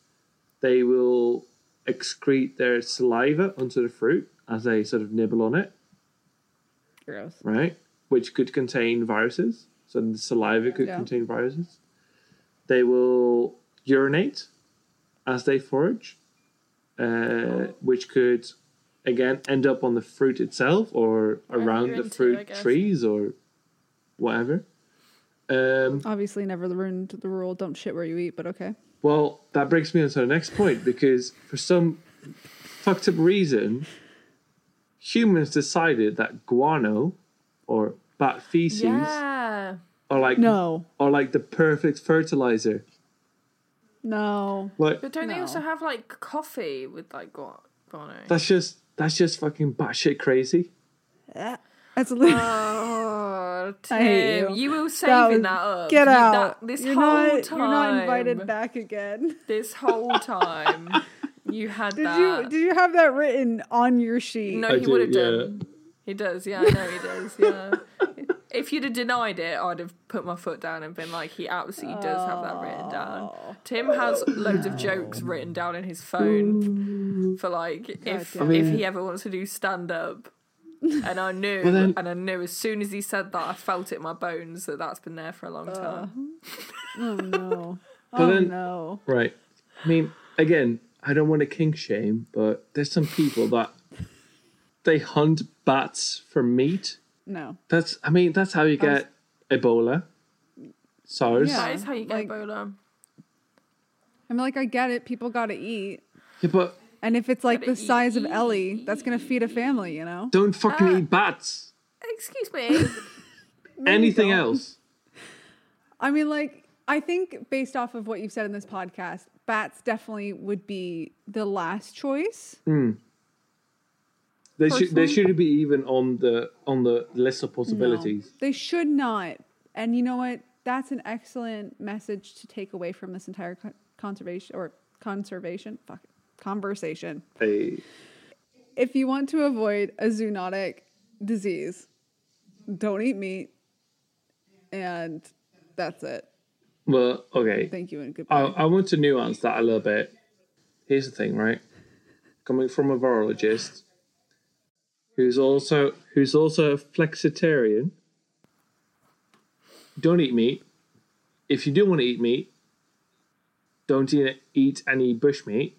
S3: they will excrete their saliva onto the fruit as they sort of nibble on it,
S1: Gross.
S3: right? Which could contain viruses. So the saliva could
S1: Yeah.
S3: contain viruses. They will urinate as they forage, uh, which could again end up on the fruit itself or
S2: Wherever
S3: around
S2: you're
S3: the
S2: into, I
S3: fruit
S2: guess.
S3: trees or whatever. Um,
S1: Obviously, never learned the rule don't shit where you eat, but okay.
S3: Well, that brings me on to the next point because for some fucked up reason, humans decided that guano or bat feces
S2: Yeah.
S3: are like
S1: No.
S3: are like the perfect fertilizer.
S1: No.
S3: Like
S2: But don't they
S1: No.
S2: also have like coffee with like guano?
S3: that's just that's just fucking batshit crazy.
S1: That's a little.
S2: Oh,
S1: I hate
S2: Tim,
S1: you.
S2: you were
S1: [laughs] That
S2: saving that,
S1: was-
S2: up.
S1: Get
S2: You- that-
S1: out.
S2: this
S1: you're
S2: whole
S1: not,
S2: time.
S1: You're not invited back again. [laughs]
S2: This whole time, you had
S1: Did
S2: that.
S1: you did you have that written on your sheet?
S2: no,
S3: I
S2: he
S3: do,
S2: would have
S3: yeah.
S2: done. He does. Yeah, I know he does. Yeah. [laughs] if you'd have denied it, I'd have put my foot down and been like, he absolutely does have that written down. Tim has loads of jokes written down in his phone for like if
S1: damn
S2: if
S3: it.
S2: he ever wants to do stand up. And I knew,
S3: But then-
S2: and I knew as soon as he said that, I felt it in my bones that that's been there for a long
S3: Uh,
S2: time.
S1: Oh
S2: [laughs]
S1: no.
S3: But
S1: oh
S3: then-
S1: no.
S3: Right. I mean, again, I don't want to kink shame, but there's some people that they hunt bats for meat.
S1: No.
S3: That's I mean, that's how you get Ebola. SARS.
S1: Yeah.
S2: That is how you get
S1: like-
S2: Ebola.
S1: I'm like, I get it. People got to eat.
S3: yeah but
S1: And if it's like
S2: Gotta
S1: the size of Ellie, that's gonna feed a family, you know.
S3: Don't fucking eat bats.
S2: Excuse me.
S3: Anything
S1: don't.
S3: else?
S1: I mean, like, I think based off of what you've said in this podcast, bats definitely would be the last choice.
S3: They should they
S1: Personally?
S3: shouldn't be even on the on the list of
S1: No,
S3: possibilities.
S1: they should not. And you know what? That's an excellent message to take away from this entire co- conservation or conservation fuck, conversation.
S3: Hey,
S1: If you want to avoid a zoonotic disease, don't eat meat, and that's it.
S3: well, okay.
S1: Thank you and
S3: I,
S1: goodbye.
S3: I want to nuance that a little bit. Here's the thing, right? Coming from a virologist who's also who's also a flexitarian. Don't eat meat. If you do want to eat meat, don't eat, eat any bush meat.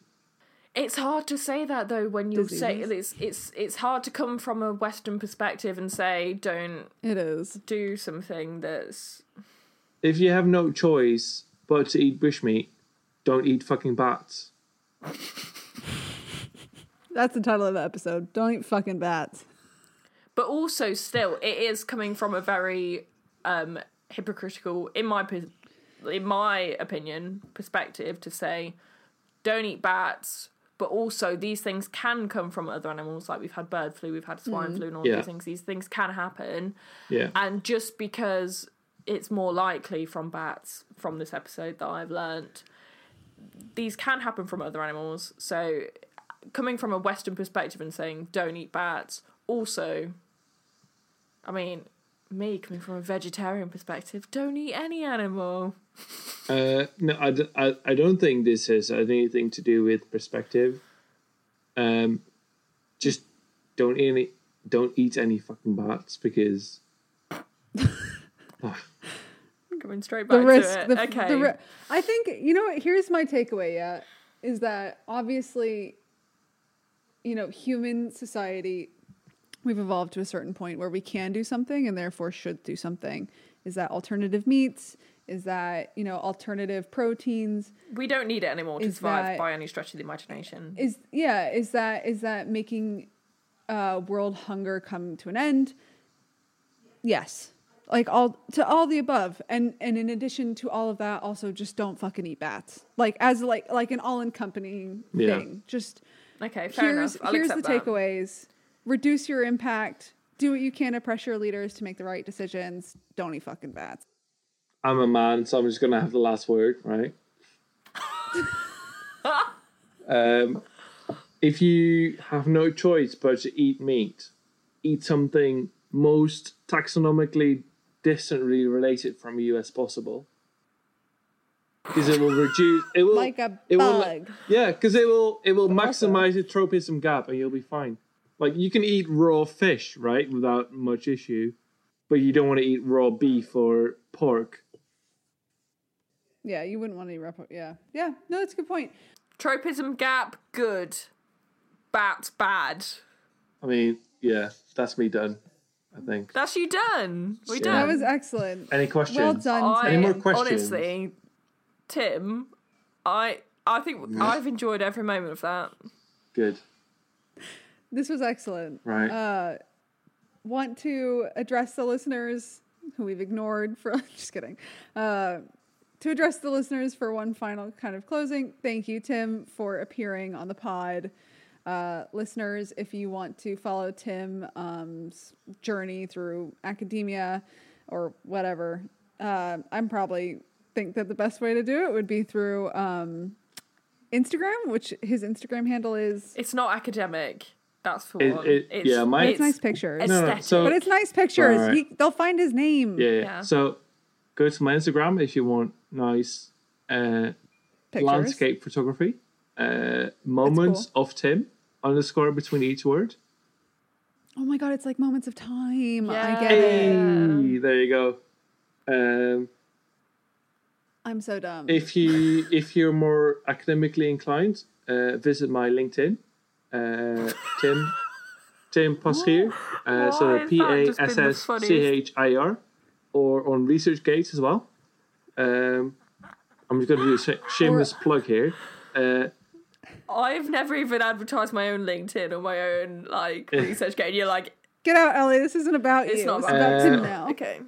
S2: It's hard to say that though when you say it's it's it's hard to come from a Western perspective and say don't
S1: it is.
S2: do something that's
S3: If you have no choice but to eat bush meat, don't eat fucking bats.
S1: That's the title of the episode. Don't eat fucking bats.
S2: but also still it is coming from a very um hypocritical in my pers- in my opinion perspective to say don't eat bats but also these things can come from other animals like we've had bird flu we've had swine flu and all
S3: Yeah.
S2: these things these things can happen
S3: Yeah.
S2: And just because it's more likely from bats from this episode that I've learnt, these can happen from other animals. So coming from a Western perspective and saying don't eat bats, also, I mean, me coming from a vegetarian perspective, don't eat any animal.
S3: Uh, no, I, d- I, I don't think this has anything to do with perspective. Um, just don't eat any, don't eat any fucking bats because oh,
S2: Coming straight back
S1: the risk.
S2: to it.
S1: The,
S2: okay.
S1: The ri- I think you know. what? Here's my takeaway. Yeah, is that obviously, you know, human society, we've evolved to a certain point where we can do something and therefore should do something. Is that alternative meats? Is that you know alternative proteins?
S2: We don't need it anymore to
S1: Is
S2: survive
S1: that-
S2: by any stretch of the imagination.
S1: Is yeah? Is that is that making uh, world hunger come to an end? Yes, like all to all the above, and and in addition to all of that, also just don't fucking eat bats. Like as like like an all encompassing
S3: Yeah.
S1: thing. Just
S2: okay, fair
S1: here's
S2: enough. I'll
S1: here's the
S2: accept that.
S1: takeaways: reduce your impact, do what you can to pressure leaders to make the right decisions. Don't eat fucking bats.
S3: I'm a man, so I'm just gonna have the last word,
S1: [laughs]
S3: right? um, if you have no choice but to eat meat, eat something most taxonomically distantly related from you as possible, because it will reduce. It will
S1: Like a
S3: it will-
S1: bug.
S3: yeah, because it will it will
S1: also-
S3: maximize the tropism gap, and you'll be fine. Like you can eat raw fish, right, without much issue, but you don't want to eat raw beef or pork.
S1: Yeah, you wouldn't want to eat rep. Yeah, yeah. No, that's a good point.
S2: Tropism gap, good. Bat, bad.
S3: I mean, yeah, that's me done. I think.
S2: That's you done. We
S3: Yeah.
S2: done.
S1: That was excellent.
S3: Any questions?
S1: Well done.
S2: I,
S3: Any
S1: Tim.
S3: more questions?
S2: Honestly, Tim, I I think I've enjoyed every moment of that.
S3: Good.
S1: This was excellent.
S3: Right.
S1: Uh, want to address the listeners who we've ignored for [laughs] just kidding. Uh, to address the listeners for one final kind of closing, thank you, Tim, for appearing on the pod. Uh, listeners, if you want to follow Tim's journey through academia or whatever, uh, I'm probably think that the best way to do it would be through um, Instagram, which his Instagram handle is
S2: It's not academic. That's for
S3: It-
S2: one.
S3: it-
S2: it's,
S3: yeah, my-
S1: it's nice pictures.
S2: No,
S3: no, so-
S1: But it's nice pictures.
S3: Alright.
S1: He, they'll find his name.
S3: yeah, yeah.
S2: yeah.
S3: So go to my Instagram if you want nice uh,
S1: Pictures.
S3: landscape photography. Uh, moments of Tim underscore between each word.
S1: Oh my god, it's like moments of time. I
S2: Yeah.
S1: get
S3: Hey,
S1: it.
S3: there you go. Um,
S1: I'm so dumb.
S3: if you if you're more academically inclined, uh, visit my LinkedIn, uh,
S2: [laughs]
S3: Tim Tim Pasquier, uh,
S2: Why
S3: so
S2: has that
S3: P A
S2: just been
S3: S
S2: the
S3: S C H I R, or on ResearchGate as well. Um, I'm just going to do a sh- shameless plug here. Uh,
S2: I've never even advertised my own LinkedIn or my own like research gate. You're like,
S1: get out, Ellie. This isn't about
S2: It's
S1: you.
S2: not
S1: it's
S2: about
S1: about
S3: me. [laughs]
S1: Tim now.
S2: okay,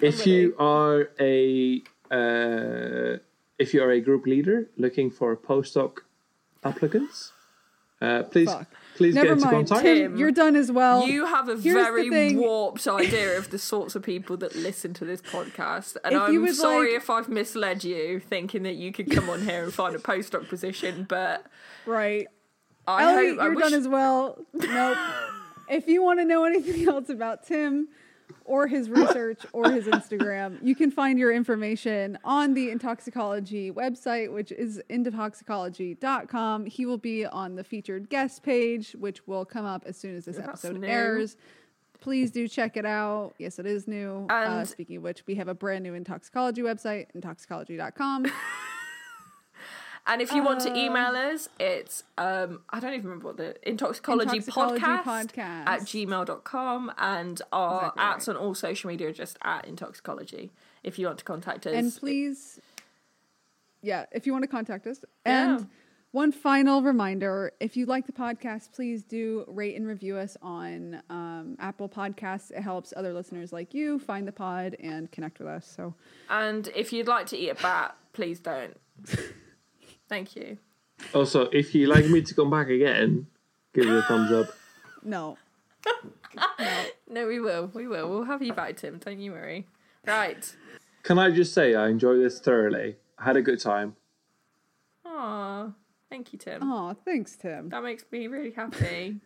S3: if you are a uh, if you are a group leader looking for postdoc applicants, uh, please
S1: Fuck.
S3: please
S1: Never
S3: get into
S1: mind.
S3: contact.
S1: Tim,
S2: Tim,
S1: you're done as well.
S2: you have a
S1: here's the
S2: very
S1: thing. [laughs]
S2: warped idea of the sorts of people that listen to this podcast, and
S1: If you
S2: I'm
S1: would
S2: sorry
S1: like-
S2: if I've misled you, thinking that you could come on here and find a postdoc position. But
S1: right.
S2: I
S1: Ellie,
S2: hope I
S1: Oh, you're
S2: wish
S1: done as well.
S2: [laughs]
S1: Nope. if you want to know anything [laughs] else about Tim or his research or his Instagram, you can find your information on the Intoxicology website, which is intoxicology.com. He will be on the featured guest page, which will come up as soon as this
S2: That's
S1: episode
S2: new.
S1: airs. Please do check it out. Yes, it is new. uh,
S2: And-
S1: speaking of which, we have a brand new Intoxicology website, intoxicology.com.
S2: And if you want to email us, it's um I don't even remember what the intoxicology,
S1: Intoxicology
S2: podcast,
S1: Podcast.
S2: at gmail.com and our
S1: Exactly right.
S2: ads on all social media are just at intoxicology if you want to contact us.
S1: and please yeah if you want to contact us
S2: Yeah.
S1: and one final reminder if you like the podcast please do rate and review us on um, apple podcasts it helps other listeners like you find the pod and connect with us so
S2: and if you'd like to eat a bat, please don't. Thank you.
S3: Also, if you like me to come back again, give it a thumbs up.
S1: no
S2: No, we will. We will. We'll have you back, Tim. Don't you worry. Right.
S3: Can I just say I enjoyed this thoroughly? I had a good time.
S2: Aw. Thank you, Tim.
S1: oh thanks tim
S2: That makes me really happy.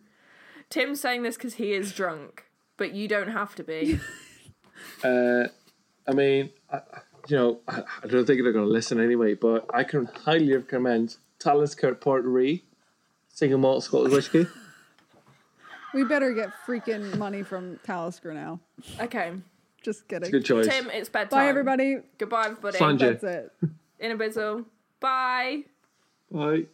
S2: Tim's saying this because he is drunk, but you don't have to be.
S1: [laughs]
S3: Uh, I mean, I, I- you know, I, I don't think they're going to listen anyway, but I can highly recommend Talisker Port Ree, single malt Scottish whiskey.
S1: we better get freaking money from talisker now
S2: Okay.
S1: just kidding
S3: Good choice.
S2: Tim, it's bedtime.
S1: bye everybody
S2: Goodbye, everybody.
S3: Sanjay.
S1: that's it
S2: In a bizzle. Bye.
S3: Bye.